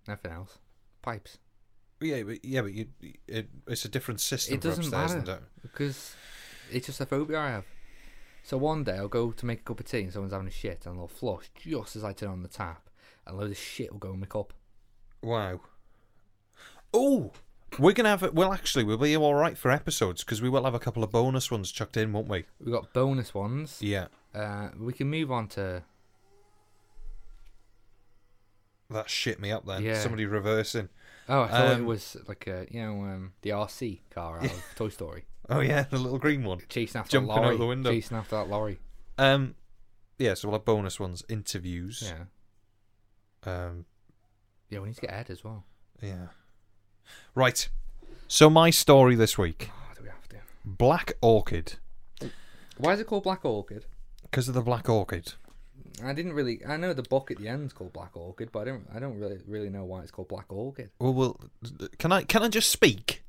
Speaker 1: Nothing else. Pipes.
Speaker 2: Yeah, but yeah, but you, it, it's a different system
Speaker 1: It
Speaker 2: for
Speaker 1: doesn't
Speaker 2: upstairs than
Speaker 1: matter.
Speaker 2: down-
Speaker 1: Because it's just a phobia I have. So one day I'll go to make a cup of tea and someone's having a shit and they'll flush just as I turn on the tap and a load of shit will go in my cup.
Speaker 2: Wow. Oh, we're gonna have. it. Well, actually, we'll be all right for episodes because we will have a couple of bonus ones chucked in, won't we?
Speaker 1: We've got bonus ones.
Speaker 2: Yeah,
Speaker 1: Uh, we can move on to.
Speaker 2: that shit me up. Then
Speaker 1: Yeah.
Speaker 2: somebody reversing.
Speaker 1: Oh, I thought it
Speaker 2: Um,
Speaker 1: was like a, you know, um, the RC car out of Toy Story.
Speaker 2: Oh yeah, the little green one.
Speaker 1: Chasing after
Speaker 2: Jumping
Speaker 1: a
Speaker 2: out
Speaker 1: lorry.
Speaker 2: the window.
Speaker 1: Chasing after that lorry.
Speaker 2: Um, yeah. So we'll have bonus ones, interviews.
Speaker 1: Yeah.
Speaker 2: Um,
Speaker 1: Yeah, we need to get Ed as well.
Speaker 2: yeah. Right. So my story this week:
Speaker 1: Oh, do we have to?
Speaker 2: Black Orchid,
Speaker 1: Why is it called Black Orchid?
Speaker 2: because of the black orchid.
Speaker 1: I didn't really. I know the book at the end's called Black Orchid, but I don't. I don't really really know why it's called Black Orchid.
Speaker 2: Well, well, can I can I just speak?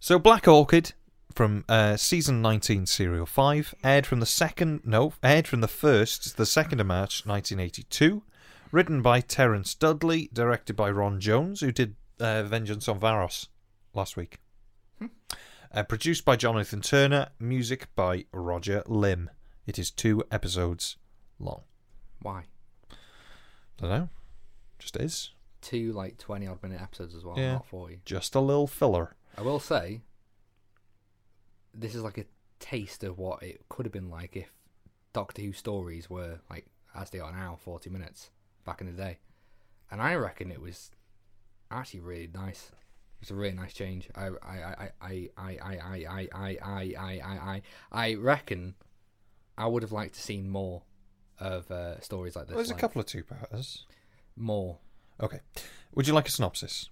Speaker 2: So, Black Orchid from uh, season nineteen, serial five, aired from the second no, aired from the first to the second of March, nineteen eighty-two. Written by Terence Dudley, directed by Ron Jones, who did uh, Vengeance on Varos last week. Uh, produced by Jonathan Turner, music by Roger Lim. It is two episodes long.
Speaker 1: Why?
Speaker 2: Don't know, just is
Speaker 1: Two like twenty odd minute episodes as well,
Speaker 2: Yeah.
Speaker 1: not forty.
Speaker 2: just a little filler.
Speaker 1: I will say, this is like a taste of what it could have been like if Doctor Who stories were like as they are now, forty minutes back in the day. And I reckon it was actually really nice. It's a really nice change. I I I I I I I I I I I I I I reckon I would have liked to seen more of uh, stories like this.
Speaker 2: There's
Speaker 1: like,
Speaker 2: a couple of two parters.
Speaker 1: more.
Speaker 2: Okay. Would you like a synopsis?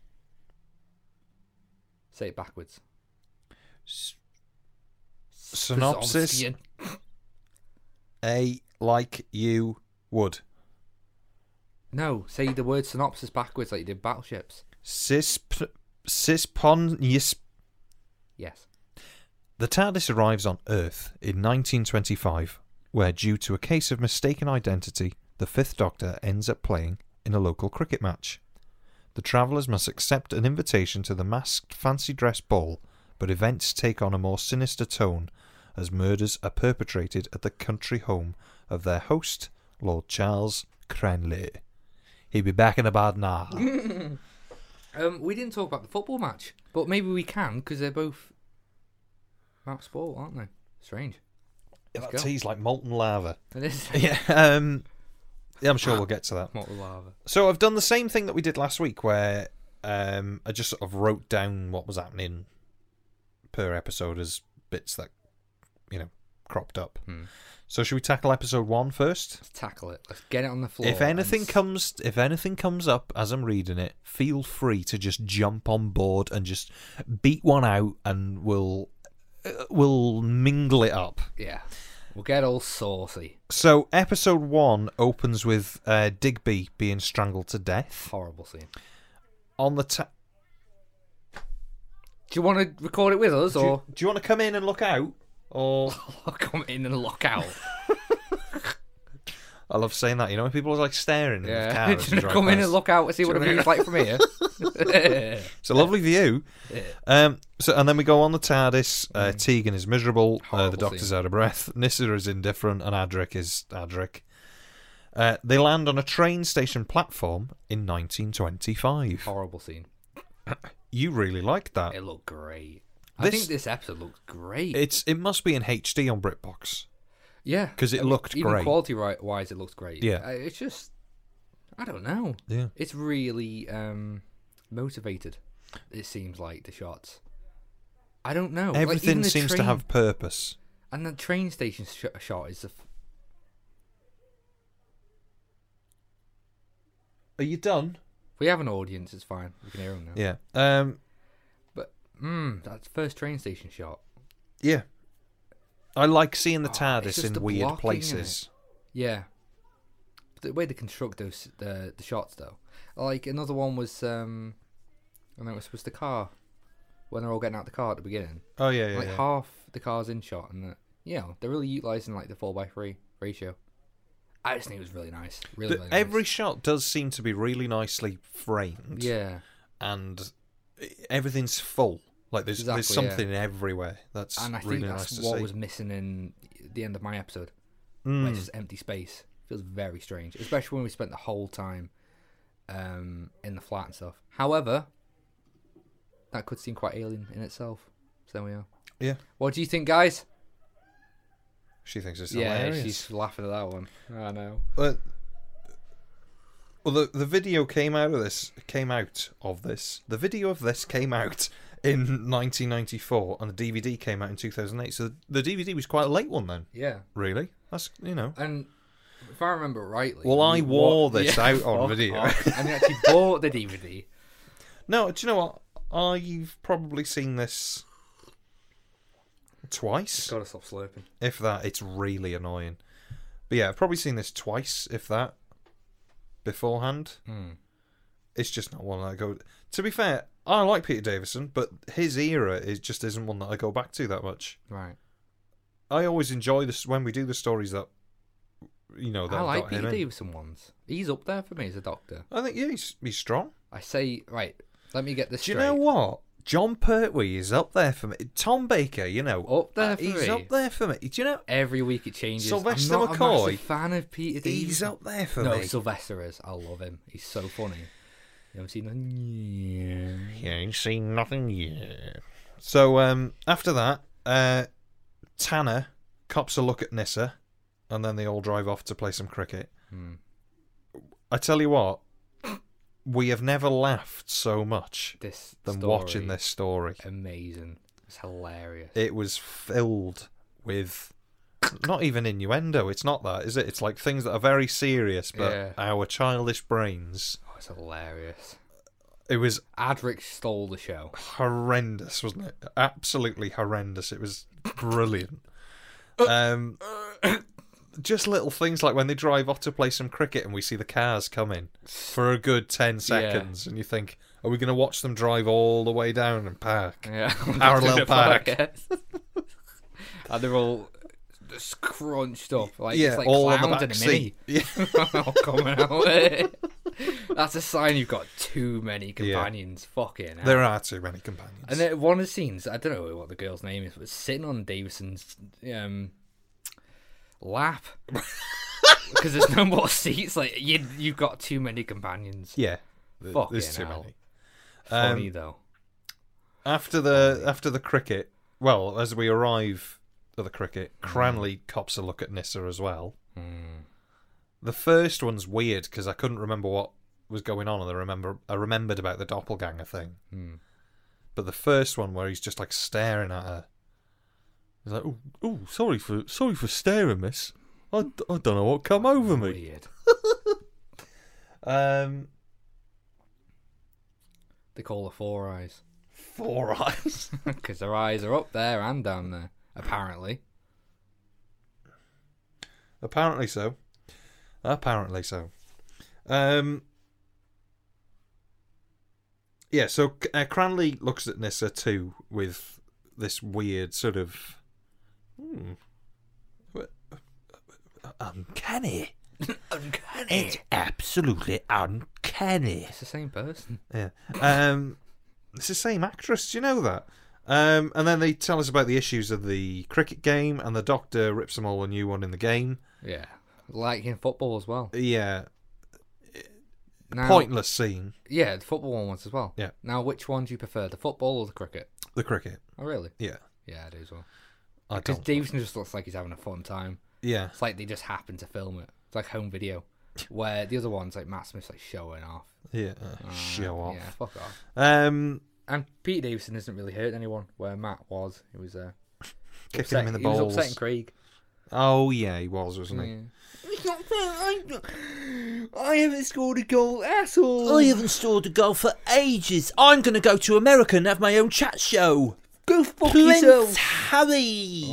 Speaker 1: Say it backwards.
Speaker 2: synopsis?
Speaker 1: uh,
Speaker 2: A like you would.
Speaker 1: No, say the word synopsis backwards like you did battleships.
Speaker 2: Cisp Cispon Yisp
Speaker 1: Yes.
Speaker 2: The TARDIS arrives on Earth in 1925, where, due to a case of mistaken identity, The fifth Doctor ends up playing in a local cricket match. The travellers must accept an invitation to the masked fancy dress ball, but events take on a more sinister tone as murders are perpetrated at the country home of their host, Lord Charles Cranley. He'll be back in about an hour.
Speaker 1: Um, we didn't talk about the football match, but maybe we can because they're both map sport, aren't they? Strange.
Speaker 2: that
Speaker 1: go.
Speaker 2: tea's like molten lava.
Speaker 1: It is.
Speaker 2: Yeah, um, yeah, I'm sure we'll get to that.
Speaker 1: Not the lava.
Speaker 2: So I've done the same thing that we did last week, where um, I just sort of wrote down what was happening per episode as bits that you know cropped up.
Speaker 1: Hmm.
Speaker 2: So should we tackle episode one first?
Speaker 1: Let's tackle it. Let's get it on the floor.
Speaker 2: if anything
Speaker 1: and s-
Speaker 2: comes, if anything comes up as I'm reading it, feel free to just jump on board and just beat one out, and we'll uh, we'll mingle it up.
Speaker 1: yeah, we'll get all saucy.
Speaker 2: So episode one opens with uh, Digby being strangled to death
Speaker 1: Horrible scene.
Speaker 2: on the. Ta-
Speaker 1: Do you want to record it with us
Speaker 2: Do
Speaker 1: or
Speaker 2: you, do you want to come in and look out? Or
Speaker 1: come in and lock out?
Speaker 2: I love saying that. You know, when people are like staring in the car.
Speaker 1: yeah,
Speaker 2: as
Speaker 1: do
Speaker 2: they
Speaker 1: you want
Speaker 2: drive
Speaker 1: to come in
Speaker 2: past.
Speaker 1: and look out and see what the view's like from here?
Speaker 2: It's a lovely view. Um. So and then we go on the TARDIS. Uh, Tegan is miserable. Uh, the
Speaker 1: Horrible
Speaker 2: Doctor's out of breath. Nissa is indifferent, and Adric is Adric. Uh, they land on a train station platform in 1925.
Speaker 1: Horrible scene.
Speaker 2: You really liked that.
Speaker 1: It looked great. I
Speaker 2: This-
Speaker 1: think this episode looks great.
Speaker 2: It's it must be in HD on BritBox
Speaker 1: yeah,
Speaker 2: because it looked
Speaker 1: even
Speaker 2: great.
Speaker 1: quality ri- wise, it looks great.
Speaker 2: Yeah.
Speaker 1: Uh, it's just I don't know.
Speaker 2: yeah.
Speaker 1: It's really um, motivated. It seems like the shots. I don't know. Like,
Speaker 2: Everything
Speaker 1: even the
Speaker 2: seems to
Speaker 1: train-
Speaker 2: have purpose.
Speaker 1: And the train station sh- shot is the. F-
Speaker 2: Are you done?
Speaker 1: we have an audience. It's fine. We can hear them now.
Speaker 2: Yeah. Um.
Speaker 1: But mm, that first train station shot.
Speaker 2: Yeah. I like seeing the TARDIS
Speaker 1: Ah, just
Speaker 2: in
Speaker 1: the blocking,
Speaker 2: weird
Speaker 1: innit?
Speaker 2: places.
Speaker 1: Yeah. But the way they construct those the the shots though, like another one was um, I know it was the car, when they're all getting out the car at the beginning.
Speaker 2: Oh yeah, yeah.
Speaker 1: like half the cars in shot, and the, you know they're really utilizing like the four by three ratio. I just think it was really nice. Really, really nice.
Speaker 2: every shot does seem to be really nicely framed.
Speaker 1: yeah,
Speaker 2: And everything's full. Like there's there's
Speaker 1: Exactly, yeah.
Speaker 2: something everywhere. That's
Speaker 1: and I think
Speaker 2: really
Speaker 1: that's
Speaker 2: nice to
Speaker 1: what
Speaker 2: see.
Speaker 1: was missing in the end of my episode. Where it's
Speaker 2: Mm.
Speaker 1: just empty space. Feels very strange, especially when we spent the whole time um, in the flat and stuff. However, that could seem quite alien in itself. So there we are.
Speaker 2: Yeah.
Speaker 1: What do you think, guys?
Speaker 2: She thinks it's
Speaker 1: yeah,
Speaker 2: hilarious.
Speaker 1: she's laughing at that one. I know.
Speaker 2: But, well, the the video came out of this came out of this. The video of this came out in 1994, and the DVD came out in 2008. So the, the DVD was quite a late one then.
Speaker 1: Yeah,
Speaker 2: Really? That's you know.
Speaker 1: and if I remember rightly,
Speaker 2: Well, I
Speaker 1: you
Speaker 2: wore
Speaker 1: bought-
Speaker 2: this
Speaker 1: Yeah,
Speaker 2: out on
Speaker 1: fuck
Speaker 2: video.
Speaker 1: off. and you actually bought the DVD.
Speaker 2: No, do you know what? I've probably seen this twice,
Speaker 1: Gotta stop slurping.
Speaker 2: if that. It's really annoying. But yeah, I've probably seen this twice, if that, beforehand. It's just not one that I go. To be fair, I like Peter Davison, but his era is just isn't one that I go back to that much.
Speaker 1: Right.
Speaker 2: I always enjoy this when we do the stories that you know that
Speaker 1: I like
Speaker 2: got him
Speaker 1: Peter
Speaker 2: in.
Speaker 1: Davison ones. He's up there for me as a doctor.
Speaker 2: I think yeah, he's, he's strong.
Speaker 1: I say, right, let me get this
Speaker 2: Do you
Speaker 1: straight.
Speaker 2: know what? John Pertwee is up there for me. Tom Baker, you know, uh,
Speaker 1: Up there for
Speaker 2: he's
Speaker 1: me.
Speaker 2: up there for me. Do you know?
Speaker 1: Every week it changes.
Speaker 2: Sylvester
Speaker 1: I'm not
Speaker 2: McCoy,
Speaker 1: A massive fan of Peter Davison.
Speaker 2: He's up there for
Speaker 1: No,
Speaker 2: me.
Speaker 1: Sylvester is. I love him. He's so funny. You haven't seen him?
Speaker 2: You ain't seen nothing yet. So um, after that, uh, Tanner cops a look at Nissa, and then they all drive off to play some cricket.
Speaker 1: Hmm.
Speaker 2: I tell you what, we have never laughed so much
Speaker 1: This
Speaker 2: than
Speaker 1: story,
Speaker 2: watching this story.
Speaker 1: Amazing. It's hilarious.
Speaker 2: It was filled with not even innuendo. It's not that, is it? It's like things that are very serious, but
Speaker 1: Yeah.
Speaker 2: our childish brains.
Speaker 1: Oh, it's hilarious.
Speaker 2: It was
Speaker 1: Adric stole the show.
Speaker 2: horrendous, wasn't it? Absolutely horrendous. It was brilliant. Um, just little things like when they drive off to play some cricket and we see the cars coming for a good 10 seconds, and you think, are we going to watch them drive all the way down and park?
Speaker 1: Yeah.
Speaker 2: Parallel
Speaker 1: Doing a
Speaker 2: park.
Speaker 1: podcast. and they're all just scrunched up. Like
Speaker 2: yeah,
Speaker 1: it's like
Speaker 2: all on the
Speaker 1: clowns in
Speaker 2: back
Speaker 1: a mini.
Speaker 2: seat. Yeah.
Speaker 1: All coming out. That's a sign you've got too many companions. Fucking hell.
Speaker 2: There are too many companions.
Speaker 1: And then one of the scenes, I don't know what the girl's name is, but sitting on Davison's um, lap. Because there's no more seats. Like you, you've got too many companions.
Speaker 2: yeah, th-
Speaker 1: Fucking
Speaker 2: there's too
Speaker 1: hell.
Speaker 2: many. Um,
Speaker 1: Funny though.
Speaker 2: After the after the cricket, well, as we arrive at the cricket,
Speaker 1: Hmm.
Speaker 2: Cranley cops a look at Nissa as well. The first one's weird because I couldn't remember what was going on, and I remember I remembered about the doppelganger thing.
Speaker 1: Hmm.
Speaker 2: But the first one where he's just like staring at her, he's like, "Oh, oh, sorry for sorry for staring, miss. I, d- I don't know what come over me."
Speaker 1: Weird.
Speaker 2: Um,
Speaker 1: They call her Four Eyes
Speaker 2: four eyes.
Speaker 1: because their eyes are up there and down there. Apparently,
Speaker 2: Apparently so. Apparently so. Um. Yeah, so uh, Cranley looks at Nissa too with this weird sort of hmm, uncanny.
Speaker 1: uncanny.
Speaker 2: absolutely uncanny.
Speaker 1: It's the same person.
Speaker 2: Yeah. Um, it's the same actress. Do you know that? Um, and then they tell us about the issues of the cricket game, and the doctor rips them all a new one in the game.
Speaker 1: Yeah, like in football as well.
Speaker 2: Yeah,
Speaker 1: Now,
Speaker 2: pointless scene.
Speaker 1: Yeah, the football one was as well.
Speaker 2: Yeah.
Speaker 1: Now, which one do you prefer, the football or the cricket?
Speaker 2: The cricket.
Speaker 1: Oh, really?
Speaker 2: Yeah.
Speaker 1: Yeah, I do as well.
Speaker 2: I
Speaker 1: Because
Speaker 2: don't.
Speaker 1: Davison just looks like he's having a fun time.
Speaker 2: yeah.
Speaker 1: It's like they just happen to film it. It's like home video. Where the other one's like Matt Smith's like showing off.
Speaker 2: Yeah. Uh, Show off.
Speaker 1: Yeah, fuck off.
Speaker 2: Um,
Speaker 1: And Pete Davison isn't really hurt anyone. Where Matt was, he was uh,
Speaker 2: kicking
Speaker 1: upset-
Speaker 2: him in the
Speaker 1: he
Speaker 2: balls.
Speaker 1: was upsetting Craig.
Speaker 2: oh yeah, he was, wasn't he?
Speaker 1: I haven't scored a goal at all.
Speaker 5: I haven't scored a goal for ages. I'm going to go to America and have my own chat show.
Speaker 1: Go fuck
Speaker 5: Prince Harry.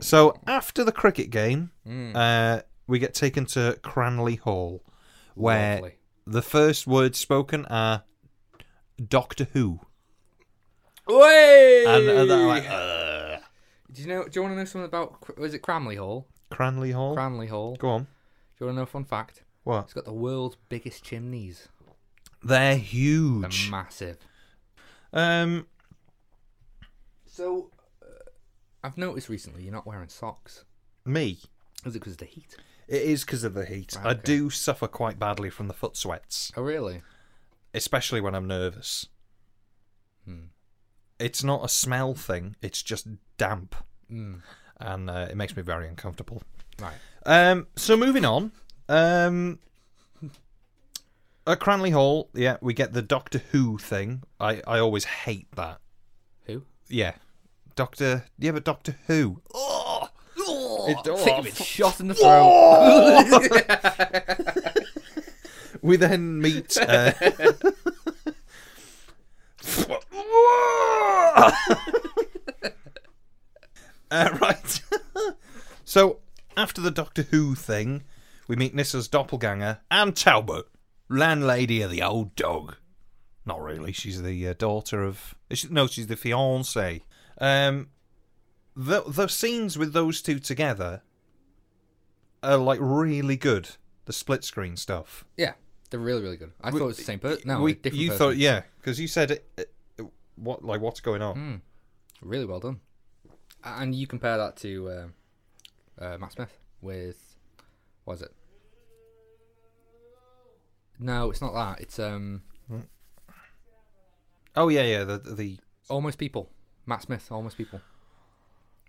Speaker 2: So after the cricket game,
Speaker 1: Mm.
Speaker 2: uh, we get taken to Cranley Hall, where
Speaker 1: Lovely.
Speaker 2: the first words spoken are Doctor Who,
Speaker 1: Way.
Speaker 2: and uh, they're like, "Uh,
Speaker 1: Do you know? Do you want to know something about? Cr- Was it Cramley Hall?
Speaker 2: Cranley Hall.
Speaker 1: Cranley Hall. Do
Speaker 2: Go on.
Speaker 1: you want to know a fun fact?
Speaker 2: What?
Speaker 1: It's got the world's biggest chimneys.
Speaker 2: They're
Speaker 1: They're
Speaker 2: huge.
Speaker 1: massive.
Speaker 2: Um,
Speaker 1: So,
Speaker 2: uh,
Speaker 1: I've noticed recently you're not wearing socks.
Speaker 2: me.
Speaker 1: Is it because of the heat?
Speaker 2: It is because of the heat. I
Speaker 1: Okay.
Speaker 2: do suffer quite badly from the foot sweats.
Speaker 1: Oh, really?
Speaker 2: especially when I'm nervous. It's not a smell thing; it's just damp, and uh, it makes me very uncomfortable.
Speaker 1: Hmm. Right.
Speaker 2: Um, so moving on. Um, at Cranley Hall, yeah, we get the Doctor Who thing. I I always hate that.
Speaker 1: Who?
Speaker 2: Yeah, Doctor. Yeah, but Doctor Who. Oh, It- oh,
Speaker 1: Think you've been
Speaker 2: fuck.
Speaker 1: shot in the throat.
Speaker 2: we then meet. Uh, Uh, right. so, after the Doctor Who thing, we meet Nissa's doppelganger, Anne Talbot, landlady of the old dog. Not really. She's the uh, daughter of. is she- No, she's the fiance. Um, the the scenes with those two together are like really good. The split screen stuff.
Speaker 1: Yeah, they're really, really good. I thought it was the same person. No,
Speaker 2: We-
Speaker 1: a different
Speaker 2: you
Speaker 1: person.
Speaker 2: thought, yeah, because you said it, it- it- what like what's going on?
Speaker 1: Hmm. Really well done. A- And you compare that to um uh, Matt Smith with what is it? No, it's not that. It's um
Speaker 2: Oh yeah, yeah. The the
Speaker 1: almost people. Matt Smith, almost people.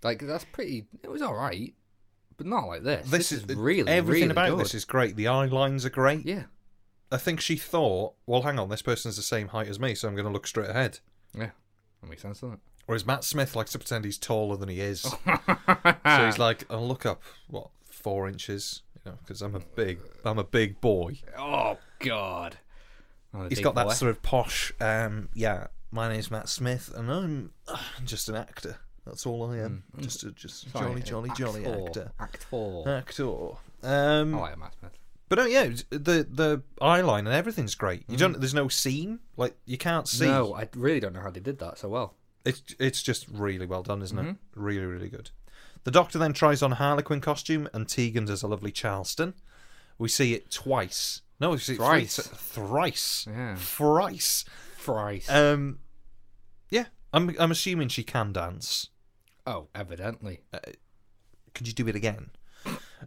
Speaker 1: Like that's pretty. It was all right, but not like this. This, is, really
Speaker 2: uh, everything
Speaker 1: really
Speaker 2: about
Speaker 1: good.
Speaker 2: this is great. The eye lines are great.
Speaker 1: yeah,
Speaker 2: I think she thought, well, hang on, this person's the same height as me, so I'm going to look straight ahead.
Speaker 1: yeah. That makes sense, doesn't it?
Speaker 2: Whereas Matt Smith likes to pretend he's taller than he is, so he's like, I'll look up what four inches, you know, because I'm a big, I'm a big boy.
Speaker 1: Oh God. Oh, the
Speaker 2: He's
Speaker 1: big
Speaker 2: got that
Speaker 1: boy.
Speaker 2: sort of posh, um, yeah. My name's Matt Smith, and I'm uh, just an actor. That's all I am.
Speaker 1: Mm.
Speaker 2: Just a just a
Speaker 1: Sorry,
Speaker 2: jolly, jolly,
Speaker 1: act
Speaker 2: jolly
Speaker 1: four,
Speaker 2: actor.
Speaker 1: Act four.
Speaker 2: Actor. Um,
Speaker 1: I like Matt Smith.
Speaker 2: But oh yeah, it's- the the eyeline and everything's great. You don't. There's no seam. Like you can't see.
Speaker 1: Mm. No, I really don't know how they did that so well. Mm-hmm.
Speaker 2: It's it's just really well done, isn't it? Really, really good. The Doctor then tries on a Harlequin costume, and Tegan does a lovely Charleston. We see it twice. No, we see it
Speaker 1: Thrice.
Speaker 2: three- Thrice.
Speaker 1: Yeah.
Speaker 2: Thrice.
Speaker 1: Thrice.
Speaker 2: Um, yeah, I'm, I'm assuming she can dance.
Speaker 1: oh, evidently.
Speaker 2: Could you do it again?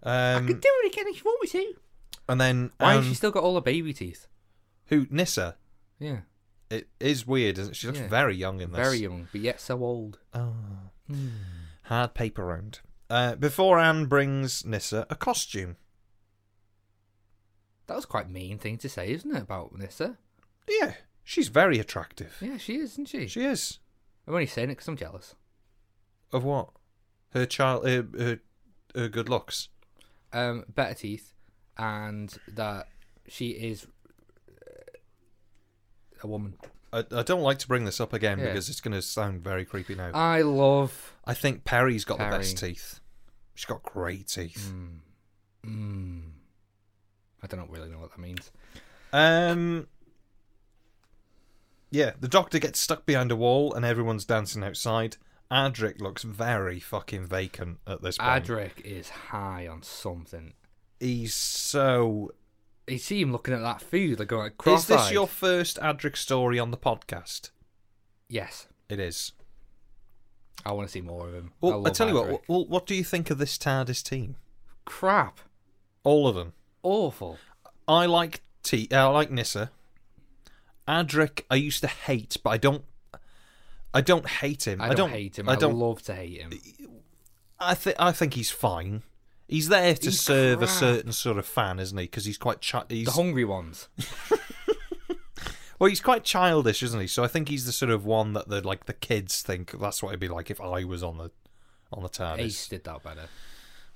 Speaker 2: Um,
Speaker 1: do it again if you want me to.
Speaker 2: And then
Speaker 1: Why
Speaker 2: um,
Speaker 1: has she still got all her baby teeth?
Speaker 2: who Nissa?
Speaker 1: Yeah.
Speaker 2: It is weird, isn't it? She looks
Speaker 1: Yeah.
Speaker 2: very young in this.
Speaker 1: Very young, Hmm. but yet so old.
Speaker 2: Oh. Hard paper round. Uh, before Anne brings Nissa a costume.
Speaker 1: That was quite a mean thing to say, isn't it, about Nissa?
Speaker 2: Yeah, she's very attractive.
Speaker 1: Yeah, she is, isn't she?
Speaker 2: She is.
Speaker 1: I'm only saying it because I'm jealous.
Speaker 2: Of what? Her child, her, her, her good looks.
Speaker 1: Um, better teeth, and that she is uh, a woman.
Speaker 2: I, I don't like to bring this up again
Speaker 1: Yeah.
Speaker 2: because it's going to sound very creepy now.
Speaker 1: I love.
Speaker 2: I think Perry's got the
Speaker 1: Perry.
Speaker 2: best teeth. She's got great teeth.
Speaker 1: Mm, mm, I don't really know what that means. Mm.
Speaker 2: Um. Yeah, the doctor gets stuck behind a wall and everyone's dancing outside. Adric looks very fucking vacant at this point.
Speaker 1: Adric is high on something.
Speaker 2: He's so.
Speaker 1: You see him looking at that food, like going like,
Speaker 2: Is
Speaker 1: cross-eyed.
Speaker 2: this your first Adric story on the podcast?
Speaker 1: Yes,
Speaker 2: It is.
Speaker 1: I want to see more of him. I,
Speaker 2: Well,
Speaker 1: love
Speaker 2: I, tell you what.
Speaker 1: Adric.
Speaker 2: wh- Well, what do you think of this TARDIS team?
Speaker 1: crap,
Speaker 2: All of them.
Speaker 1: awful.
Speaker 2: I like T. uh, I like Nissa. Adric, I used to hate, but I don't. I don't hate him.
Speaker 1: I don't, hate him.
Speaker 2: I don't.
Speaker 1: love to hate him.
Speaker 2: I think. I think he's fine. He's there to
Speaker 1: He's
Speaker 2: serve a
Speaker 1: crap.
Speaker 2: certain sort of fan, isn't he? Because he's quite. Chi- he's,
Speaker 1: The hungry ones.
Speaker 2: well, he's quite childish, isn't he? So I think he's the sort of one that the like the kids think that's what it'd be like if I was on the on the
Speaker 1: Ace
Speaker 2: TARDIS.
Speaker 1: did that better.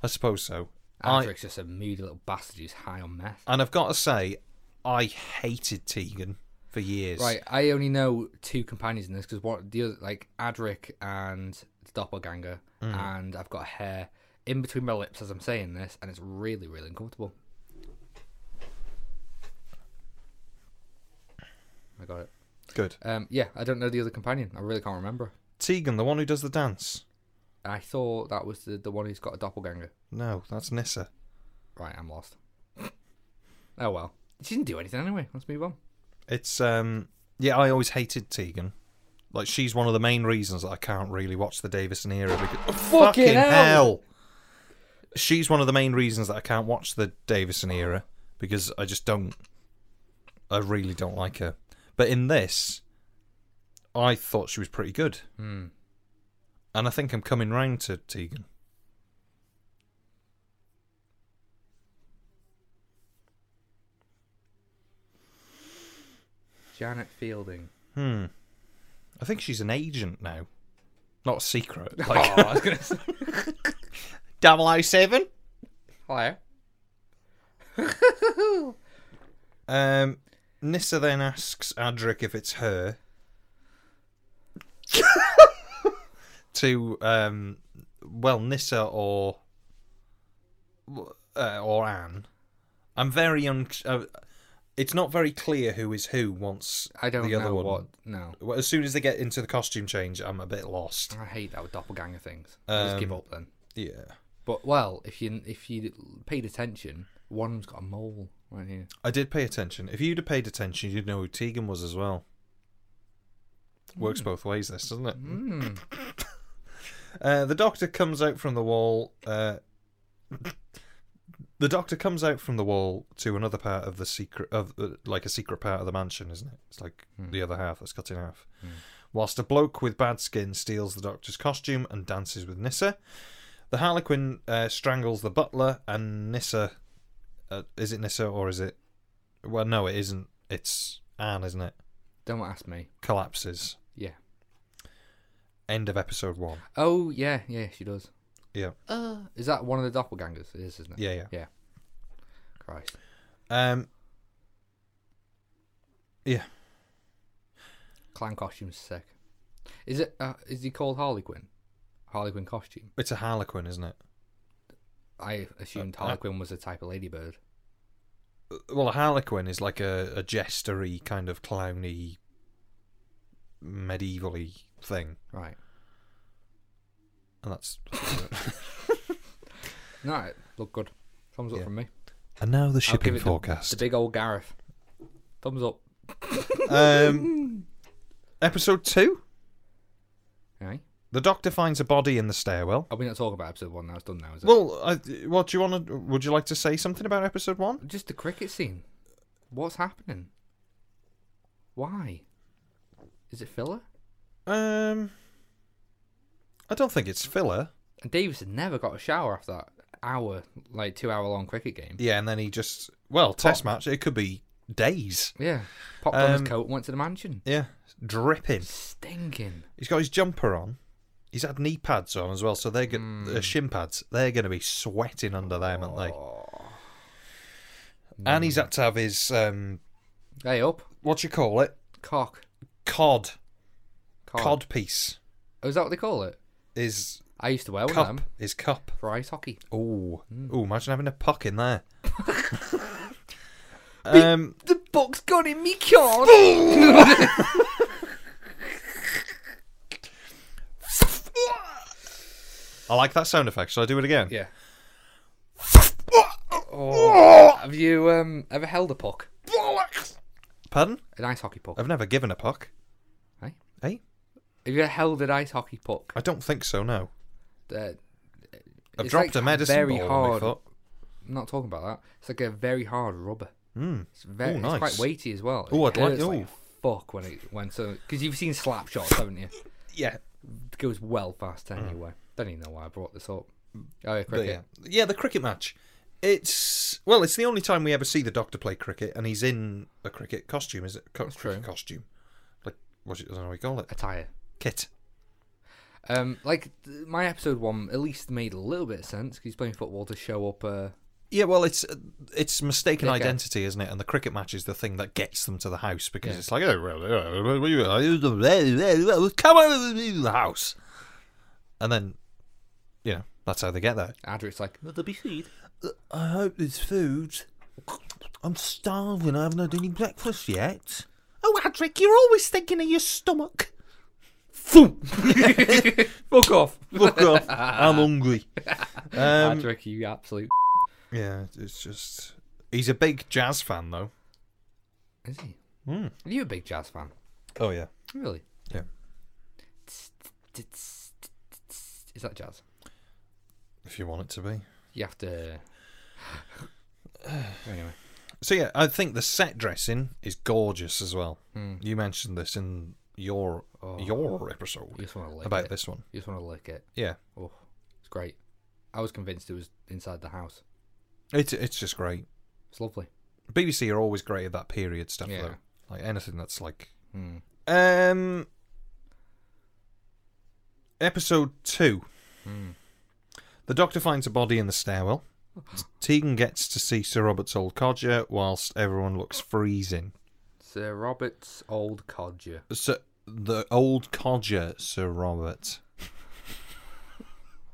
Speaker 2: I suppose so. I,
Speaker 1: Adric's just a moody little bastard who's high on meth.
Speaker 2: and I've got to say, I hated Tegan for years.
Speaker 1: Right, I only know two companions in this because what the other like Adric and the doppelganger,
Speaker 2: Mm.
Speaker 1: and I've got hair in between my lips as I'm saying this, and it's really, really uncomfortable. I got it.
Speaker 2: Good.
Speaker 1: Um, yeah, I don't know the other companion. I really can't remember.
Speaker 2: Tegan, the one who does the dance.
Speaker 1: I thought that was the, the one who's got a doppelganger.
Speaker 2: No, that's Nissa.
Speaker 1: Right, I'm lost. oh well, she didn't do anything anyway. Let's move on.
Speaker 2: It's um yeah, I always hated Tegan. Like she's one of the main reasons that I can't really watch the Davison era because
Speaker 1: Oh, Fucking hell!
Speaker 2: She's one of the main reasons that I can't watch the Davison era because I just don't I really don't like her. But in this I thought she was pretty good.
Speaker 1: Hmm.
Speaker 2: And I think I'm coming round to Tegan.
Speaker 1: Janet Fielding.
Speaker 2: Hmm. I think she's an agent now. Not a secret.
Speaker 1: Oh,
Speaker 2: Like
Speaker 1: I was gonna say.
Speaker 2: 007?
Speaker 1: Hello.
Speaker 2: Um, Nissa then asks Adric if it's her to um, well Nissa or uh, or Anne. I'm very un. Uh, it's not very clear who is who once
Speaker 1: I don't
Speaker 2: the
Speaker 1: know
Speaker 2: other one.
Speaker 1: what. No,
Speaker 2: Well, As soon as they get into the costume change, I'm a bit lost.
Speaker 1: I hate that with doppelganger things. I just give
Speaker 2: Um,
Speaker 1: up then.
Speaker 2: Yeah,
Speaker 1: But well, if you if you paid attention, one of them's got a mole right here.
Speaker 2: I did pay attention. If you'd have paid attention, you'd know who Tegan was as well.
Speaker 1: Hmm.
Speaker 2: Works both ways, this doesn't it?
Speaker 1: Mm.
Speaker 2: Uh, the doctor comes out from the wall. Uh, the doctor comes out from the wall to another part of the secret of uh, like a secret part of the mansion, isn't it? It's like the other half that's cut in half. Whilst a bloke with bad skin steals the doctor's costume and dances with Nissa, the Harlequin uh, strangles the butler and Nissa. Uh, is it Nissa or is it? Well, no, it isn't. It's Anne, isn't it?
Speaker 1: Don't ask me.
Speaker 2: Collapses.
Speaker 1: Yeah.
Speaker 2: End of episode one.
Speaker 1: Oh yeah, yeah, she does.
Speaker 2: Yeah.
Speaker 1: Uh, is that one of the doppelgangers? It is, isn't it?
Speaker 2: Yeah, yeah.
Speaker 1: Yeah. Christ.
Speaker 2: Um. Yeah.
Speaker 1: Clown costume's sick. Is it? Uh, is he called Harley Quinn? Harley Quinn costume.
Speaker 2: It's a harlequin, isn't it?
Speaker 1: I assumed
Speaker 2: Uh, uh,
Speaker 1: Harley Quinn was a type of ladybird.
Speaker 2: Well, a harlequin is like a, a jestery kind of clowny, medievally thing,
Speaker 1: Right.
Speaker 2: And that's
Speaker 1: No, it looked good. Thumbs up
Speaker 2: Yeah.
Speaker 1: from me.
Speaker 2: and now the
Speaker 1: I'll give
Speaker 2: shipping
Speaker 1: it the-
Speaker 2: forecast.
Speaker 1: The, big old Gareth. Thumbs up.
Speaker 2: um, episode two.
Speaker 1: Right?
Speaker 2: The doctor finds a body in the stairwell.
Speaker 1: Are we not talking about episode one now? It's done now, is it?
Speaker 2: Well, I, what do you want to? Would you like to say something about episode one?
Speaker 1: Just the cricket scene. What's happening? Why? Is it filler?
Speaker 2: Um, I don't think it's filler.
Speaker 1: And Davison never got a shower after that hour, like two hour long cricket game.
Speaker 2: Yeah, and then he just well test match. It could be days.
Speaker 1: Yeah. Popped on his
Speaker 2: Um,
Speaker 1: coat and went to the mansion.
Speaker 2: Yeah, dripping.
Speaker 1: Stinking.
Speaker 2: He's got his jumper on. He's had knee pads on as well, so they're go-
Speaker 1: Hmm.
Speaker 2: uh, shin pads. They're going to be sweating under them, aren't they? And
Speaker 1: Hmm.
Speaker 2: he's had to have his um,
Speaker 1: Hey, up.
Speaker 2: what you call it,
Speaker 1: Cock.
Speaker 2: cod,
Speaker 1: Cod.
Speaker 2: cod piece.
Speaker 1: Oh, is that what they call it?
Speaker 2: Is
Speaker 1: I used to wear one of
Speaker 2: cup
Speaker 1: them
Speaker 2: is cup.
Speaker 1: for ice hockey.
Speaker 2: Ooh,
Speaker 1: Hmm.
Speaker 2: ooh! Imagine having a puck in there. um,
Speaker 1: The buck's got in me cod.
Speaker 2: I like that sound effect. Shall I do it again?
Speaker 1: yeah. Oh, have you um, ever held a puck?
Speaker 2: Pardon?
Speaker 1: An ice hockey puck?
Speaker 2: I've never given a puck.
Speaker 1: Hey?
Speaker 2: Hey?
Speaker 1: Have you ever held an ice hockey puck?
Speaker 2: I don't think so. No.
Speaker 1: Uh,
Speaker 2: I've
Speaker 1: It's
Speaker 2: dropped
Speaker 1: like
Speaker 2: a medicine
Speaker 1: very
Speaker 2: ball on my
Speaker 1: hard.
Speaker 2: foot.
Speaker 1: I'm not talking about that. It's like a very hard rubber.
Speaker 2: Mm.
Speaker 1: It's very,
Speaker 2: Ooh,
Speaker 1: it's
Speaker 2: nice.
Speaker 1: quite weighty as well.
Speaker 2: Ooh,
Speaker 1: It
Speaker 2: I'd like-
Speaker 1: hurts
Speaker 2: ooh.
Speaker 1: fuck when it when so because you've seen slap shots, haven't you?
Speaker 2: Yeah.
Speaker 1: It goes well fast anyway. Don't even know why I brought this up. Oh yeah,
Speaker 2: Hmm. But
Speaker 1: cricket.
Speaker 2: yeah. yeah, the cricket match. It's well, it's the only time we ever see the Doctor play cricket, and he's in a cricket costume. Is it Co- cricket
Speaker 1: true.
Speaker 2: costume? Like what? I don't know what you call it.
Speaker 1: Attire.
Speaker 2: Kit.
Speaker 1: Um, like th- my episode one at least made a little bit of sense 'cause he's playing football to show up. Uh,
Speaker 2: Yeah, well, it's it's mistaken
Speaker 1: Cricket.
Speaker 2: identity, isn't it? And the cricket match is the thing that gets them to the house because
Speaker 1: Yeah.
Speaker 2: it's like, oh, well, uh, well, come over to the house, and then, you know, that's how they get there.
Speaker 1: Adric's like,
Speaker 5: Will there be food?
Speaker 2: I hope there's food. I'm starving. I haven't had any breakfast yet. Oh, Adric, you're always thinking of your stomach.
Speaker 1: fuck off,
Speaker 2: Look off. I'm hungry. Um,
Speaker 1: Adric, you absolute.
Speaker 2: yeah, it's just. He's a big jazz fan, though.
Speaker 1: Is he? Are you a big jazz fan?
Speaker 2: Oh, yeah.
Speaker 1: Really?
Speaker 2: Hmm. Yeah.
Speaker 1: Is that jazz?
Speaker 2: If you want it to be.
Speaker 1: You have to. anyway,
Speaker 2: So, yeah, I think the set dressing is gorgeous as well. You mentioned this in your your
Speaker 1: you
Speaker 2: episode
Speaker 1: just want to lick
Speaker 2: about
Speaker 1: it.
Speaker 2: this one.
Speaker 1: You just want to lick it.
Speaker 2: Yeah.
Speaker 1: Oh, it's great. I was convinced it was inside the house.
Speaker 2: It, it's just great.
Speaker 1: It's lovely.
Speaker 2: BBC are always great at that period stuff,
Speaker 1: Yeah.
Speaker 2: though. Like anything that's like.
Speaker 1: Hmm.
Speaker 2: Um. Episode two.
Speaker 1: Hmm.
Speaker 2: The Doctor finds a body in the stairwell. Tegan gets to see Sir Robert's old codger, whilst everyone looks freezing.
Speaker 1: Sir Robert's old codger.
Speaker 2: Sir, the old codger, Sir Robert.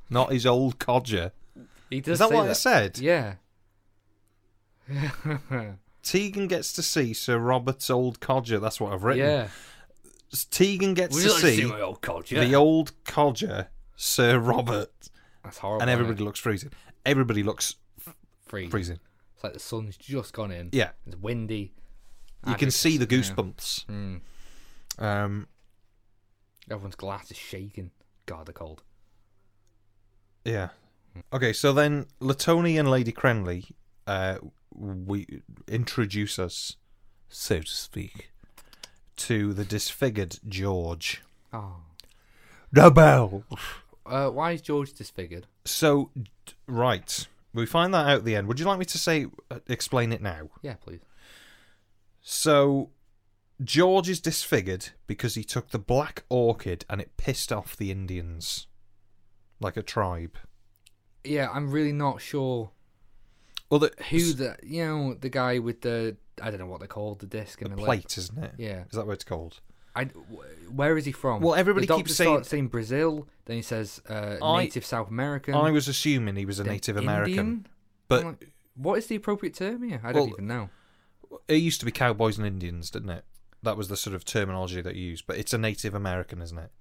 Speaker 2: Not his old codger.
Speaker 1: He does
Speaker 2: Is that
Speaker 1: say
Speaker 2: what I said?
Speaker 1: Yeah.
Speaker 2: Tegan gets to see Sir Robert's old codger. That's what I've written.
Speaker 1: Yeah.
Speaker 2: Tegan gets
Speaker 1: Would
Speaker 2: to
Speaker 1: you like to
Speaker 2: see,
Speaker 1: see my old codger?
Speaker 2: the old codger, Sir Robert,
Speaker 1: That's horrible.
Speaker 2: and
Speaker 1: isn't
Speaker 2: everybody
Speaker 1: it?
Speaker 2: looks freezing. Everybody looks
Speaker 1: freezing.
Speaker 2: freezing.
Speaker 1: It's like the sun's just gone in.
Speaker 2: Yeah,
Speaker 1: It's windy.
Speaker 2: you can
Speaker 1: Adric's-
Speaker 2: see Hmm. the
Speaker 1: yeah.
Speaker 2: goosebumps.
Speaker 1: Mm.
Speaker 2: Um,
Speaker 1: Everyone's glass is shaking. God, they're cold.
Speaker 2: yeah. Okay, so then Latoni and Lady Crenley, uh, we introduce us, so to speak, to the disfigured George.
Speaker 1: Oh.
Speaker 2: The bell.
Speaker 1: Uh, why is George disfigured?
Speaker 2: So, d- right, we find that out at the end. Would you like me to say, uh, explain it now?
Speaker 1: Yeah, please.
Speaker 2: So George is disfigured because he took the black orchid and it pissed off the Indians. Like a tribe.
Speaker 1: Yeah, I'm really not sure
Speaker 2: Well the
Speaker 1: who the you know the guy with the I don't know what they're called the disc and
Speaker 2: the
Speaker 1: the, leg.
Speaker 2: plate, isn't it?
Speaker 1: Yeah.
Speaker 2: Is that what it's called?
Speaker 1: I, wh- where is he from?
Speaker 2: Well, everybody
Speaker 1: the
Speaker 2: keeps
Speaker 1: doctor
Speaker 2: saying-
Speaker 1: starts saying Brazil, then he says uh,
Speaker 2: I-
Speaker 1: native South American.
Speaker 2: I was assuming he was a
Speaker 1: then
Speaker 2: Native American.
Speaker 1: Indian?
Speaker 2: But
Speaker 1: I'm like, what is the appropriate term here? I
Speaker 2: Well,
Speaker 1: don't even know.
Speaker 2: it used to be cowboys and Indians, didn't it? That was the sort of terminology that you used. But it's a Native American, isn't it?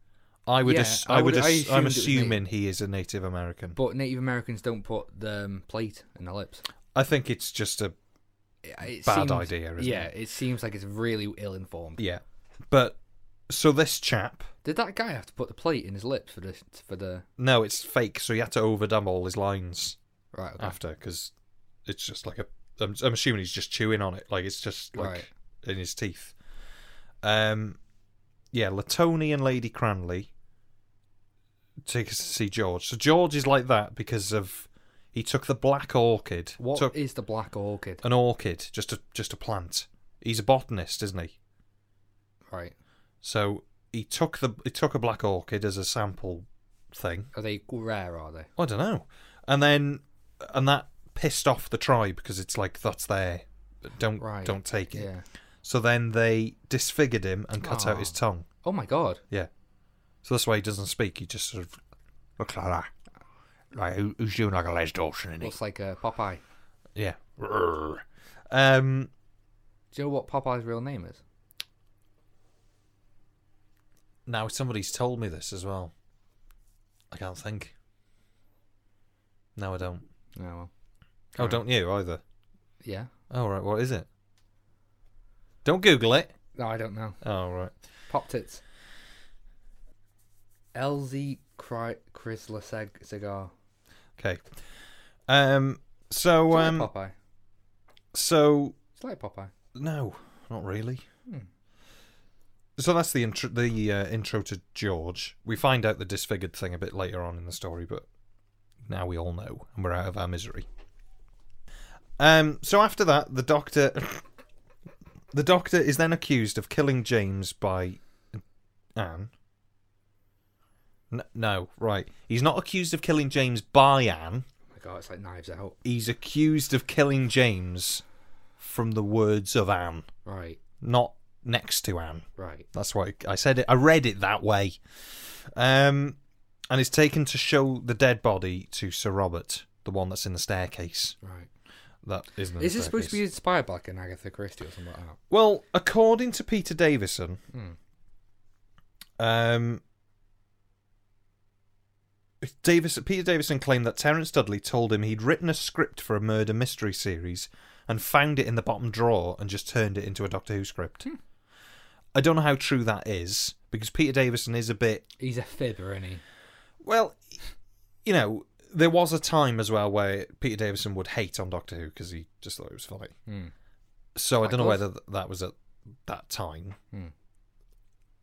Speaker 2: I would.
Speaker 1: Yeah,
Speaker 2: ass-
Speaker 1: I
Speaker 2: I would.
Speaker 1: would- I
Speaker 2: ass-
Speaker 1: assumed it
Speaker 2: I'm
Speaker 1: was me.
Speaker 2: assuming he is a Native American.
Speaker 1: But Native Americans don't put the um, plate in their lips.
Speaker 2: I think it's just a
Speaker 1: It- it
Speaker 2: Bad
Speaker 1: seems-
Speaker 2: idea, isn't
Speaker 1: yeah, it seems like it's really ill-informed.
Speaker 2: yeah. But so this chap.
Speaker 1: Did that guy have to put the plate in his lips for the for the
Speaker 2: No, it's fake. So he had to overdub all his lines
Speaker 1: right? Okay.
Speaker 2: after because it's just like a. I'm, I'm assuming he's just chewing on it. Like it's just like
Speaker 1: Right.
Speaker 2: in his teeth. Um, yeah. Latoni and Lady Cranley take us to see George. So George is like that because of he took the black orchid.
Speaker 1: What is
Speaker 2: took
Speaker 1: the black orchid?
Speaker 2: an orchid, just a just a plant. He's a botanist, isn't he?
Speaker 1: Right.
Speaker 2: So he took the he took a black orchid as a sample thing.
Speaker 1: Are they rare? Are they?
Speaker 2: I don't know. And then and that pissed off the tribe because it's like that's there. Don't
Speaker 1: Right.
Speaker 2: don't take it.
Speaker 1: Yeah.
Speaker 2: So then they disfigured him and cut out his
Speaker 1: Aw.
Speaker 2: tongue.
Speaker 1: Oh my god.
Speaker 2: Yeah. So that's why he doesn't speak. He just sort of looks like that. Like who- who's doing like a Les Dawson in
Speaker 1: Looks like a Popeye.
Speaker 2: Yeah. Rrr. Um
Speaker 1: Do you know what Popeye's real name is?
Speaker 2: Now somebody's told me this as well. I can't think. No, I don't.
Speaker 1: No. well,
Speaker 2: Oh, don't you either?
Speaker 1: Yeah.
Speaker 2: Oh right, what is it? Don't Google it.
Speaker 1: No, I don't know.
Speaker 2: Oh right.
Speaker 1: Pop tits. LZ Cry- Chrysler Seg- cigar.
Speaker 2: Okay. Um. So
Speaker 1: It's
Speaker 2: um.
Speaker 1: like Popeye.
Speaker 2: So
Speaker 1: It's like Popeye.
Speaker 2: no, not really.
Speaker 1: Hmm.
Speaker 2: So that's the intro. The uh, intro to George. We find out the disfigured thing a bit later on in the story, but now we all know, and we're out of our misery. Um. So after that, the doctor. The doctor is then accused of killing James by Anne. N- no, right. He's not accused of killing James by Anne.
Speaker 1: Oh my god, it's like Knives Out.
Speaker 2: he's accused of killing James from the words of Anne,
Speaker 1: Right.
Speaker 2: not next to Anne.
Speaker 1: Right.
Speaker 2: That's why I said it. I read it that way. Um, and is taken to show the dead body to Sir Robert, the one that's in the staircase.
Speaker 1: Right.
Speaker 2: That isn't. in
Speaker 1: Is
Speaker 2: the
Speaker 1: this supposed to be
Speaker 2: staircase.
Speaker 1: inspired by like an Agatha Christie or something like that?
Speaker 2: Well, according to Peter Davison,
Speaker 1: Hmm.
Speaker 2: um, Davis, Peter Davison claimed that Terence Dudley told him he'd written a script for a murder mystery series and found it in the bottom drawer and just turned it into a Doctor Who script. I don't know how true that is because Peter Davison is a bit
Speaker 1: He's a fibber, isn't he?
Speaker 2: well, you know, there was a time as well where Peter Davison would hate on Doctor Who because he just thought it was funny.
Speaker 1: Hmm.
Speaker 2: So I
Speaker 1: Like
Speaker 2: don't know
Speaker 1: us.
Speaker 2: whether th- that was at that time.
Speaker 1: Hmm.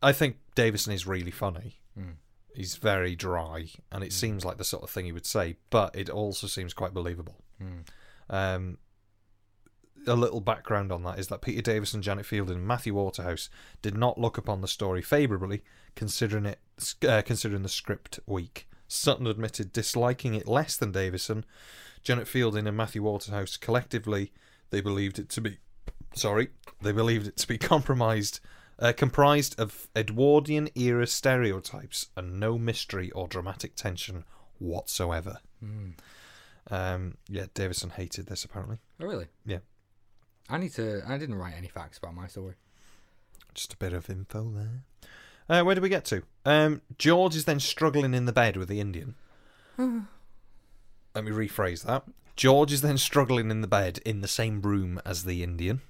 Speaker 2: I think Davison is really funny.
Speaker 1: Hmm.
Speaker 2: He's very dry, and it seems like the sort of thing he would say, but it also seems quite believable.
Speaker 1: Hmm.
Speaker 2: Um, a little background on that is that Peter Davison, Janet Fielding, and Matthew Waterhouse did not look upon the story favourably, considering it uh, considering the script weak. Sutton admitted disliking it less than Davison. Janet Fielding and Matthew Waterhouse collectively they believed it to be sorry they believed it to be compromised uh, comprised of Edwardian era stereotypes and no mystery or dramatic tension whatsoever. Um, yeah, Davison hated this apparently.
Speaker 1: Oh really?
Speaker 2: Yeah.
Speaker 1: I need to. I didn't write any facts about my story.
Speaker 2: Just a bit of info there. Uh, where do we get to? Um, George is then struggling in the bed with the Indian.
Speaker 1: Hmm.
Speaker 2: Let me rephrase that. George is then struggling in the bed in the same room as the Indian.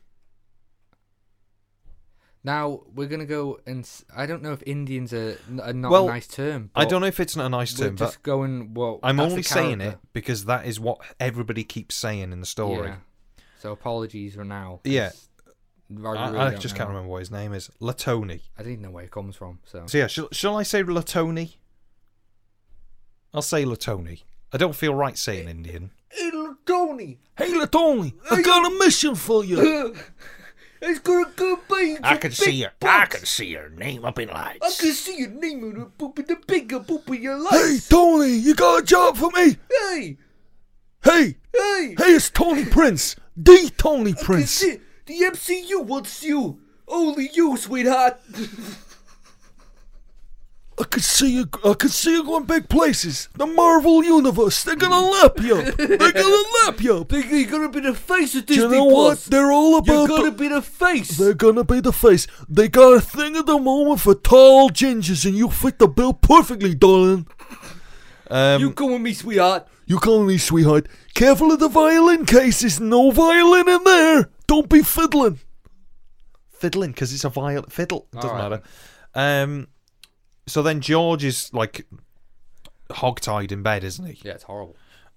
Speaker 1: Now we're gonna go and s- I don't know if Indians are, n- are not
Speaker 2: Well,
Speaker 1: a nice term.
Speaker 2: I
Speaker 1: but
Speaker 2: don't know if it's not a nice
Speaker 1: We're
Speaker 2: term, but
Speaker 1: just going. Well,
Speaker 2: I'm
Speaker 1: that's the
Speaker 2: only saying it
Speaker 1: character.
Speaker 2: because that is what everybody keeps saying in the story.
Speaker 1: Yeah. So apologies for now. 'cause
Speaker 2: Yeah.
Speaker 1: I,
Speaker 2: I,
Speaker 1: really
Speaker 2: I
Speaker 1: don't
Speaker 2: just
Speaker 1: know.
Speaker 2: can't remember what his name is. Latoni.
Speaker 1: I didn't know where it comes from. So
Speaker 2: So yeah, shall, shall I say Latoni? I'll say Latoni. I don't feel right saying Indian.
Speaker 5: Hey, Latoni, I got a mission for you.
Speaker 1: it's got a good beat.
Speaker 6: I can see your, I can see your name up in lights.
Speaker 1: see your name on the boop, the bigger boop of your
Speaker 5: hey, Tony, you got a job for me?
Speaker 1: Hey,
Speaker 5: Hey,
Speaker 1: hey,
Speaker 5: hey, it's Tony Prince, the Tony Prince.
Speaker 1: the MCU wants you. Only you, sweetheart.
Speaker 7: I could see you. I could see you going big places. The Marvel Universe. They're gonna lap you up. They're gonna lap you up. Do
Speaker 1: You're gonna be the face of Disney
Speaker 7: you know what? They're all about. the-
Speaker 1: be the face.
Speaker 7: they're gonna be the face. They got a thing at the moment for tall gingers, and you fit the bill perfectly, darling.
Speaker 2: Um,
Speaker 1: come with me, sweetheart.
Speaker 7: You call me, sweetheart. Careful of the violin cases. No violin in there. Don't be fiddling.
Speaker 2: fiddling because it's a viol fiddle. It doesn't
Speaker 1: Alright.
Speaker 2: matter. Um, so then George is like hogtied in bed, isn't he?
Speaker 1: Yeah, it's horrible.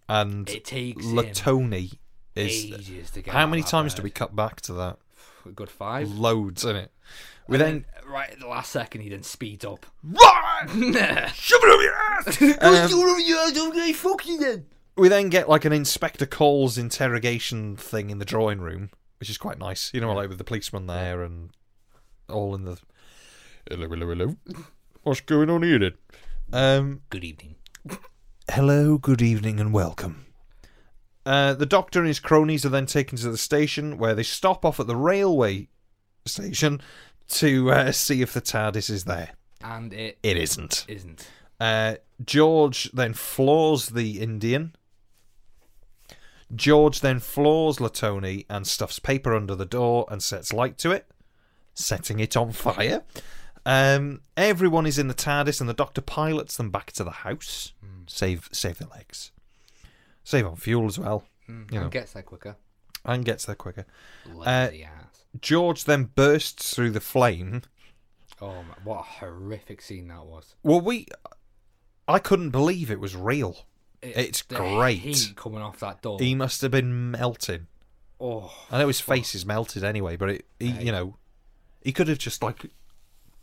Speaker 2: And
Speaker 1: It takes him
Speaker 2: Latoni is.
Speaker 1: ages to get.
Speaker 2: How many times do we cut back to that?
Speaker 1: we? Good five.
Speaker 2: Loads, isn't it? We
Speaker 1: And
Speaker 2: then
Speaker 1: then, right at the last second, he then speeds up.
Speaker 2: Um, we then get like an Inspector Cole's interrogation thing in the drawing room, which is quite nice. You know, like with the policeman there and all in the hello, hello, hello. What's going on here? Then? Um,
Speaker 1: Good evening.
Speaker 2: Hello, good evening, and welcome. Uh, the doctor and his cronies are then taken to the station where they stop off at the railway station to uh, see if the TARDIS is there.
Speaker 1: And it
Speaker 2: It isn't.
Speaker 1: isn't.
Speaker 2: Uh, George then floors the Indian. George then floors Latoni and stuffs paper under the door and sets light to it, setting it on fire. Um, everyone is in the TARDIS and the Doctor pilots them back to the house. Save save their legs. Save on fuel as well. You know,
Speaker 1: And gets there quicker.
Speaker 2: and gets there quicker. Uh,
Speaker 1: Lazy ass.
Speaker 2: George then bursts through the flame.
Speaker 1: Oh, my, what a horrific scene that was.
Speaker 2: Well, we, I couldn't believe it was real.
Speaker 1: It-
Speaker 2: It's
Speaker 1: the
Speaker 2: great.
Speaker 1: heat coming off that door.
Speaker 2: He must have been melting.
Speaker 1: oh,
Speaker 2: I know his face is melted anyway, but it, he, you know, he could have just like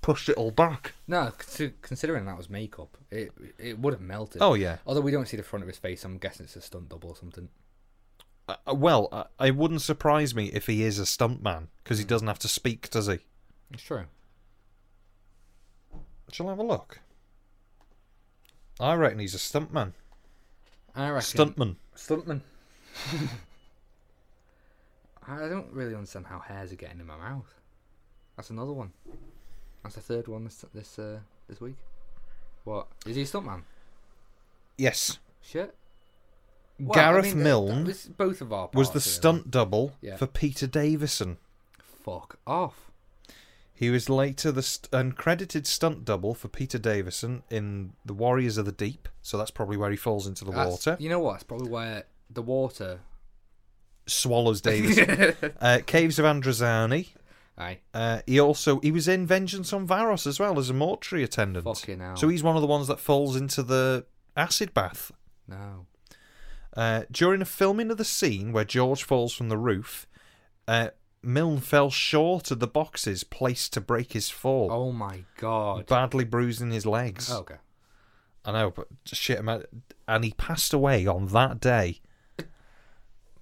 Speaker 2: pushed it all back.
Speaker 1: no! consi- Considering that was makeup, it it would have melted.
Speaker 2: Oh yeah.
Speaker 1: Although we don't see the front of his face, I'm guessing it's a stunt double or something.
Speaker 2: Uh, uh, well, uh, it wouldn't surprise me if he is a stuntman because
Speaker 1: Hmm.
Speaker 2: he doesn't have to speak, does he?
Speaker 1: It's true.
Speaker 2: Shall I have a look? I reckon he's a stuntman.
Speaker 1: I reckon.
Speaker 2: Stuntman.
Speaker 1: Stuntman. I don't really understand how hairs are getting in my mouth. That's another one. That's the third one this this uh, this week. What is he a stuntman?
Speaker 2: Yes.
Speaker 1: Shit. Well, I
Speaker 2: Gareth
Speaker 1: mean, that-
Speaker 2: Milne
Speaker 1: that was both of our parts,
Speaker 2: was the
Speaker 1: really.
Speaker 2: stunt double
Speaker 1: Yeah.
Speaker 2: for Peter Davison.
Speaker 1: Fuck off.
Speaker 2: He was later the st- uncredited stunt double for Peter Davison in The Warriors of the Deep, so that's probably where he falls into the
Speaker 1: That's-
Speaker 2: water.
Speaker 1: You know what? It's probably where the water.
Speaker 2: Swallows Davison. uh, Caves of Androzani.
Speaker 1: Aye.
Speaker 2: Uh, he also he was in Vengeance on Varos as well as a mortuary attendant.
Speaker 1: Fucking hell.
Speaker 2: So he's one of the ones that falls into the acid bath.
Speaker 1: No.
Speaker 2: Uh, during a filming of the scene where George falls from the roof, uh, Milne fell short of the boxes placed to break his fall,
Speaker 1: Oh my god.
Speaker 2: badly bruising his legs.
Speaker 1: Oh, okay.
Speaker 2: I know, but shit, man. And he passed away on that day.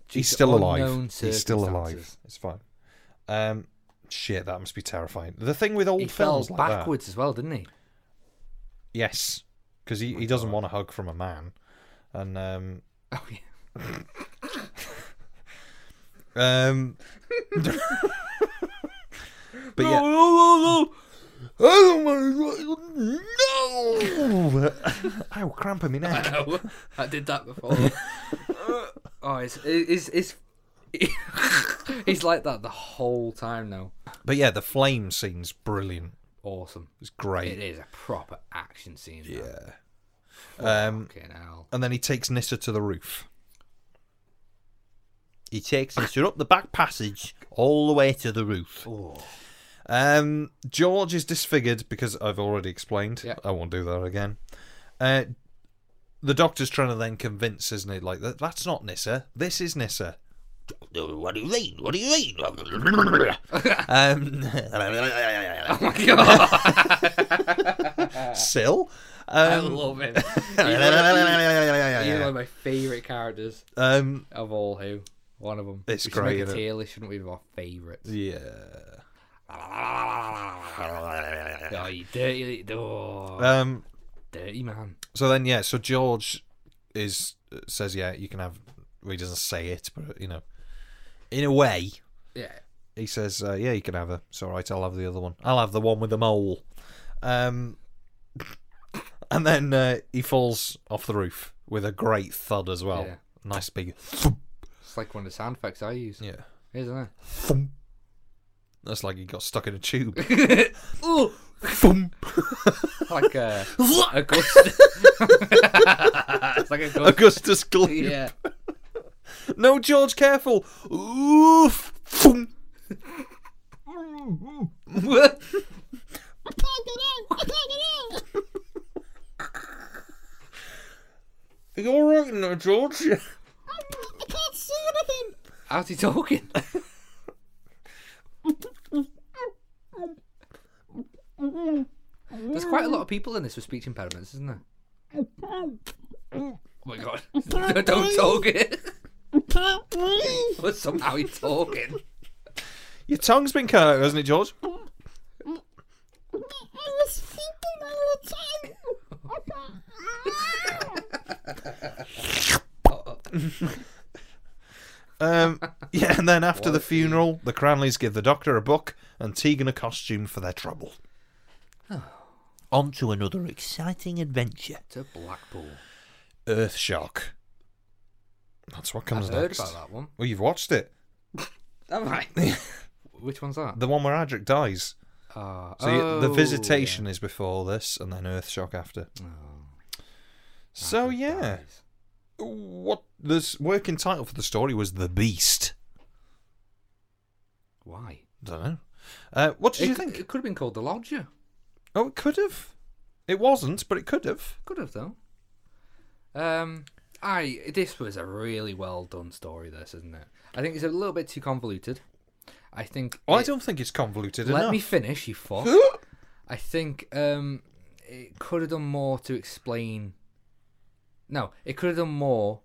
Speaker 1: Due
Speaker 2: He's
Speaker 1: to
Speaker 2: still
Speaker 1: unknown
Speaker 2: alive. He's still alive.
Speaker 1: circumstances.
Speaker 2: It's fine. Um, shit, that must be terrifying. The thing with old
Speaker 1: He fell
Speaker 2: films like that-
Speaker 1: backwards as well, didn't he?
Speaker 2: yes, because he, he doesn't want a hug from a man, and um,
Speaker 1: Oh yeah.
Speaker 2: um. but yeah,
Speaker 7: no, no, no. Oh my
Speaker 2: no. Ow, cramp in my neck.
Speaker 1: Oh, I did that before. oh, it's it's it's he's like that the whole time now.
Speaker 2: But yeah, the flame scene's brilliant.
Speaker 1: Awesome.
Speaker 2: It's great.
Speaker 1: It is a proper action scene. Yeah.
Speaker 2: Um,
Speaker 1: Fucking hell.
Speaker 2: and then he takes Nissa to the roof. He takes Nissa up the back passage all the way to the roof. Oh. Um, George is disfigured because I've already explained.
Speaker 1: Yeah.
Speaker 2: I won't do that again. Uh, the doctor's trying to then convince, isn't he? Like, that, that's not Nissa. This is Nissa.
Speaker 6: What do you mean? What do you mean?
Speaker 2: Um,
Speaker 1: Oh my god!
Speaker 2: Sill.
Speaker 1: I
Speaker 2: Um,
Speaker 1: love him. He's one of- he's one of my favourite characters
Speaker 2: um,
Speaker 1: of all who. One of them.
Speaker 2: It's
Speaker 1: we should make
Speaker 2: great,
Speaker 1: a
Speaker 2: innit?
Speaker 1: tier list, shouldn't we, of our favourites?
Speaker 2: yeah.
Speaker 1: Oh, you dirty, oh,
Speaker 2: Um,
Speaker 1: dirty man.
Speaker 2: So then, yeah. So George is says, yeah, you can have. Well, he doesn't say it, but you know, in a way,
Speaker 1: Yeah.
Speaker 2: he says, uh, yeah, you can have her. It's all right. I'll have the other one. I'll have the one with the mole. Um, And then uh, he falls off the roof with a great thud as well.
Speaker 1: Yeah.
Speaker 2: Nice big.
Speaker 1: It's like one of the sound effects I use,
Speaker 2: Yeah.
Speaker 1: isn't it?
Speaker 2: Thump. That's like he got stuck in a tube. Thump.
Speaker 1: Like uh, Augustus. it's like Augustus.
Speaker 2: Augustus Gloop.
Speaker 1: Yeah.
Speaker 2: No, George, careful. Oof. Thump. You're all right now, George.
Speaker 1: How's he talking? There's quite a lot of people in this with speech impediments, isn't there? Oh my god. Don't- Don't talk it. but somehow he's talking.
Speaker 2: Your tongue's been cut out, hasn't it, George? Um, yeah, and then after the funeral, the Cranleys give the doctor a book and Tegan a costume for their trouble.
Speaker 5: On to another exciting adventure.
Speaker 1: To Blackpool.
Speaker 2: Earth Shock. That's what comes
Speaker 1: I've heard
Speaker 2: next.
Speaker 1: about that one.
Speaker 2: Well, you've watched it.
Speaker 1: Am I? Which one's that?
Speaker 2: The one where Adric dies.
Speaker 1: Ah,
Speaker 2: So you- the
Speaker 1: oh,
Speaker 2: visitation is before this, and then Earth Shock after.
Speaker 1: yeah. Oh,
Speaker 2: so
Speaker 1: Patrick
Speaker 2: yeah,
Speaker 1: dies.
Speaker 2: what the working title for the story was The Beast.
Speaker 1: Why?
Speaker 2: Don't know. Uh, what did
Speaker 1: it,
Speaker 2: you
Speaker 1: c-
Speaker 2: think?
Speaker 1: It could have been called The Lodger.
Speaker 2: Oh, it could have. It wasn't, but it could have.
Speaker 1: Could have though. Um, I this was a really well done story. This isn't it? I think it's a little bit too convoluted. I think.
Speaker 2: I
Speaker 1: it-
Speaker 2: don't think it's convoluted
Speaker 1: Let
Speaker 2: enough.
Speaker 1: me finish, you fuck. I think um, it could have done more to explain. No, it could have done more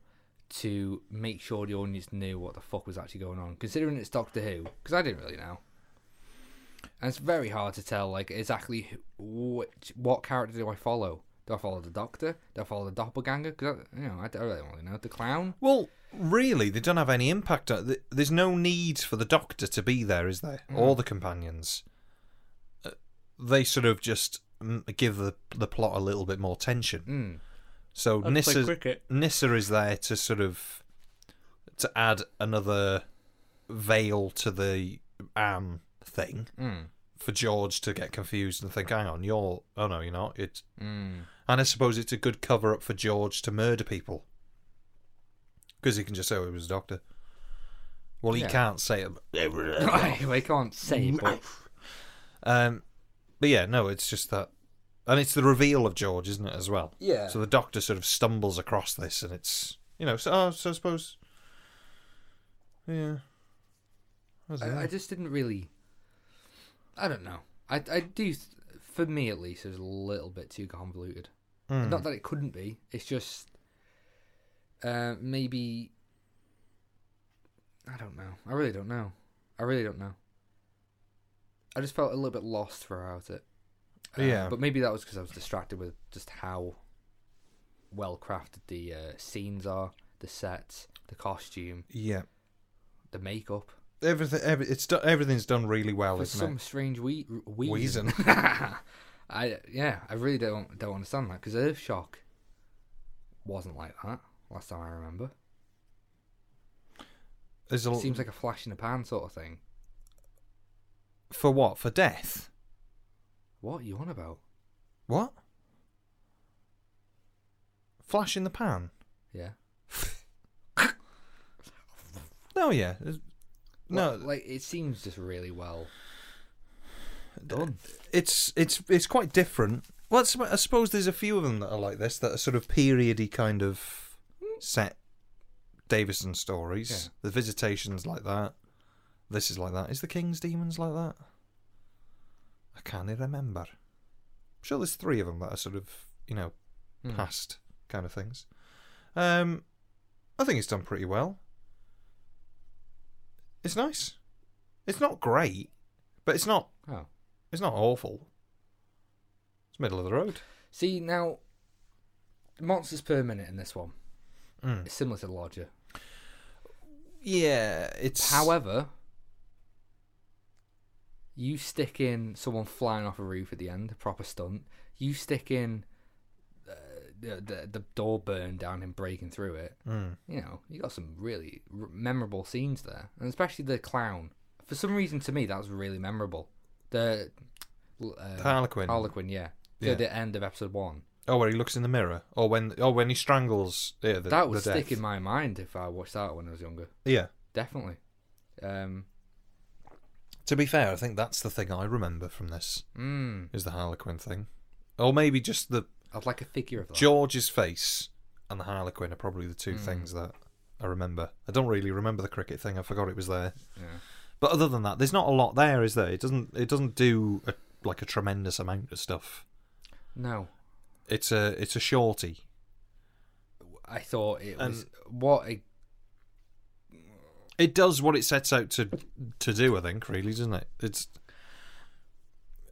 Speaker 1: to make sure the audience knew what the fuck was actually going on. Considering it's Doctor Who, because I didn't really know, and it's very hard to tell like exactly who- which what character do I follow. Do I follow the Doctor? Do I follow the doppelganger? Because you know, I don't really want to know the clown.
Speaker 2: Well, really, they don't have any impact. on- th- There's no need for the doctor to be there, is there?
Speaker 1: Mm.
Speaker 2: Or the companions. Uh, They sort of just mm, give the the plot a little bit more tension.
Speaker 1: Mm.
Speaker 2: So
Speaker 1: play
Speaker 2: Nissa
Speaker 1: cricket.
Speaker 2: Nissa is there to sort of to add another veil to the am thing
Speaker 1: Mm.
Speaker 2: for George to get confused and think, "Hang on, you're oh no, you're not." It's
Speaker 1: Mm.
Speaker 2: and I suppose it's a good cover up for George to murder people. Because he can just say oh, it was a doctor. Well, he
Speaker 1: Yeah.
Speaker 2: can't say it.
Speaker 1: I can't say, but
Speaker 2: Um, but yeah, no, it's just that. And it's the reveal of George, isn't it, as well?
Speaker 1: Yeah.
Speaker 2: So the doctor sort of stumbles across this and it's, you know, so, oh, so I suppose. Yeah. I dunno.
Speaker 1: I, I just didn't really. I don't know. I I do th- for me at least it was a little bit too convoluted.
Speaker 2: Hmm.
Speaker 1: Not that it couldn't be. It's just uh, maybe I don't know. I really don't know. I really don't know. I just felt a little bit lost throughout it. Uh,
Speaker 2: Yeah.
Speaker 1: But maybe that was because I was distracted with just how well crafted the uh, scenes are, the sets, the costume,
Speaker 2: yeah.
Speaker 1: the makeup.
Speaker 2: Everything, every, it's do, everything's done really well,
Speaker 1: for
Speaker 2: isn't
Speaker 1: some
Speaker 2: it?
Speaker 1: strange we- reason.
Speaker 2: Reason.
Speaker 1: I yeah, I really don't don't understand that because Earthshock wasn't like that last time I remember.
Speaker 2: There's a,
Speaker 1: It
Speaker 2: l-
Speaker 1: seems like a flash in the pan sort of thing.
Speaker 2: for what? For death?
Speaker 1: What are you on about?
Speaker 2: What? Flash in the pan?
Speaker 1: Yeah,
Speaker 2: No, Oh, yeah. There's- No,
Speaker 1: Well, like it seems just really well done.
Speaker 2: it's it's it's quite different. Well, it's- I suppose there's a few of them that are like this that are sort of periody kind of set Davison stories. The Visitations like that. This is like that. Is the King's Demons like that? I can't even remember. I'm sure there's three of them that are sort of you know
Speaker 1: Hmm.
Speaker 2: past kind of things. Um, I think it's done pretty well. It's nice. It's not great, but it's not
Speaker 1: Oh,
Speaker 2: it's not awful. It's middle of the road.
Speaker 1: see now, monsters per minute in this one
Speaker 2: Mm.
Speaker 1: is similar to the Lodger.
Speaker 2: Yeah, it's
Speaker 1: However, you stick in someone flying off a roof at the end, a proper stunt. You stick in the, the, the door burned down and breaking through it.
Speaker 2: Hmm.
Speaker 1: You know, you got some really r- memorable scenes there, and especially the clown. For some reason, to me, that was really memorable. The uh,
Speaker 2: Harlequin.
Speaker 1: Harlequin, yeah.
Speaker 2: Yeah.
Speaker 1: At the end of episode one,
Speaker 2: Oh, where he looks in the mirror, or when, or when he strangles. Yeah, the,
Speaker 1: that would
Speaker 2: the
Speaker 1: stick
Speaker 2: death.
Speaker 1: in my mind if I watched that when I was younger.
Speaker 2: Yeah.
Speaker 1: Definitely. Um,
Speaker 2: To be fair, I think that's the thing I remember from this
Speaker 1: mm,
Speaker 2: is the Harlequin thing, or maybe just the
Speaker 1: I'd like a figure of that.
Speaker 2: George's face and the Harlequin are probably the
Speaker 1: Hmm.
Speaker 2: two things that I remember. I don't really remember the cricket thing. I forgot it was there.
Speaker 1: Yeah.
Speaker 2: But other than that, there's not a lot there, is there? It doesn't. It doesn't do a, like a tremendous amount of stuff.
Speaker 1: No,
Speaker 2: It's a. It's a shorty.
Speaker 1: I thought it
Speaker 2: And-
Speaker 1: was what a
Speaker 2: It does what it sets out to to do. I think really, doesn't it? It's.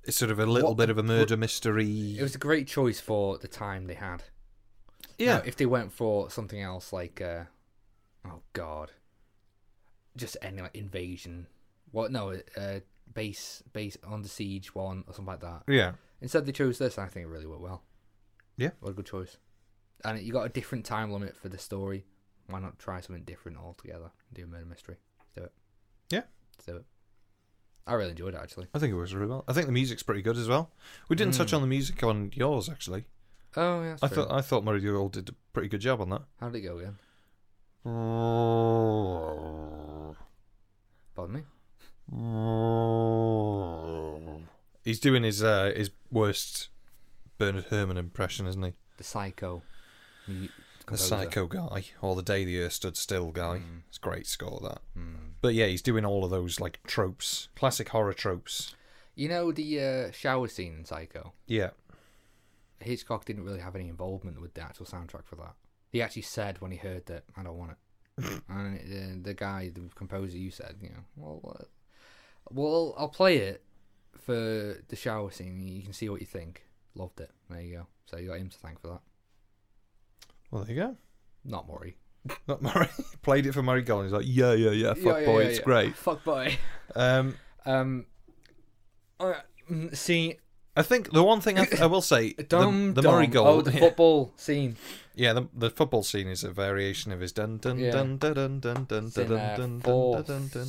Speaker 2: It's sort of a little
Speaker 1: What
Speaker 2: bit
Speaker 1: the-
Speaker 2: of a murder mystery.
Speaker 1: it was a great choice for the time they had.
Speaker 2: yeah.
Speaker 1: Now, if they went for something else like, uh, oh god, just any like invasion, what? No, uh, base base under siege one or something like that.
Speaker 2: yeah.
Speaker 1: Instead, they chose this, and I think it really worked well.
Speaker 2: Yeah.
Speaker 1: what a good choice. And you got a different time limit for the story. Why not try something different altogether? Do a murder mystery. Let's do it.
Speaker 2: Yeah.
Speaker 1: Let's do it. I really enjoyed it actually.
Speaker 2: I think it works really well. I think the music's pretty good as well. We didn't touch on the music on yours actually.
Speaker 1: Oh yeah, Hmm. that's
Speaker 2: I
Speaker 1: true.
Speaker 2: thought I thought Murray Dool did a pretty good job on that.
Speaker 1: How did it go again? Pardon me.
Speaker 2: He's doing his uh, his worst Bernard Herman impression, isn't he?
Speaker 1: The psycho. mu-
Speaker 2: The
Speaker 1: composer. Hmm.
Speaker 2: psycho guy, or the day the earth stood still guy. It's a great score that. But yeah, he's doing all of those like tropes, classic horror tropes.
Speaker 1: You know the uh, shower scene in Psycho.
Speaker 2: Yeah,
Speaker 1: Hitchcock didn't really have any involvement with the actual soundtrack for that. He actually said when he heard that, "I don't want it," and uh, the guy, the composer, you said, you know, well, uh, well, I'll play it for the shower scene. You can see what you think. Loved it. There you go. So you got him to thank for that.
Speaker 2: well there you go.
Speaker 1: Not Maury.
Speaker 2: Not Murray played it for Murray Gold. He's like, yeah, yeah, yeah, fuck
Speaker 1: Yeah, yeah,
Speaker 2: boy,
Speaker 1: yeah,
Speaker 2: it's
Speaker 1: yeah.
Speaker 2: great.
Speaker 1: Fuck boy.
Speaker 2: Um,
Speaker 1: Um, uh, mm, see,
Speaker 2: I think the one thing I, I will say,
Speaker 1: Dum
Speaker 2: the, the Murray
Speaker 1: Dum.
Speaker 2: Gold,
Speaker 1: Oh, the football scene.
Speaker 2: Yeah, the, the football scene is a variation of his dun dun
Speaker 1: Yeah.
Speaker 2: dun dun dun dun dun
Speaker 1: It's in,
Speaker 2: dun
Speaker 1: uh,
Speaker 2: dun dun
Speaker 1: four-
Speaker 2: dun dun dun.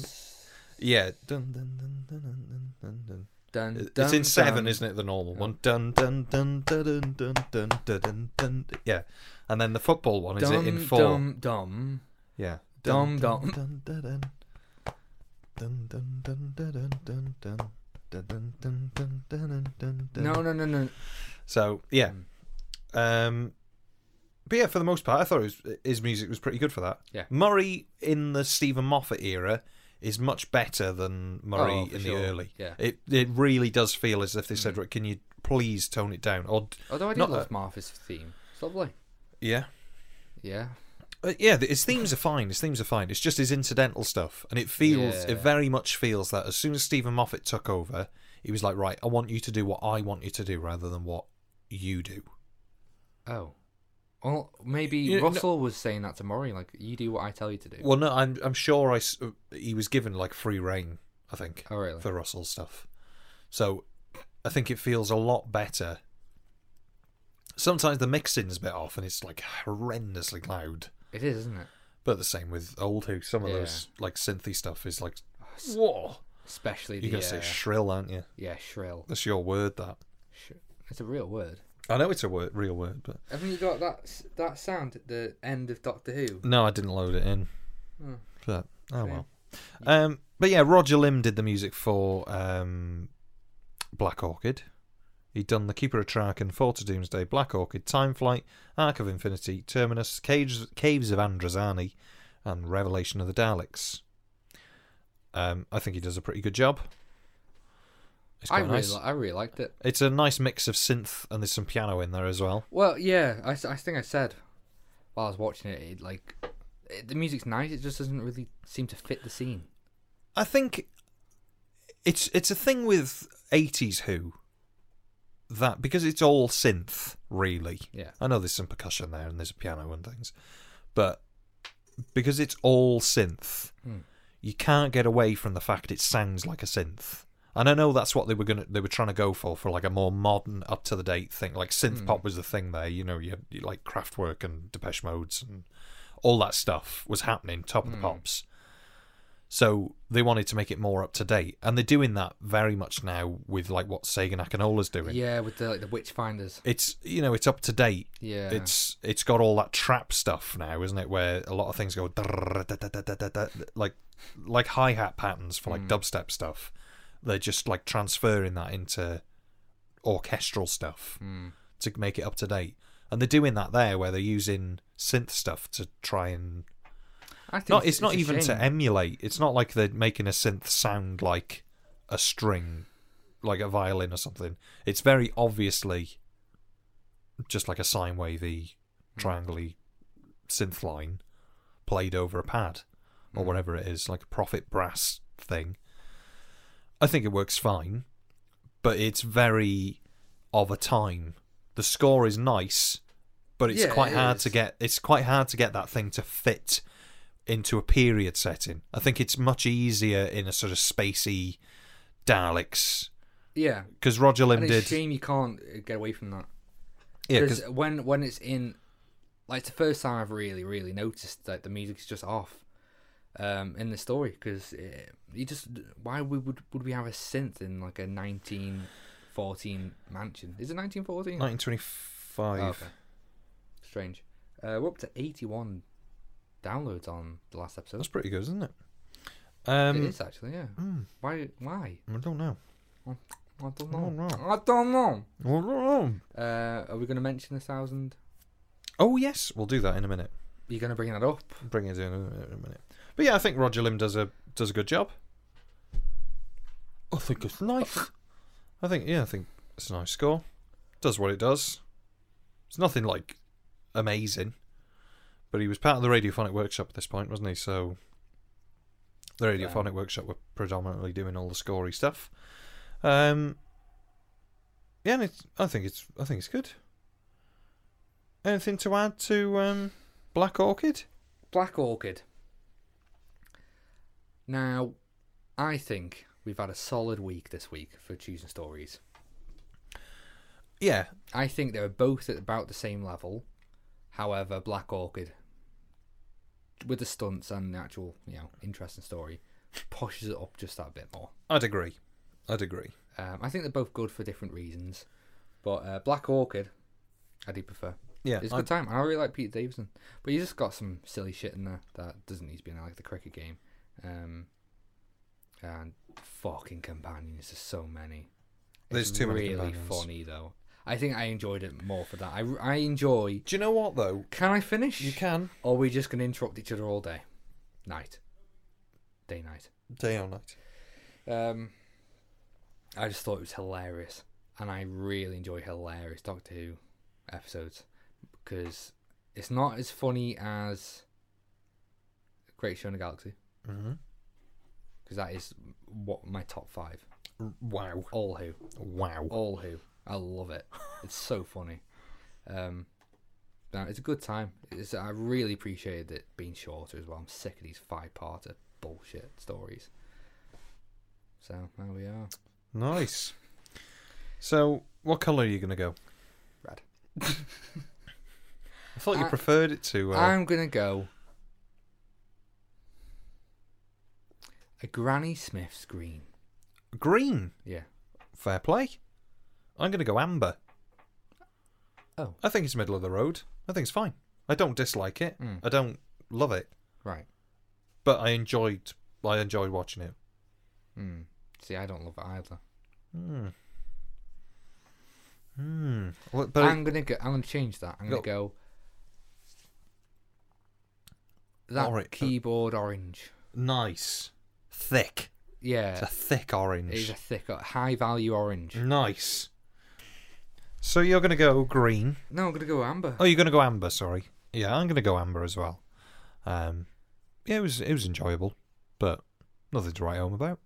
Speaker 2: Yeah, dun dun dun dun dun dun dun dun.
Speaker 1: Dun,
Speaker 2: It- It's
Speaker 1: dun,
Speaker 2: in seven,
Speaker 1: dun.
Speaker 2: isn't it? The normal one. Dun dun dun dun dun dun dun dun dun. dun. Yeah, and then the football one is it in
Speaker 1: Dum,
Speaker 2: four?
Speaker 1: Dum dum.
Speaker 2: Yeah.
Speaker 1: dum, dum.
Speaker 2: dun dun dun dun dun dun dun dun dun dun dun dun dun dun dun dun.
Speaker 1: No, no, no, no.
Speaker 2: So yeah, um, but yeah, for the most part, I thought his, his music was pretty good for that.
Speaker 1: Yeah.
Speaker 2: Murray in the Stephen Moffat era is much better than Murray
Speaker 1: Oh,
Speaker 2: in
Speaker 1: for
Speaker 2: the
Speaker 1: sure.
Speaker 2: early.
Speaker 1: Yeah. Mm.
Speaker 2: it it really does feel as if they said, "Right, can you please tone it down?" Or d-
Speaker 1: Although I do
Speaker 2: Not
Speaker 1: love
Speaker 2: that-
Speaker 1: Martha's theme. It's lovely.
Speaker 2: yeah.
Speaker 1: Yeah.
Speaker 2: Uh, yeah, th- his themes are fine. His themes are fine. It's just his incidental stuff, and it feels,
Speaker 1: Yeah.
Speaker 2: it very much feels that as soon as Stephen Moffat took over, he was like, "Right, I want you to do what I want you to do, rather than what you do."
Speaker 1: Oh. Well, maybe
Speaker 2: You know,
Speaker 1: Russell was saying that to Maury, like, you do what I tell you to do.
Speaker 2: Well, no, I'm I'm sure I s- uh, he was given like free reign. I think
Speaker 1: Oh, really?
Speaker 2: for Russell's stuff, so I think it feels a lot better. Sometimes the mixing's a bit off, and it's like horrendously loud.
Speaker 1: It is, isn't it?
Speaker 2: But the same with old who. Some of
Speaker 1: Yeah. Oh,
Speaker 2: those like synthy stuff is like whoa.
Speaker 1: Especially
Speaker 2: You're
Speaker 1: the.
Speaker 2: gonna
Speaker 1: Uh,
Speaker 2: say shrill, aren't you?
Speaker 1: yeah, shrill.
Speaker 2: That's your word. That
Speaker 1: Sh- it's a real word.
Speaker 2: I know it's a word, real word, but
Speaker 1: Haven't you got that s- that sound at the end of Doctor Who?
Speaker 2: no, I didn't load it in. But oh
Speaker 1: Shame.
Speaker 2: well. Um, but yeah, Roger Lim did the music for um, Black Orchid. He'd done The Keeper of Traken, Fall to Doomsday, Black Orchid, Time Flight, Ark of Infinity, Terminus, Caves, Caves of Androzani, and Revelation of the Daleks. Um, I think he does a pretty good job. It's
Speaker 1: I
Speaker 2: quite
Speaker 1: really,
Speaker 2: nice.
Speaker 1: li- I really liked it.
Speaker 2: it's a nice mix of synth and there's some piano in there as well.
Speaker 1: Well, yeah, I, s- I think I said while I was watching it, it like it, the music's nice. It just doesn't really seem to fit the scene.
Speaker 2: I think it's it's a thing with eighties Who that because it's all synth, really.
Speaker 1: Yeah.
Speaker 2: I know there's some percussion there and there's a piano and things, but because it's all synth, you can't get away from the fact it sounds like a synth. And I know that's what they were gonna they were trying to go for for like a more modern, up to the date thing. Like synth pop was the thing there, you know, you, you like Kraftwerk and Depeche Modes and all that stuff was happening, top of the pops. So they wanted to make it more up to date, and they're doing that very much now with like what Sagan Akinola's doing.
Speaker 1: Yeah, with the like the witch finders.
Speaker 2: It's you know it's up to date.
Speaker 1: Yeah.
Speaker 2: It's it's got all that trap stuff now, isn't it? Where a lot of things go drrrr, da, da, da, da, da, da, like like hi hat patterns for like dubstep stuff. They're just like transferring that into orchestral stuff to make it up to date, and they're doing that there where they're using synth stuff to try and
Speaker 1: I think
Speaker 2: not. It's, not
Speaker 1: a
Speaker 2: even
Speaker 1: shame.
Speaker 2: to emulate. It's not like they're making a synth sound like a string, like a violin or something. It's very obviously just like a sine wavy,
Speaker 1: Hmm.
Speaker 2: triangly synth line played over a pad or whatever it is, like a profit brass thing. I think it works fine, but it's very of a time. The score is nice, but it's
Speaker 1: Yeah,
Speaker 2: quite
Speaker 1: it
Speaker 2: hard
Speaker 1: is.
Speaker 2: to get. It's quite hard to get that thing to fit into a period setting. I think it's much easier in a sort of spacey Daleks
Speaker 1: Yeah,
Speaker 2: because Roger Lim
Speaker 1: and it's a
Speaker 2: did.
Speaker 1: shame you can't uh, get away from that.
Speaker 2: yeah, 'cause-
Speaker 1: Because when when it's in, like it's the first time I've really really noticed that the music's just off, um, in the story. Because you just why we would would we have a synth in like a nineteen fourteen mansion? Is it nineteen fourteen?
Speaker 2: 1925.
Speaker 1: Oh, okay. Strange. Uh, we're up to eighty one downloads on the last episode.
Speaker 2: That's pretty good, isn't it? Um, hmm.
Speaker 1: it is actually, yeah. Why? Why?
Speaker 2: I don't know.
Speaker 1: I don't know.
Speaker 2: know.
Speaker 1: I don't know.
Speaker 2: I don't know.
Speaker 1: Uh, are we going to mention a thousand?
Speaker 2: Oh yes, we'll do that in a minute.
Speaker 1: You're going to bring that up?
Speaker 2: Bring it in in a minute. But yeah, I think Roger Lim does a does a good job.
Speaker 7: I think it's nice.
Speaker 2: I think yeah, I think it's a nice score. Does what it does. It's nothing like amazing, but he was part of the Radiophonic Workshop at this point, wasn't he? So the Radiophonic Workshop were predominantly doing all the scory stuff. Um, yeah, and it's, I think it's I think it's good. Anything to add to um, Black Orchid?
Speaker 1: Black Orchid. Now, I think we've had a solid week this week for choosing stories.
Speaker 2: Yeah,
Speaker 1: I think they were both at about the same level. However, Black Orchid, with the stunts and the actual, you know, interesting story, pushes it up just that bit more.
Speaker 2: I'd agree. I'd agree.
Speaker 1: Um, I think they're both good for different reasons, but uh, Black Orchid, I do prefer.
Speaker 2: Yeah,
Speaker 1: It's a
Speaker 2: I-
Speaker 1: good time. and I really like Pete Davidson, but you just got some silly shit in there that doesn't need to be in there, like the cricket game, um, and fucking companions. There's so many.
Speaker 2: There's
Speaker 1: It's
Speaker 2: too many
Speaker 1: really
Speaker 2: companions.
Speaker 1: funny though. I think I enjoyed it more for that. I, I enjoy.
Speaker 2: Do you know what though?
Speaker 1: Can I finish?
Speaker 2: You can
Speaker 1: Or are we just gonna interrupt each other all day, night, day night?
Speaker 2: day or night.
Speaker 1: Um, I just thought it was hilarious, and I really enjoy hilarious Doctor Who episodes because it's not as funny as Great Show in the Galaxy
Speaker 2: Mm-hmm.
Speaker 1: because that is what my top five.
Speaker 2: Wow.
Speaker 1: All Who,
Speaker 2: Wow.
Speaker 1: all Who, I love it. It's so funny. Um, no, it's a good time. It's, I really appreciated it being shorter as well. I'm sick of these five-parter bullshit stories. So there we are.
Speaker 2: Nice. So, what colour are you going to go?
Speaker 1: Red.
Speaker 2: I thought you
Speaker 1: I-
Speaker 2: preferred it to. Uh,
Speaker 1: I'm gonna go a Granny Smith's green.
Speaker 2: green.
Speaker 1: Yeah.
Speaker 2: Fair play. I'm going to go amber.
Speaker 1: Oh.
Speaker 2: I think it's middle of the road. I think it's fine. I don't dislike it.
Speaker 1: Mm.
Speaker 2: I don't love it,
Speaker 1: Right.
Speaker 2: but I enjoyed. I enjoyed watching it.
Speaker 1: Hmm. See, I don't love it either.
Speaker 2: Hmm. Hmm. Well, But
Speaker 1: I'm gonna go. I'm gonna change that. I'm gonna go. That
Speaker 2: Ori- uh,
Speaker 1: keyboard orange.
Speaker 2: nice, thick. It's
Speaker 1: Yeah.
Speaker 2: a Mm. thick orange.
Speaker 1: It's a thick, uh, high value orange.
Speaker 2: Nice. So you're going to go green.
Speaker 1: No, I'm gonna go amber.
Speaker 2: Oh, you're going to go amber. Sorry. Yeah, I'm going to go amber as well. Um, yeah, it was it was enjoyable, but nothing to write home about.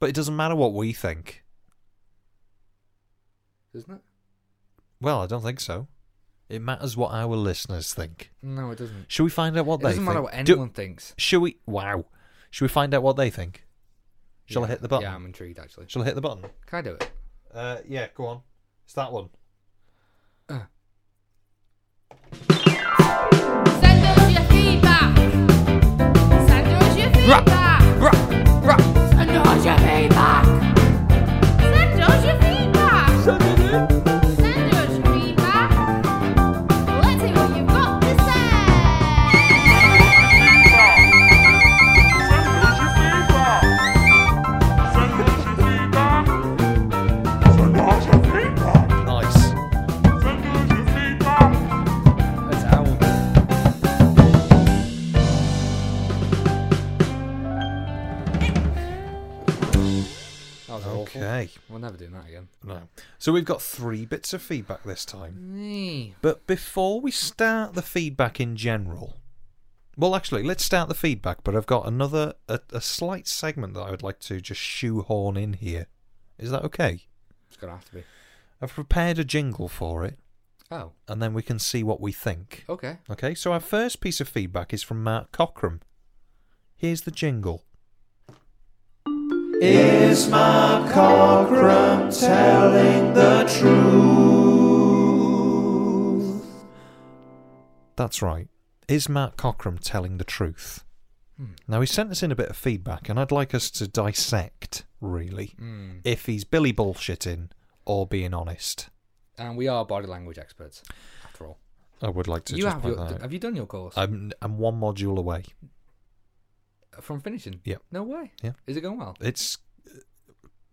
Speaker 2: But it doesn't matter what we think.
Speaker 1: Doesn't it?
Speaker 2: Well, I don't think so. It matters what our listeners think.
Speaker 1: No, it doesn't.
Speaker 2: Should we find out what
Speaker 1: It
Speaker 2: they
Speaker 1: doesn't matter
Speaker 2: think?
Speaker 1: what
Speaker 2: Do-
Speaker 1: anyone thinks.
Speaker 2: should we? Wow. Should we find out what they think? Shall I hit the button?
Speaker 1: Yeah, I'm intrigued actually.
Speaker 2: Shall I hit the button?
Speaker 1: Can I do it?
Speaker 2: Uh, yeah, go on. It's that one.
Speaker 8: Send us your feedback. Send us your feedback. Send us your feedback. Send us your feedback. Send us your feedback. Let's hear what you've got to say.
Speaker 2: Nice.
Speaker 1: That's how. That was awful.
Speaker 2: Okay.
Speaker 1: We're never doing that again.
Speaker 2: No. So we've got three bits of feedback this time.
Speaker 1: Nee.
Speaker 2: But before we start the feedback in general, well, actually, let's start the feedback. But I've got another a, a slight segment that I would like to just shoehorn in here. Is that okay?
Speaker 1: It's gonna have to be.
Speaker 2: I've prepared a jingle for it,
Speaker 1: Oh,
Speaker 2: and then we can see what we think.
Speaker 1: okay.
Speaker 2: Okay. So our first piece of feedback is from Mark Cockram. Here's the jingle. That's right. Is Matt Cockram telling the truth?
Speaker 1: Hmm.
Speaker 2: Now, he sent us in a bit of feedback, and I'd like us to dissect, really,
Speaker 1: Hmm.
Speaker 2: if he's Billy bullshitting or being honest.
Speaker 1: And we are body language experts, after all.
Speaker 2: I would like to
Speaker 1: you
Speaker 2: just
Speaker 1: have
Speaker 2: point
Speaker 1: your,
Speaker 2: that out. Uh,
Speaker 1: have you done your course
Speaker 2: I'm, I'm one module away.
Speaker 1: from finishing?
Speaker 2: Yep.
Speaker 1: No way.
Speaker 2: Yeah.
Speaker 1: Is it going well?
Speaker 2: It's. uh,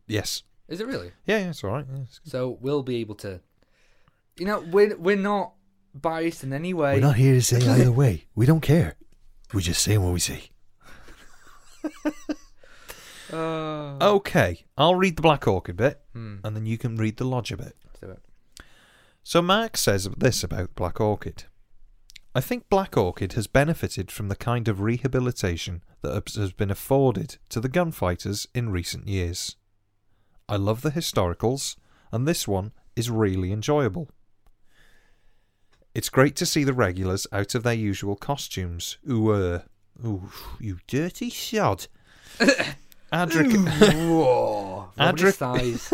Speaker 2: yes.
Speaker 1: Is it really?
Speaker 2: Yeah, yeah, it's all right. Yeah, it's good.
Speaker 1: So we'll be able to. You know, we're we're not biased in any way.
Speaker 7: We're not here to say either way. We don't care. We're just saying what we see.
Speaker 1: Uh,
Speaker 2: Okay, I'll read the Black Orchid bit, and then you can read the Lodger bit.
Speaker 1: let's do it.
Speaker 2: So Mark says this about Black Orchid. I think Black Orchid has benefited from the kind of rehabilitation that has been afforded to the gunfighters in recent years. I love the historicals, and this one is really enjoyable. It's great to see the regulars out of their usual costumes. Ooh, uh, ooh you dirty sod. Adric,
Speaker 1: Whoa! rubbing his
Speaker 2: Adric-
Speaker 1: thighs.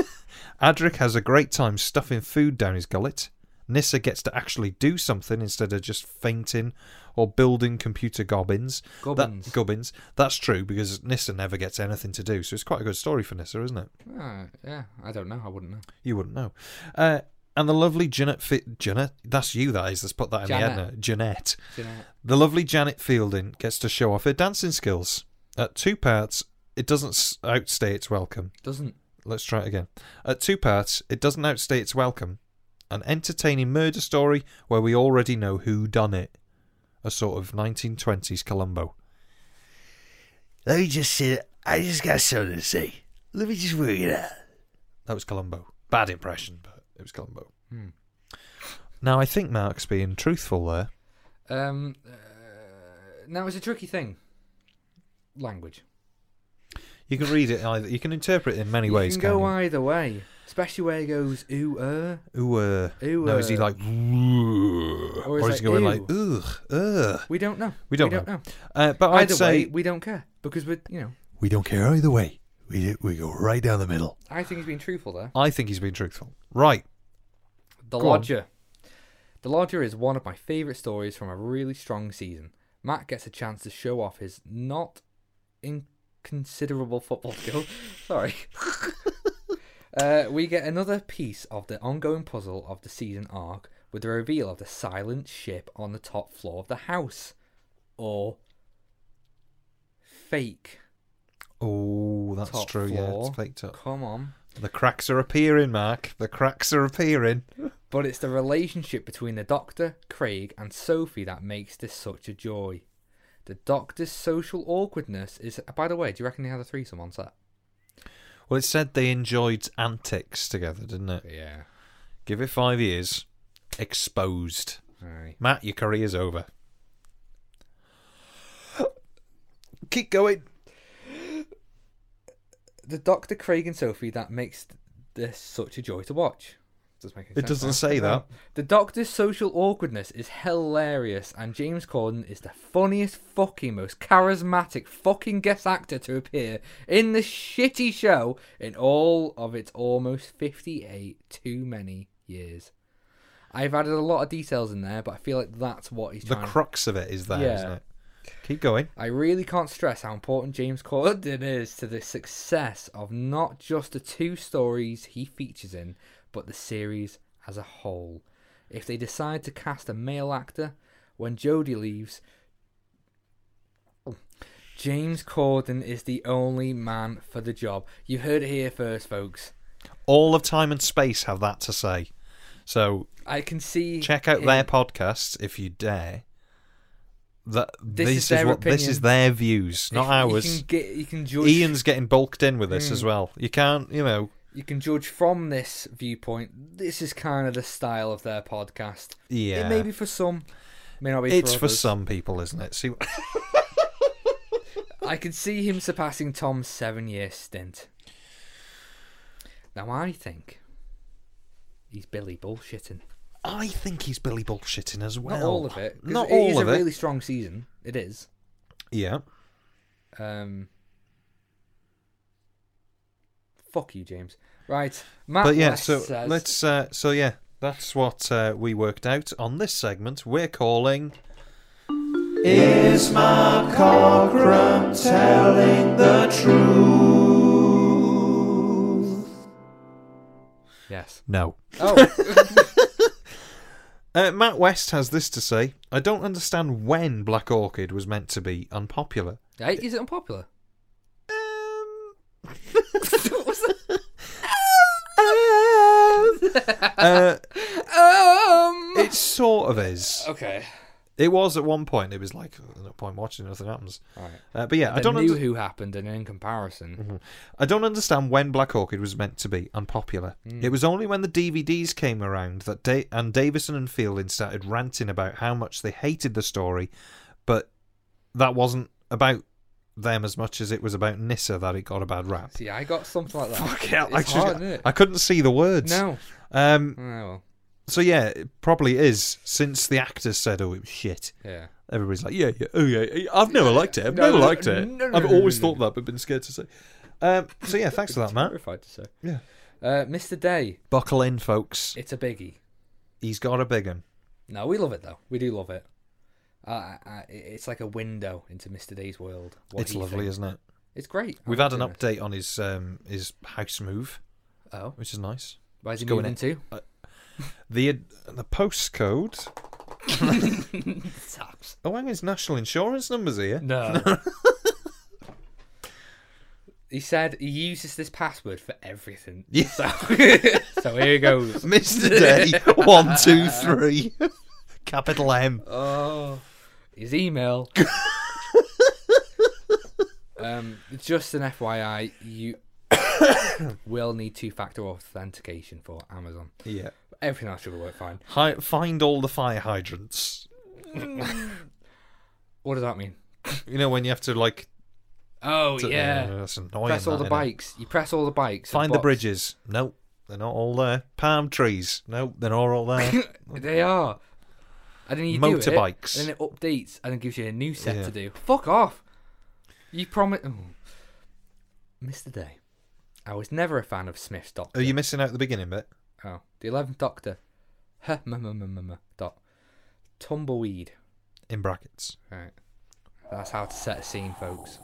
Speaker 2: Adric has a great time stuffing food down his gullet. Nissa gets to actually do something instead of just fainting or building computer gobbins. That-
Speaker 1: Gubbins.
Speaker 2: gubbins. That's true because Nissa never gets anything to do, so it's quite a good story for Nissa, isn't it?
Speaker 1: Ah, yeah, I don't know. I wouldn't know.
Speaker 2: You wouldn't know. Uh, and the lovely Janet. Fi- Janet? That's you, that is. Let's put that in
Speaker 1: Janet.
Speaker 2: the head now. Jeanette.
Speaker 1: Do you know?
Speaker 2: The lovely Janet Fielding gets to show off her dancing skills. At two parts, it doesn't s- outstay its welcome.
Speaker 1: Doesn't.
Speaker 2: Let's try it again. At two parts, it doesn't outstay its welcome. An entertaining murder story where we already know who done it. A sort of 1920s Columbo.
Speaker 7: Let me just say, I just got something to say. Let me just work it out.
Speaker 2: That was Columbo. Bad impression, but it was Columbo. Now, I think Mark's being truthful there.
Speaker 1: Um. Uh, now it's a tricky thing. Language.
Speaker 2: You can read it either. You can interpret it in many
Speaker 1: You
Speaker 2: ways.
Speaker 1: can
Speaker 2: Can
Speaker 1: go
Speaker 2: you?
Speaker 1: either way, especially where he goes ooh er.
Speaker 2: Ooh, uh,
Speaker 1: Ooh,
Speaker 2: now is he
Speaker 1: uh,
Speaker 2: like, or,
Speaker 1: or is
Speaker 2: is he
Speaker 1: it
Speaker 2: going
Speaker 1: ew?
Speaker 2: like, ugh, ugh?
Speaker 1: We don't know.
Speaker 2: We don't know. Uh, but I'd
Speaker 1: Either
Speaker 2: say
Speaker 1: way, we don't care because we're you know.
Speaker 7: We don't care either way. We, we go right down the middle.
Speaker 1: I think he's been truthful there.
Speaker 2: I think he's being truthful. Right.
Speaker 1: The
Speaker 2: Go on.
Speaker 1: Lodger. The Lodger is one of my favourite stories from a really strong season. Matt gets a chance to show off his not inconsiderable football skill. Sorry. uh, we get another piece of the ongoing puzzle of the season arc with the reveal of the silent ship on the top floor of the house. Or fake.
Speaker 2: Oh, that's
Speaker 1: top
Speaker 2: true. Yeah,
Speaker 1: floor.
Speaker 2: it's faked up.
Speaker 1: Come on.
Speaker 2: The cracks are appearing, Mark. The cracks are appearing.
Speaker 1: But it's the relationship between the Doctor, Craig, and Sophie that makes this such a joy. The Doctor's social awkwardness is. By the way, do you reckon they had a threesome on set?
Speaker 2: Well, it said they enjoyed antics together, didn't it?
Speaker 1: Yeah.
Speaker 2: Give it five years. Exposed. Matt, your career's over. Keep going.
Speaker 1: The Doctor, Craig, and Sophie that makes this such a joy to watch. Doesn't make any
Speaker 2: It
Speaker 1: sense,
Speaker 2: doesn't
Speaker 1: huh?
Speaker 2: say that.
Speaker 1: The Doctor's social awkwardness is hilarious, and James Corden is the funniest, fucking, most charismatic fucking guest actor to appear in the shitty show in all of its almost 58 too many years. I've added a lot of details in there, but I feel like that's what he's
Speaker 2: The
Speaker 1: trying.
Speaker 2: crux of it is there,
Speaker 1: Yeah.
Speaker 2: not it? Keep going.
Speaker 1: I really can't stress how important James Corden is to the success of not just the two stories he features in, but the series as a whole. If they decide to cast a male actor when Jodie leaves, James Corden is the only man for the job. You heard it here first, folks.
Speaker 2: All of time and space have that to say. So
Speaker 1: I can see.
Speaker 2: check out
Speaker 1: him-
Speaker 2: their podcasts if you dare. That this,
Speaker 1: is
Speaker 2: is,
Speaker 1: their
Speaker 2: what this is
Speaker 1: opinion.
Speaker 2: their views, not
Speaker 1: You
Speaker 2: ours.
Speaker 1: can, get, you can judge. Hmm.
Speaker 2: Ian's getting bulked in with this as well. You can't, you know.
Speaker 1: You can judge from this viewpoint. This is kind of the style of their podcast.
Speaker 2: Yeah,
Speaker 1: It may be for some, may not be.
Speaker 2: it's
Speaker 1: for,
Speaker 2: for
Speaker 1: others.
Speaker 2: some people, isn't it? See,
Speaker 1: I could see him surpassing Tom's seven-year stint. Now I think he's Billy bullshitting.
Speaker 2: I think he's Billy bullshitting as well.
Speaker 1: Not all of it. 'cause
Speaker 2: Not
Speaker 1: it is
Speaker 2: all of
Speaker 1: a
Speaker 2: it.
Speaker 1: really strong season. It is.
Speaker 2: Yeah.
Speaker 1: Um. Fuck you, James. Right, Matt
Speaker 2: but yeah,
Speaker 1: West
Speaker 2: so
Speaker 1: says,
Speaker 2: let's. Uh, so yeah, that's what uh, we worked out on this segment. We're calling.
Speaker 1: Yes.
Speaker 2: No.
Speaker 1: Oh,
Speaker 2: Uh, Matt West has this to say: I don't understand when Black Orchid was meant to be unpopular.
Speaker 1: hey, is it unpopular?
Speaker 2: Uh,
Speaker 1: Um.
Speaker 2: it sort of is.
Speaker 1: Okay.
Speaker 2: It was at one point. It was like "Oh, there's no point watching. Nothing happens.
Speaker 1: Alright.
Speaker 2: Uh, but yeah, I
Speaker 1: I
Speaker 2: don't.
Speaker 1: don't knew
Speaker 2: under- Mm-hmm.
Speaker 1: who happened, and in comparison,
Speaker 2: I don't understand when Black Orchid was meant to be unpopular.
Speaker 1: Hmm.
Speaker 2: It was only when the DVDs came around that da- and Davison and Fielding started ranting about how much they hated the story, but that wasn't about them as much as it was about Nissa that it got a bad rap.
Speaker 1: see, I got something like that.
Speaker 2: Fuck hell,
Speaker 1: It's
Speaker 2: I, just-
Speaker 1: hard, isn't it?
Speaker 2: I couldn't see the words.
Speaker 1: No.
Speaker 2: Um,
Speaker 1: Oh, well,
Speaker 2: so yeah, it probably is since the actors said, "Oh, it was shit."
Speaker 1: yeah.
Speaker 2: Everybody's like, "Yeah, yeah, oh yeah." yeah, I've never liked it. I've
Speaker 1: No,
Speaker 2: never
Speaker 1: no,
Speaker 2: liked it.
Speaker 1: no, no,
Speaker 2: I've
Speaker 1: no, no,
Speaker 2: always
Speaker 1: no,
Speaker 2: thought that, but been scared to say. Um, so yeah, thanks for that, Matt.
Speaker 1: Terrified to say.
Speaker 2: Yeah.
Speaker 1: Uh, Mr. Day,
Speaker 2: Buckle in, folks.
Speaker 1: it's a biggie.
Speaker 2: He's got a big one.
Speaker 1: No, we love it though. We do love it. Uh, I, I, it's like a window into Mr. Day's world. what
Speaker 2: It's
Speaker 1: he
Speaker 2: lovely,
Speaker 1: thinks.
Speaker 2: isn't it?
Speaker 1: It's great.
Speaker 2: We've had an
Speaker 1: Honest.
Speaker 2: update on his um, his house move,
Speaker 1: Oh,
Speaker 2: which is nice.
Speaker 1: where's he
Speaker 2: go in
Speaker 1: moving to?
Speaker 2: The ad- the postcode.
Speaker 1: Taps.
Speaker 2: Oh, hang on, his national insurance number's here.
Speaker 1: No. he said he uses this password for everything.
Speaker 2: Yeah.
Speaker 1: So here goes.
Speaker 2: Mr. Day, one, two, three, capital M.
Speaker 1: Oh, his email. um, just an FYI, you will need two-factor authentication for Amazon.
Speaker 2: Yeah.
Speaker 1: Everything else should work fine.
Speaker 2: Hi- find all the fire hydrants.
Speaker 1: What does that mean?
Speaker 2: You know when you have to like.
Speaker 1: Oh
Speaker 2: t-
Speaker 1: yeah,
Speaker 2: uh, that's annoying.
Speaker 1: press all
Speaker 2: that,
Speaker 1: the
Speaker 2: innit?
Speaker 1: bikes. You press all the bikes. and
Speaker 2: Find the
Speaker 1: box-
Speaker 2: bridges. Nope, they're not all there. Palm trees. Nope, they're not all there.
Speaker 1: They are. And then you do it,
Speaker 2: Motorbikes.
Speaker 1: and then it updates, and then gives you a new set
Speaker 2: Yeah.
Speaker 1: to do. Fuck off. You promise, Mr. Day. I was never a fan of Smith's Doctor.
Speaker 2: Are you missing out the beginning bit?
Speaker 1: Oh, the eleventh Doctor. Huh, mm, mm, mm, mm, mm, dot. Tumbleweed.
Speaker 2: In brackets.
Speaker 1: Right. That's how to set a scene, folks.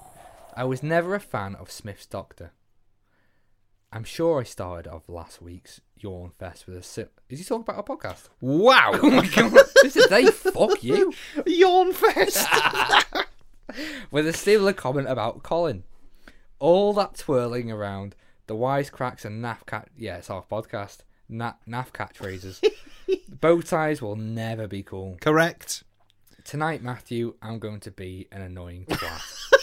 Speaker 1: I was never a fan of Smith's Doctor. I'm sure I started off last week's Yawn Fest with a sim. Is he talking about our podcast?
Speaker 2: Wow.
Speaker 1: Oh my god! Mr. Day, fuck you!
Speaker 2: Yawn fest.
Speaker 1: With a similar comment about Colin. All that twirling around, the wisecracks and naff cat. Yeah, it's our podcast. Na- naff catchphrases. Bow ties will never be cool.
Speaker 2: Correct.
Speaker 1: Tonight, Matthew, I'm going to be an annoying twat.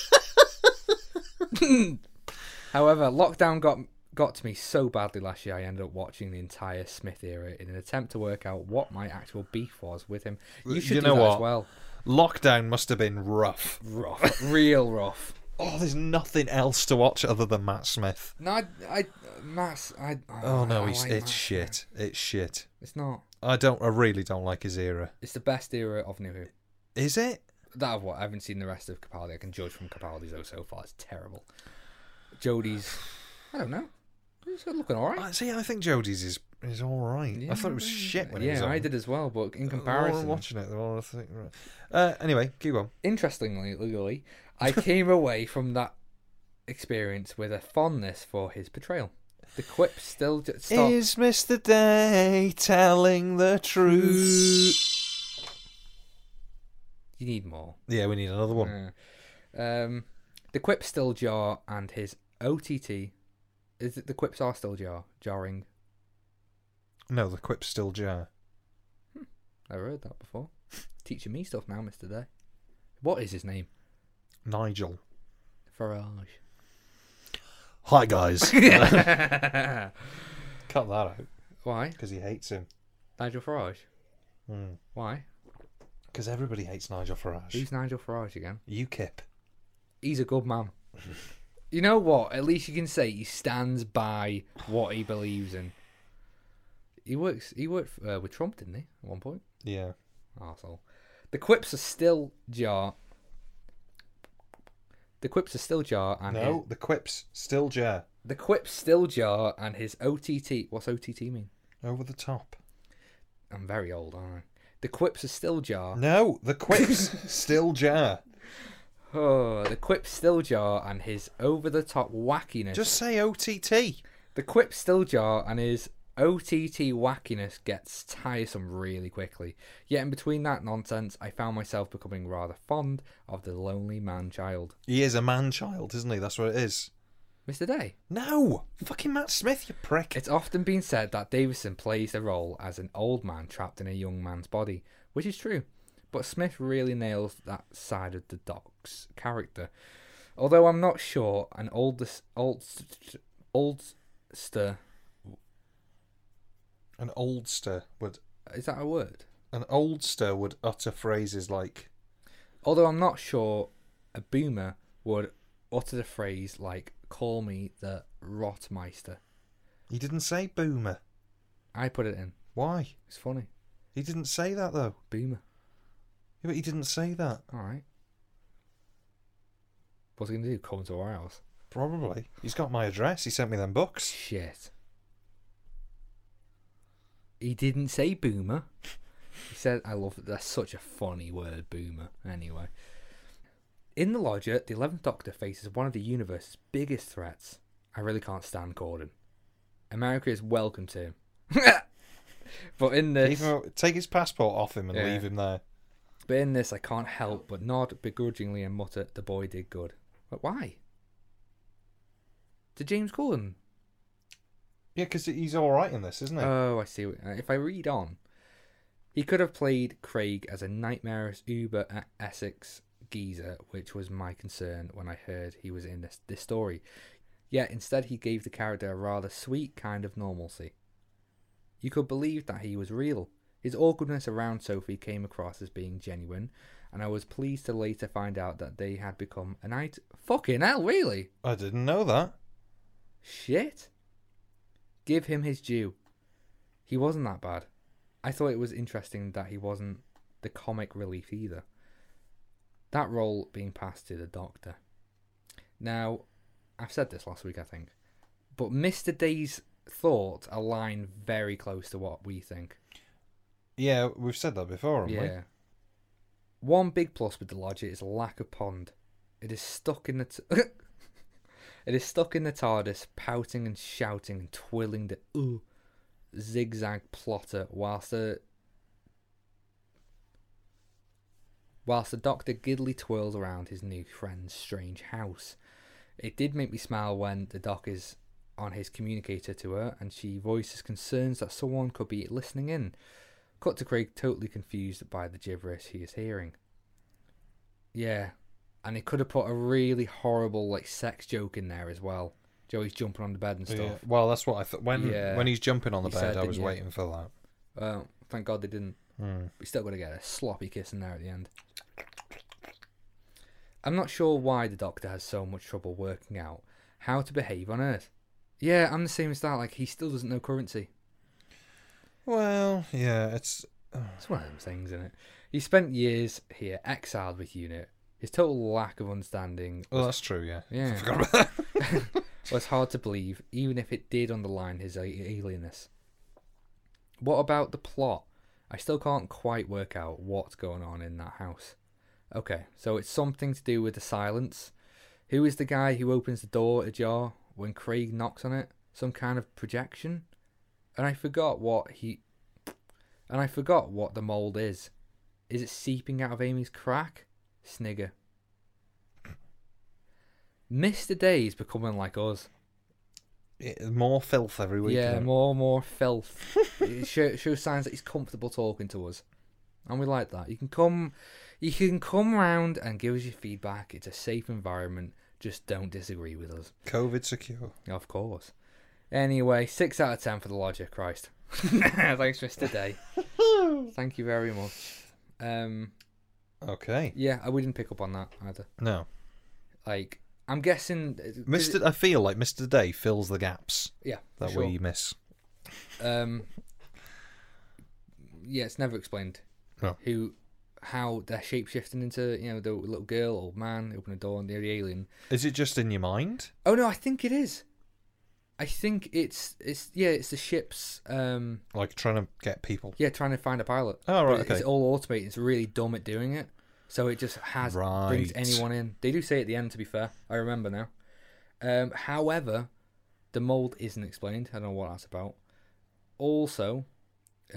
Speaker 1: However, lockdown got got to me so badly last year, I ended up watching the entire Smith era in an attempt to work out what my actual beef was with him. You should
Speaker 2: you
Speaker 1: do
Speaker 2: know
Speaker 1: that as
Speaker 2: what?
Speaker 1: well.
Speaker 2: Lockdown must have been rough.
Speaker 1: Rough, real rough.
Speaker 2: oh, there's nothing else to watch other than Matt Smith.
Speaker 1: No, I, I Matt, I.
Speaker 2: Oh no,
Speaker 1: I
Speaker 2: he's
Speaker 1: like
Speaker 2: it's
Speaker 1: Matt.
Speaker 2: shit. It's shit.
Speaker 1: It's not.
Speaker 2: I don't. I really don't like his era.
Speaker 1: It's the best era of New Who.
Speaker 2: Is it?
Speaker 1: That of what I haven't seen the rest of Capaldi. I can judge from Capaldi's though so far. It's terrible. Jodie's. I don't know. He's looking all right.
Speaker 2: I Uh, see. I think Jodie's is is all right. I thought it was
Speaker 1: Yeah,
Speaker 2: shit when it was
Speaker 1: yeah,
Speaker 2: on.
Speaker 1: I did as well, but in
Speaker 2: The more I'm
Speaker 1: comparison,
Speaker 2: watching it, the more I think. right. Uh, anyway, keep on.
Speaker 1: interestingly, legally, I came away from that experience with a fondness for his portrayal. The quip still just stop.
Speaker 2: Is Mr. Day telling the truth?
Speaker 1: You need more.
Speaker 2: Yeah, we need another one.
Speaker 1: Um, the quip still jar and his OTT. Is it the quips are still jar jarring?
Speaker 2: No, the quip's still jar.
Speaker 1: Never heard that before. Teaching me stuff now, Mister Day. What is his name?
Speaker 2: Nigel.
Speaker 1: Farage.
Speaker 2: Hi guys. Cut that out
Speaker 1: Why?
Speaker 2: because he hates him.
Speaker 1: Nigel Farage.
Speaker 2: Hmm.
Speaker 1: Why?
Speaker 2: Because everybody hates Nigel Farage.
Speaker 1: Who's Nigel Farage again?
Speaker 2: UKIP.
Speaker 1: He's a good man. You know what? At least you can say he stands by what he believes in. He works. He worked uh, with Trump, didn't he? At one point.
Speaker 2: Yeah.
Speaker 1: Arsehole. The quips are still jar. The quips are still jar and his,
Speaker 2: No, the quip's still jar.
Speaker 1: the quips still jar and his OTT. What's OTT mean?
Speaker 2: Over the top.
Speaker 1: I'm very old, aren't I? The quips are still jar.
Speaker 2: No, the quip's still jar.
Speaker 1: Oh, the quips still jar and his over the top wackiness.
Speaker 2: Just say OTT.
Speaker 1: The quip still jar and his OTT wackiness gets tiresome really quickly. Yet in between that nonsense, I found myself becoming rather fond of the lonely man child,
Speaker 2: He is a man child, isn't he? That's what it is.
Speaker 1: Mr. Day.
Speaker 2: No! Fucking Matt Smith, you prick.
Speaker 1: It's often been said that Davison plays the role as an old man trapped in a young man's body, which is true, but Smith really nails that side of the Doc's character. Although I'm not sure an oldest, old, oldster
Speaker 2: An oldster would
Speaker 1: is that a word?
Speaker 2: an oldster would utter phrases like
Speaker 1: Although I'm not sure a boomer would utter the phrase like "call me the Rotmeister."
Speaker 2: He didn't say boomer.
Speaker 1: I put it in.
Speaker 2: Why?
Speaker 1: It's funny,
Speaker 2: He didn't say that though.
Speaker 1: boomer.
Speaker 2: Yeah, but he didn't say that.
Speaker 1: All right. What's he gonna do? Come to our house?
Speaker 2: Probably. He's got my address. He sent me them books.
Speaker 1: Shit. He didn't say boomer. He said, I love that. That's such a funny word, boomer. Anyway. In The Lodger, the 11th Doctor faces one of the universe's biggest threats. I really can't stand Gordon. America is welcome to him. but in
Speaker 2: Leave
Speaker 1: this,
Speaker 2: him- take his passport off him and
Speaker 1: Yeah.
Speaker 2: leave him there.
Speaker 1: but in this, I can't help but nod begrudgingly and mutter, "The boy did good." But why? To James Gordon,
Speaker 2: Yeah, because he's all right in this, isn't he?
Speaker 1: Oh, I see. what- uh, If I read on, he could have played Craig as a nightmarish Uber at Essex geezer, which was my concern when I heard he was in this, this story. Yet instead, he gave the character a rather sweet kind of normalcy. You could believe that he was real. His awkwardness around Sophie came across as being genuine, and I was pleased to later find out that they had become an it. Fucking hell, really?
Speaker 2: I didn't know that.
Speaker 1: Shit. Give him his due. He wasn't that bad. I thought it was interesting that he wasn't the comic relief either. That role being passed to the Doctor. Now, I've said this last week, I think, but Mr. Day's thoughts align very close to what we think.
Speaker 2: Yeah, we've said that before, haven't we?
Speaker 1: Yeah. One big plus with the Lodger is lack of pond. It is stuck in the. T- it is stuck in the TARDIS, pouting and shouting and twirling the ooh zigzag plotter whilst the whilst the Doctor giddily twirls around his new friend's strange house. It did make me smile when the Doc is on his communicator to her and she voices concerns that someone could be listening in. Cut to Craig totally confused by the gibberish he is hearing. Yeah, and he could have put a really horrible like sex joke in there as well. Joey's jumping on the bed and
Speaker 2: Oh, Yeah.
Speaker 1: stuff.
Speaker 2: Well, that's what I thought. When
Speaker 1: Yeah.
Speaker 2: when he's jumping on the
Speaker 1: You
Speaker 2: bed,
Speaker 1: said,
Speaker 2: I
Speaker 1: didn't
Speaker 2: was
Speaker 1: you?
Speaker 2: waiting for that.
Speaker 1: Well, thank God they didn't. We still got to get a sloppy kiss in there at the end. I'm not sure why the Doctor has so much trouble working out how to behave on Earth. Yeah, I'm the same as that. Like he still doesn't know currency.
Speaker 2: Well, yeah, it's
Speaker 1: It's one of them things, isn't it? He spent years here exiled with UNIT. His total lack of understanding
Speaker 2: well, that's true. Yeah,
Speaker 1: Yeah.
Speaker 2: Forgot about that.
Speaker 1: was hard to believe, even if it did underline his a- alienness. What about the plot? I still can't quite work out what's going on in that house. Okay, so it's something to do with the silence. Who is the guy who opens the door ajar when Craig knocks on it? Some kind of projection? And I forgot what he. And I forgot what the mold is. Is it seeping out of Amy's crack? Snigger. Mr. Day is becoming like us.
Speaker 2: It- more filth every week.
Speaker 1: Yeah,
Speaker 2: isn't it?
Speaker 1: more and more filth. it show, shows signs that he's comfortable talking to us, and we like that. You can come, you can come round and give us your feedback. It's a safe environment. Just don't disagree with us,
Speaker 2: COVID secure.
Speaker 1: of course. Anyway, six out of ten for the lodger. Christ, thanks, Mister Day. Thank you very much. Um,
Speaker 2: Okay.
Speaker 1: yeah, I- we didn't pick up on that either.
Speaker 2: No,
Speaker 1: Like, I'm guessing, uh, 'cause it-
Speaker 2: Mister. I feel like Mister Day fills the gaps
Speaker 1: Yeah,
Speaker 2: that
Speaker 1: sure.
Speaker 2: we miss.
Speaker 1: Um, yeah, it's never explained
Speaker 2: No.
Speaker 1: who, how they're shape shifting into you know the little girl or man open a door and they're the alien.
Speaker 2: Is it just in your mind?
Speaker 1: Oh no, I think it is. I think it's it's yeah, it's the ship's um
Speaker 2: Like trying to get people.
Speaker 1: yeah trying to find a pilot.
Speaker 2: Oh, right,
Speaker 1: But It's
Speaker 2: okay.
Speaker 1: all automated. It's really dumb at doing it, so it just has brings
Speaker 2: Right.
Speaker 1: anyone in. They do say at the end, to be fair, I remember now. Um, however, the mold isn't explained. I don't know what that's about. Also,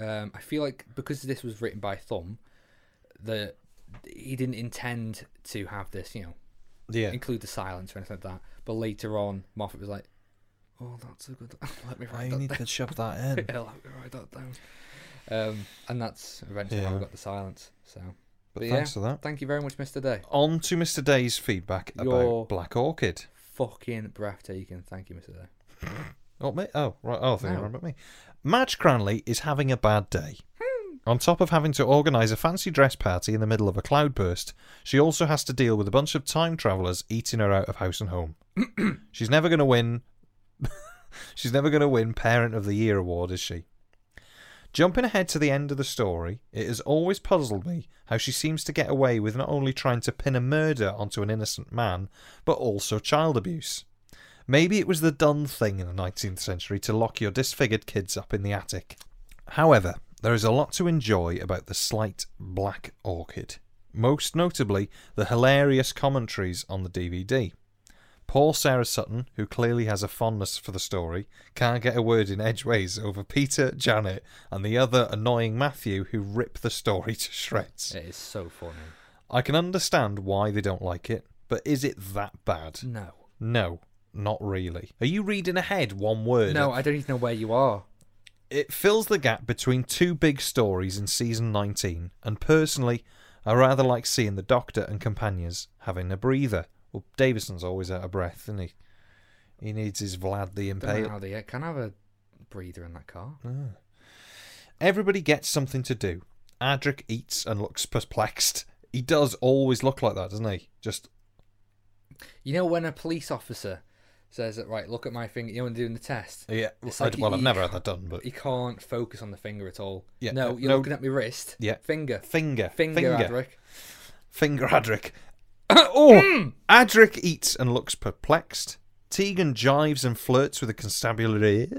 Speaker 1: um, I feel like because this was written by Thumb, that he didn't intend to have this, you know,
Speaker 2: Yeah.
Speaker 1: include the silence or anything like that. But later on, Moffat was like, "Oh, that's a good. Let me write
Speaker 2: I
Speaker 1: that
Speaker 2: need
Speaker 1: down."
Speaker 2: to shove that in.
Speaker 1: Yeah, let me write that down. Um, and that's eventually how we
Speaker 2: Yeah.
Speaker 1: got the silence. So,
Speaker 2: But
Speaker 1: But
Speaker 2: thanks
Speaker 1: yeah.
Speaker 2: for that.
Speaker 1: thank you very much, Mr. Day.
Speaker 2: On to Mr. Day's feedback
Speaker 1: Your-
Speaker 2: about Black Orchid.
Speaker 1: Fucking breathtaking. Thank you, Mr. Day.
Speaker 2: Oh, me? Oh, right. Oh, I thought you
Speaker 1: No.
Speaker 2: were about me. Madge Cranley is having a bad day. On top of having to organise a fancy dress party in the middle of a cloudburst, she also has to deal with a bunch of time travellers eating her out of house and home. She's never going to win. She's never going to win Parent of the Year award, is she? Jumping ahead to the end of the story, it has always puzzled me how she seems to get away with not only trying to pin a murder onto an innocent man, but also child abuse. Maybe it was the done thing in the 19th century to lock your disfigured kids up in the attic. However, there is a lot to enjoy about the slight black orchid, most notably the hilarious commentaries on the DVD. Poor Sarah Sutton, who clearly has a fondness for the story, can't get a word in edgeways over Peter, Janet, and the other annoying Matthew who rip the story to shreds.
Speaker 1: It is so funny.
Speaker 2: I can understand why they don't like it, but is it that bad?
Speaker 1: No.
Speaker 2: No, not really. Are you reading ahead one word?
Speaker 1: No, I don't even know where you are.
Speaker 2: It fills the gap between two big stories in season 19, and personally, I rather like seeing the Doctor and companions having a breather. Well, Davison's always out of breath, isn't he? He needs his Vlad the
Speaker 1: Don't know
Speaker 2: Impaler.
Speaker 1: how they can I have a breather in that car.
Speaker 2: Everybody gets something to do. Adric eats and looks perplexed. He does always look like that, doesn't he? Just
Speaker 1: You know when a police officer says that, right, look at my finger, you know, when they're doing the test.
Speaker 2: yeah.
Speaker 1: It's
Speaker 2: I-
Speaker 1: like
Speaker 2: well,
Speaker 1: he-
Speaker 2: I've never had that done, but
Speaker 1: You can't focus on the finger at all.
Speaker 2: Yeah,
Speaker 1: No,
Speaker 2: uh,
Speaker 1: you're
Speaker 2: no.
Speaker 1: looking at my wrist.
Speaker 2: Yeah.
Speaker 1: Finger.
Speaker 2: finger,
Speaker 1: Finger, Adric.
Speaker 2: Finger Adric. oh! Adric eats and looks perplexed. Tegan jives and flirts with the constabulary.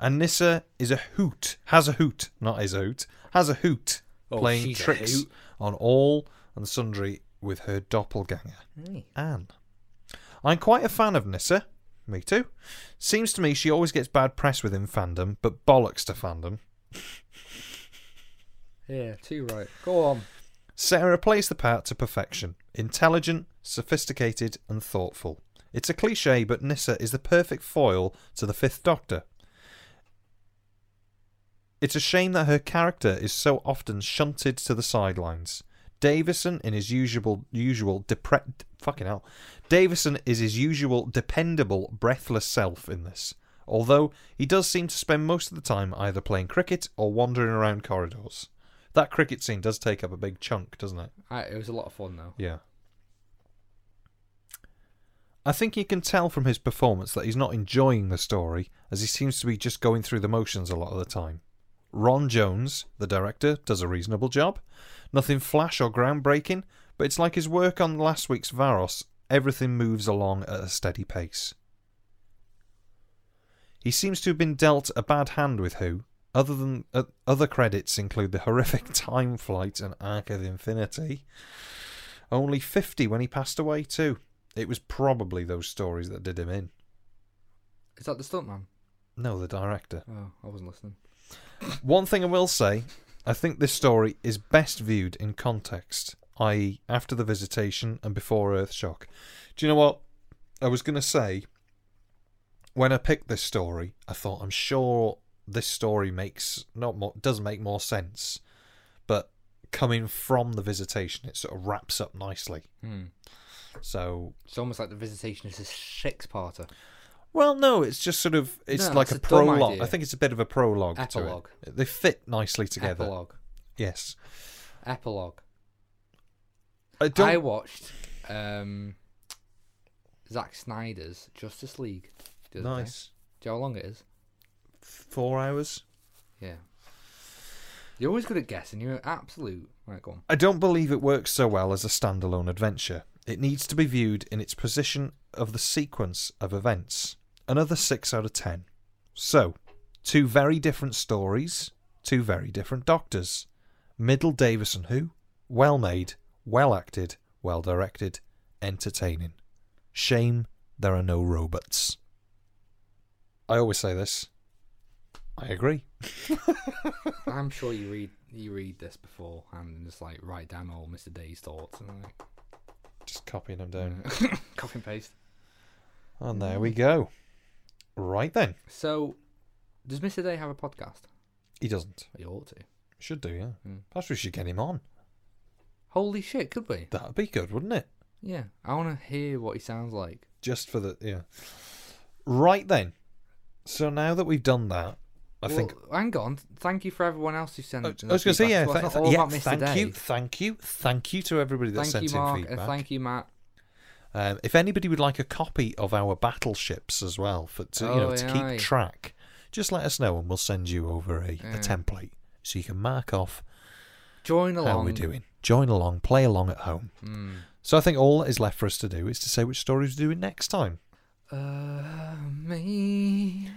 Speaker 2: And Nissa is a hoot. Has a hoot. Not is a hoot. Has a hoot.
Speaker 1: Oh,
Speaker 2: playing
Speaker 1: she's a
Speaker 2: tricks
Speaker 1: hoot.
Speaker 2: on all and sundry with her doppelganger, Anne. I'm quite a fan of Nissa. Me too. Seems to me she always gets bad press within fandom, but bollocks to fandom.
Speaker 1: Yeah, too right. Go on.
Speaker 2: Sarah plays the part to perfection intelligent, sophisticated, and thoughtful. It's a cliche, but Nissa is the perfect foil to the Fifth Doctor. It's a shame that her character is so often shunted to the sidelines. Davison, in his usual usual depre- fucking hell, Davison is his usual dependable, breathless self in this. Although he does seem to spend most of the time either playing cricket or wandering around corridors. That cricket scene does take up a big chunk, doesn't it?
Speaker 1: I, it was a lot of fun, though.
Speaker 2: Yeah. I think you can tell from his performance that he's not enjoying the story, as he seems to be just going through the motions a lot of the time. Ron Jones, the director, does a reasonable job. Nothing flash or groundbreaking, but it's like his work on last week's Varos, everything moves along at a steady pace. He seems to have been dealt a bad hand with Who. Other than uh, other credits include the horrific Time Flight and Ark of Infinity. Only 50 when he passed away too. It was probably those stories that did him in.
Speaker 1: Is that the stuntman?
Speaker 2: No, the director.
Speaker 1: Oh, I wasn't listening.
Speaker 2: One thing I will say, I think this story is best viewed in context, i.e., after the visitation and before Earth Shock. Do you know what? I was going to say, when I picked this story, I thought I'm sure this story makes not more, does make more sense, but coming from the visitation, it sort of wraps up nicely. So,
Speaker 1: It's almost like the visitation is a six-parter.
Speaker 2: well, no, it's just sort of it's
Speaker 1: No,
Speaker 2: like
Speaker 1: it's
Speaker 2: a
Speaker 1: a dumb
Speaker 2: prologue.
Speaker 1: idea.
Speaker 2: I think it's a bit of a prologue. to it.
Speaker 1: Epilogue.
Speaker 2: They fit nicely together.
Speaker 1: Epilogue.
Speaker 2: Yes.
Speaker 1: Epilogue.
Speaker 2: I don't.
Speaker 1: I watched um, Zack Snyder's Justice League. the other day.
Speaker 2: nice.
Speaker 1: Do you know how long it is?
Speaker 2: Four hours.
Speaker 1: Yeah. You're always good at guessing. You're an absolute. Right, go on.
Speaker 2: I don't believe it works so well as a standalone adventure. It needs to be viewed in its position of the sequence of events. Another 6 out of 10. So, two very different stories, two very different doctors. Middle Davis and Who? Well made, well acted, well directed, entertaining. Shame there are no robots. I always say this. I agree.
Speaker 1: I'm sure you read you read this before and just like write down all Mr. Day's thoughts and like
Speaker 2: Just copying them down.
Speaker 1: copy and paste.
Speaker 2: And there we go. Right then.
Speaker 1: So, does Mr. Day have a podcast?
Speaker 2: He doesn't.
Speaker 1: He ought to.
Speaker 2: Should do, yeah.
Speaker 1: Hmm.
Speaker 2: Perhaps we should get him on.
Speaker 1: Holy shit, could we?
Speaker 2: That'd be good, wouldn't it?
Speaker 1: Yeah, I want to hear what he sounds like.
Speaker 2: Just for the yeah. Right then. So now that we've done that, I
Speaker 1: Well,
Speaker 2: think
Speaker 1: hang on. Thank you for everyone else who sent.
Speaker 2: I
Speaker 1: in
Speaker 2: I was
Speaker 1: their
Speaker 2: going to say yeah.
Speaker 1: feedback.
Speaker 2: tha-
Speaker 1: So it's
Speaker 2: tha-
Speaker 1: not all
Speaker 2: yeah
Speaker 1: about Mr.
Speaker 2: thank
Speaker 1: Day.
Speaker 2: you, thank you, thank you to everybody that
Speaker 1: Thank
Speaker 2: sent
Speaker 1: you,
Speaker 2: in
Speaker 1: Mark,
Speaker 2: feedback.
Speaker 1: and thank you, Matt.
Speaker 2: Um, if anybody would like a copy of our battleships as well, for to, you know
Speaker 1: Oh,
Speaker 2: to
Speaker 1: aye.
Speaker 2: keep track, just let us know and we'll send you over a, a template so you can mark off
Speaker 1: Join along. Hmm.
Speaker 2: How are we doing? Join along, play along at home. So I think all that is left for us to do is to say which stories we're doing next time.
Speaker 1: Uh, me.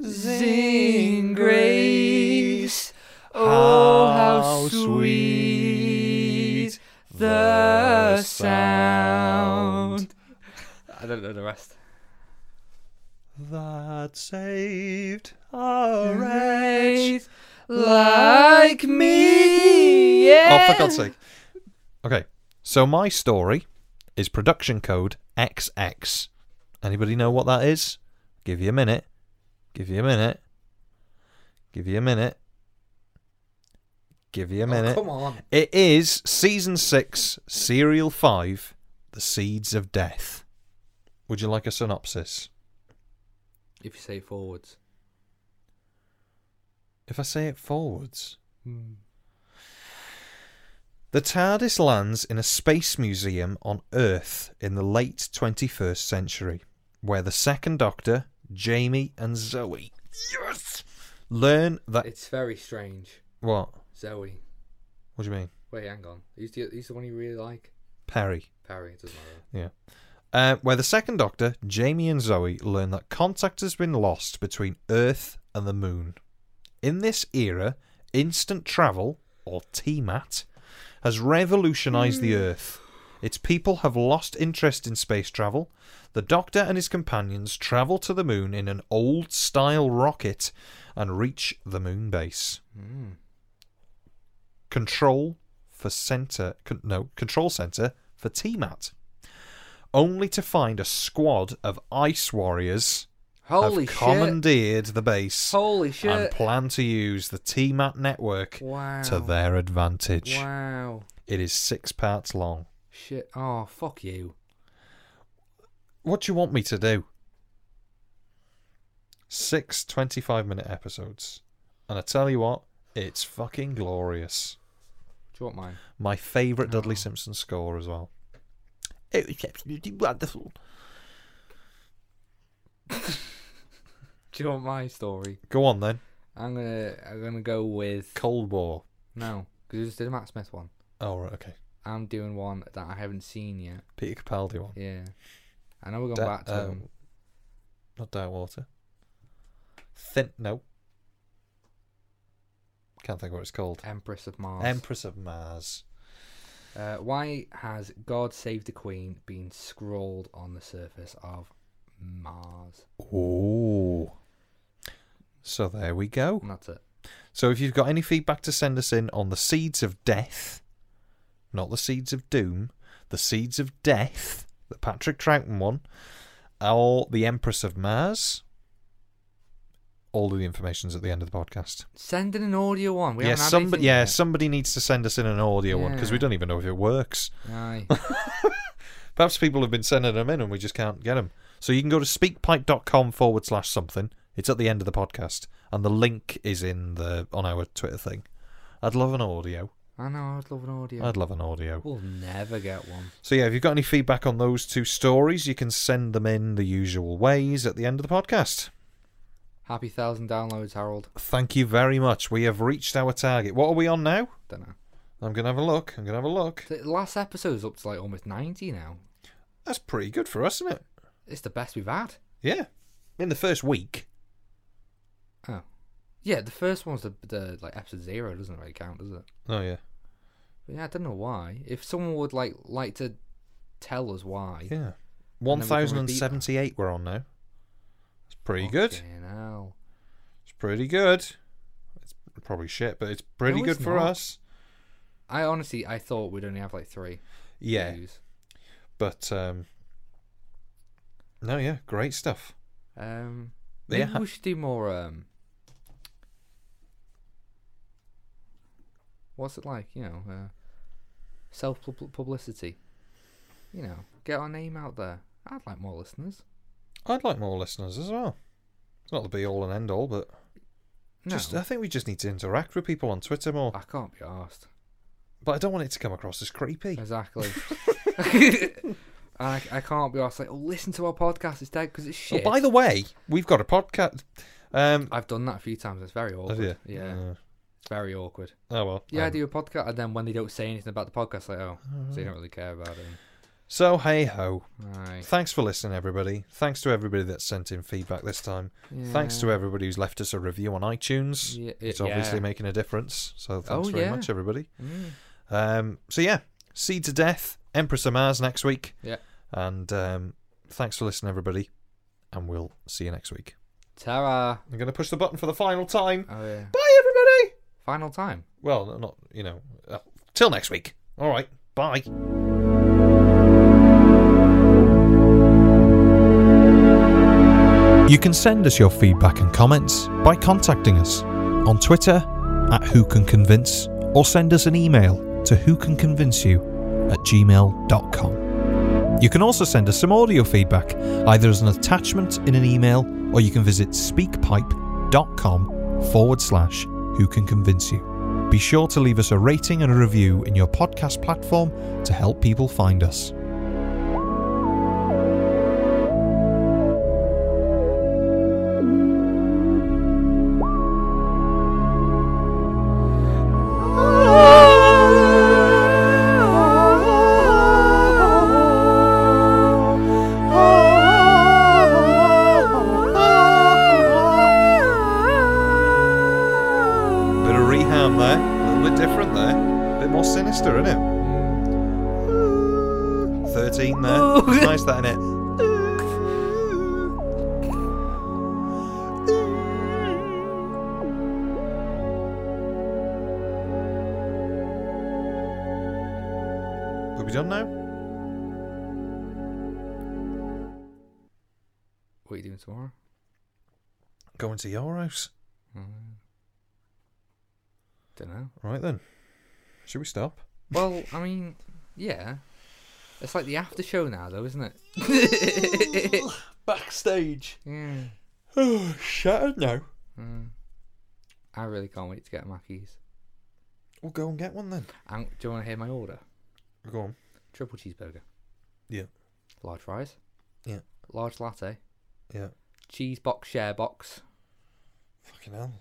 Speaker 1: Zing grace. Oh, how sweet the sound. I don't know the rest.
Speaker 2: that saved a
Speaker 1: Right, like me.
Speaker 2: Oh, for God's sake! Okay, so my story is production code XX. Anybody know what that is? Give you a minute. Give you a minute. Give you a minute. Give you a minute.
Speaker 1: Oh, Come on.
Speaker 2: It is season six, serial five, The Seeds of Death. Would you like a synopsis?
Speaker 1: If you say forwards.
Speaker 2: If I say it forwards. The TARDIS lands in a space museum on Earth in the late 21st century, where the second Doctor, Jamie, and Zoe yes! learn that.
Speaker 1: It's very strange.
Speaker 2: What?
Speaker 1: Zoe.
Speaker 2: What do you mean?
Speaker 1: Wait, hang on. Who's the, who's the one you really like?
Speaker 2: Perry.
Speaker 1: Perry, it doesn't matter.
Speaker 2: Yeah. Uh, where the second Doctor, Jamie and Zoe, learn that contact has been lost between Earth and the Moon. In this era, instant travel, or TMAT, has revolutionised the Earth. Its people have lost interest in space travel. The Doctor and his companions travel to the Moon in an old style rocket and reach the Moon base. Control for Centre. Con- no, Control Centre for TMAT only to find a squad of ice warriors
Speaker 1: Holy
Speaker 2: have
Speaker 1: shit.
Speaker 2: commandeered the base
Speaker 1: Holy shit.
Speaker 2: and plan to use the TMAT network
Speaker 1: wow.
Speaker 2: to their advantage.
Speaker 1: Wow.
Speaker 2: It is six parts long.
Speaker 1: Shit. Oh, fuck you.
Speaker 2: What do you want me to do? Six 25 minute episodes. And I tell you what, it's fucking glorious.
Speaker 1: Do you want mine?
Speaker 2: My
Speaker 1: Oh.
Speaker 2: favourite Dudley Simpson score as well.
Speaker 6: It was absolutely wonderful.
Speaker 1: Do you want my story?
Speaker 2: Go on then.
Speaker 1: I'm gonna I'm gonna go with
Speaker 2: Cold War.
Speaker 1: no because we just did a Matt Smith one.
Speaker 2: Oh right, okay.
Speaker 1: I'm doing one that I haven't seen yet.
Speaker 2: Peter Capaldi one.
Speaker 1: Yeah, I know we're going
Speaker 2: Da-
Speaker 1: back to
Speaker 2: um,
Speaker 1: him.
Speaker 2: Not Darkwater. Thin no. Can't think of what it's called.
Speaker 1: Empress of Mars.
Speaker 2: Empress of Mars.
Speaker 1: uh, why has God Save the Queen been scrawled on the surface of Mars?
Speaker 2: Ooh. So there we go.
Speaker 1: And that's it.
Speaker 2: So if you've got any feedback to send us in on the seeds of death, not the seeds of doom, the seeds of death, the Patrick Troughton one, or the Empress of Mars, all of the information's at the end of the podcast.
Speaker 1: Send in an audio one. We
Speaker 2: yeah,
Speaker 1: haven't had
Speaker 2: somebody,
Speaker 1: anything
Speaker 2: yeah,
Speaker 1: yet.
Speaker 2: somebody needs to send us in an audio one because we
Speaker 1: Yeah.
Speaker 2: don't even know if it works.
Speaker 1: Aye.
Speaker 2: Perhaps people have been sending them in and we just can't get them. So you can go to speakpipe.com forward slash something. It's at the end of the podcast, and the link is in the on our Twitter thing. I'd love an audio.
Speaker 1: I know. I would love an audio.
Speaker 2: I'd love an audio.
Speaker 1: We'll never get one.
Speaker 2: So yeah, if you've got any feedback on those two stories, you can send them in the usual ways at the end of the podcast.
Speaker 1: Happy thousand downloads, Harold.
Speaker 2: Thank you very much. We have reached our target. What are we on now?
Speaker 1: Don't know.
Speaker 2: I'm gonna have a look. I'm gonna have a look.
Speaker 1: The last episode's up to like almost ninety now.
Speaker 2: That's pretty good for us, isn't it?
Speaker 1: It's the best we've had.
Speaker 2: Yeah. In the first week.
Speaker 1: Oh, yeah. The first one's the, the like episode zero doesn't really count, does it?
Speaker 2: Oh yeah.
Speaker 1: But yeah, I don't know why. If someone would like like to tell us why,
Speaker 2: Yeah.
Speaker 1: then we can repeat that.
Speaker 2: 1078 we're on now. It's
Speaker 1: Oh,
Speaker 2: pretty good.
Speaker 1: Fucking hell.
Speaker 2: It's pretty good. It's probably shit, but it's pretty
Speaker 1: No,
Speaker 2: good
Speaker 1: it's
Speaker 2: for
Speaker 1: not.
Speaker 2: us.
Speaker 1: I honestly, I thought we'd only have like three.
Speaker 2: Yeah.
Speaker 1: views.
Speaker 2: But um No, yeah, great stuff.
Speaker 1: Um, maybe
Speaker 2: Yeah.
Speaker 1: we should do more. Um, what's it like? You know, uh, self pub- publicity. You know, get our name out there. I'd like more listeners.
Speaker 2: I'd like more listeners as well. It's not the be all and end all, but
Speaker 1: No, Ah.
Speaker 2: just uh, I think we just need to interact with people on Twitter more.
Speaker 1: I can't be asked.
Speaker 2: But I don't want it to come across as
Speaker 1: Oh,
Speaker 2: creepy. Oh,
Speaker 1: Exactly. I, I can't be asked. Like, oh, listen to our podcast instead because it's
Speaker 2: Oh,
Speaker 1: shit.
Speaker 2: by the way, we've got a podcast. Um,
Speaker 1: I've done that a few times. It's very awkward.
Speaker 2: have you?
Speaker 1: Oh, Yeah,
Speaker 2: Uh,
Speaker 1: it's very awkward.
Speaker 2: oh well.
Speaker 1: Yeah, I
Speaker 2: um,
Speaker 1: do a podcast, and then when they don't say anything about the podcast, like, oh, so you don't really care about it.
Speaker 2: So hey ho.
Speaker 1: Right.
Speaker 2: Thanks for listening, everybody. Thanks to everybody that sent in feedback this time. Thanks to everybody who's left us a review on iTunes.
Speaker 1: Yeah,
Speaker 2: it's
Speaker 1: yeah.
Speaker 2: obviously making a difference. So thanks
Speaker 1: Oh,
Speaker 2: very
Speaker 1: yeah. Mm.
Speaker 2: much, everybody. Um, so yeah, Seed to Death, Empress of Mars next week.
Speaker 1: Yeah.
Speaker 2: And um, thanks for listening, everybody. And we'll see you next week.
Speaker 1: Tara.
Speaker 2: I'm going to push the button for the final time.
Speaker 1: Oh yeah.
Speaker 2: Bye, everybody.
Speaker 1: Final time.
Speaker 2: Well, n- not, you know, uh, till next week. All right. Bye. You can send us your feedback and comments by contacting us on Twitter at Who Can Convince or send us an email to Who Can Convince You at gmail.com. You can also send us some audio feedback either as an attachment in an email or you can visit speakpipe.com forward slash Who Can Convince You. Be sure to leave us a rating and a review in your podcast platform to help people find us. Bit of rehab there. A little bit different there. A bit more sinister, isn't it? 13 there. It's nice that, innit? Are we done now?
Speaker 1: What are you doing tomorrow?
Speaker 2: Going to your house.
Speaker 1: Don't know.
Speaker 2: Right then. Should we stop?
Speaker 1: Well, I mean, yeah. It's like the after show now, though, isn't it?
Speaker 2: Backstage.
Speaker 1: yeah.
Speaker 2: Oh, shattered now.
Speaker 1: Mm. I really can't wait to get Mackey's.
Speaker 2: We'll go and get one then.
Speaker 1: And do you want to hear my order?
Speaker 2: Go on.
Speaker 1: Triple cheeseburger.
Speaker 2: Yeah.
Speaker 1: Large fries.
Speaker 2: Yeah.
Speaker 1: Large latte.
Speaker 2: Yeah.
Speaker 1: Cheese box share box.
Speaker 2: Fucking hell.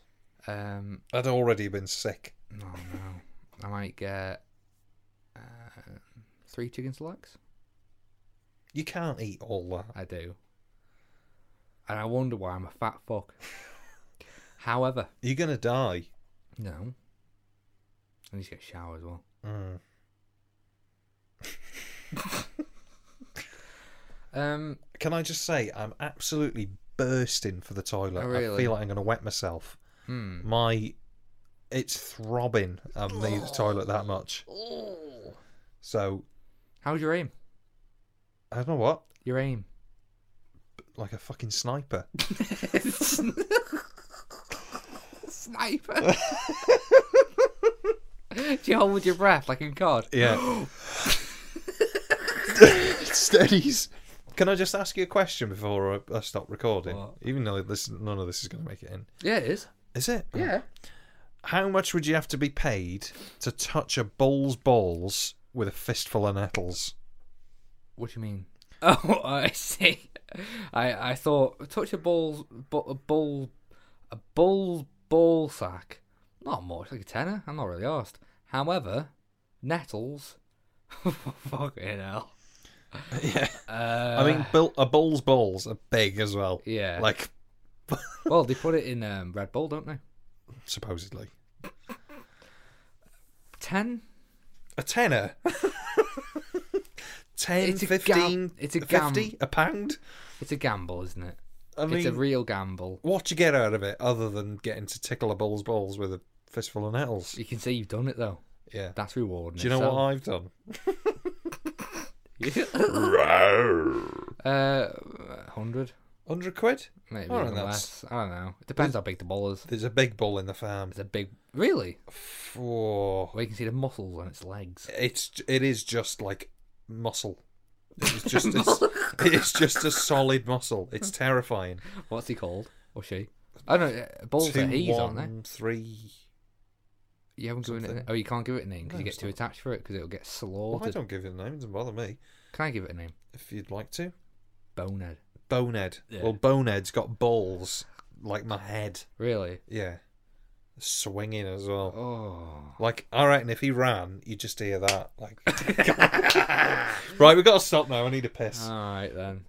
Speaker 1: Um,
Speaker 2: I'd already been sick.
Speaker 1: oh no, I might get uh, three chicken selects.
Speaker 2: You can't eat all that.
Speaker 1: I do, and I wonder why I'm a fat fuck. However,
Speaker 2: You're gonna die.
Speaker 1: no, I need to get a shower as well. Hmm.
Speaker 2: Mm.
Speaker 1: Um,
Speaker 2: Can I just say I'm absolutely bursting for the toilet.
Speaker 1: Oh,
Speaker 2: I
Speaker 1: really?
Speaker 2: feel like I'm gonna wet myself.
Speaker 1: hmm.
Speaker 2: My it's throbbing. I've needed the toilet that much. So
Speaker 1: how's your aim?
Speaker 2: I don't know what.
Speaker 1: Your aim.
Speaker 2: Like a fucking sniper.
Speaker 1: Sniper. Do you hold your breath like in COD?
Speaker 2: Yeah. Steadies. Can I just ask you a question before I, I stop recording?
Speaker 1: What?
Speaker 2: Even though this none of this is going to make it in.
Speaker 1: Yeah, it is.
Speaker 2: Is it?
Speaker 1: Yeah.
Speaker 2: How much would you have to be paid to touch a bull's balls with a fistful of nettles?
Speaker 1: What do you mean? Oh, I see. I I thought touch a ball, bu- a bull, a bull ball sack. Not much, like a tenner. I'm not really arsed. However, nettles. Fucking hell.
Speaker 2: Yeah.
Speaker 1: Uh,
Speaker 2: I mean, bull, a bull's balls are big as well.
Speaker 1: yeah.
Speaker 2: Like,
Speaker 1: well, they put it in um, Red Bull, don't they?
Speaker 2: supposedly.
Speaker 1: Ten.
Speaker 2: A tenner? 10,
Speaker 1: It's a gam-
Speaker 2: 15,
Speaker 1: it's a gam-
Speaker 2: 50, a pound?
Speaker 1: It's a gamble, isn't it?
Speaker 2: I mean,
Speaker 1: it's a real gamble.
Speaker 2: what you get out of it other than getting to tickle a bull's balls with a fistful of nettles.
Speaker 1: You can say you've done it though.
Speaker 2: Yeah.
Speaker 1: That's rewarding.
Speaker 2: Do you know what I've done?
Speaker 1: I? Uh, hundred.
Speaker 2: 100 quid?
Speaker 1: Maybe
Speaker 2: I reckon
Speaker 1: even
Speaker 2: that's-
Speaker 1: less. I don't know. It depends how big the ball is.
Speaker 2: There's a big bull in the farm.
Speaker 1: It's a big. Really?
Speaker 2: Four.
Speaker 1: Where you can see the muscles on its legs.
Speaker 2: It's it is just like muscle. It's just it's, it's just a solid muscle. It's terrifying.
Speaker 1: What's he called? Or she? I don't know. uh, Balls
Speaker 2: Two,
Speaker 1: are he's, aren't they?
Speaker 2: one, three.
Speaker 1: You haven't given it. a-
Speaker 2: something.
Speaker 1: Oh, you can't give it a name because
Speaker 2: No,
Speaker 1: you get
Speaker 2: it's
Speaker 1: too
Speaker 2: not.
Speaker 1: attached for it because it'll get
Speaker 2: Well, I
Speaker 1: slaughtered.
Speaker 2: don't give it a name. It doesn't bother me.
Speaker 1: Can I give it a name?
Speaker 2: If you'd like to,
Speaker 1: Bonehead.
Speaker 2: bonehead.
Speaker 1: Yeah.
Speaker 2: Well, bonehead's got balls like my head.
Speaker 1: Really?
Speaker 2: Yeah, swinging as well.
Speaker 1: Oh.
Speaker 2: Like I reckon if he ran, you would just hear that. Like, right, we've got to stop now. I need a piss.
Speaker 1: All right then.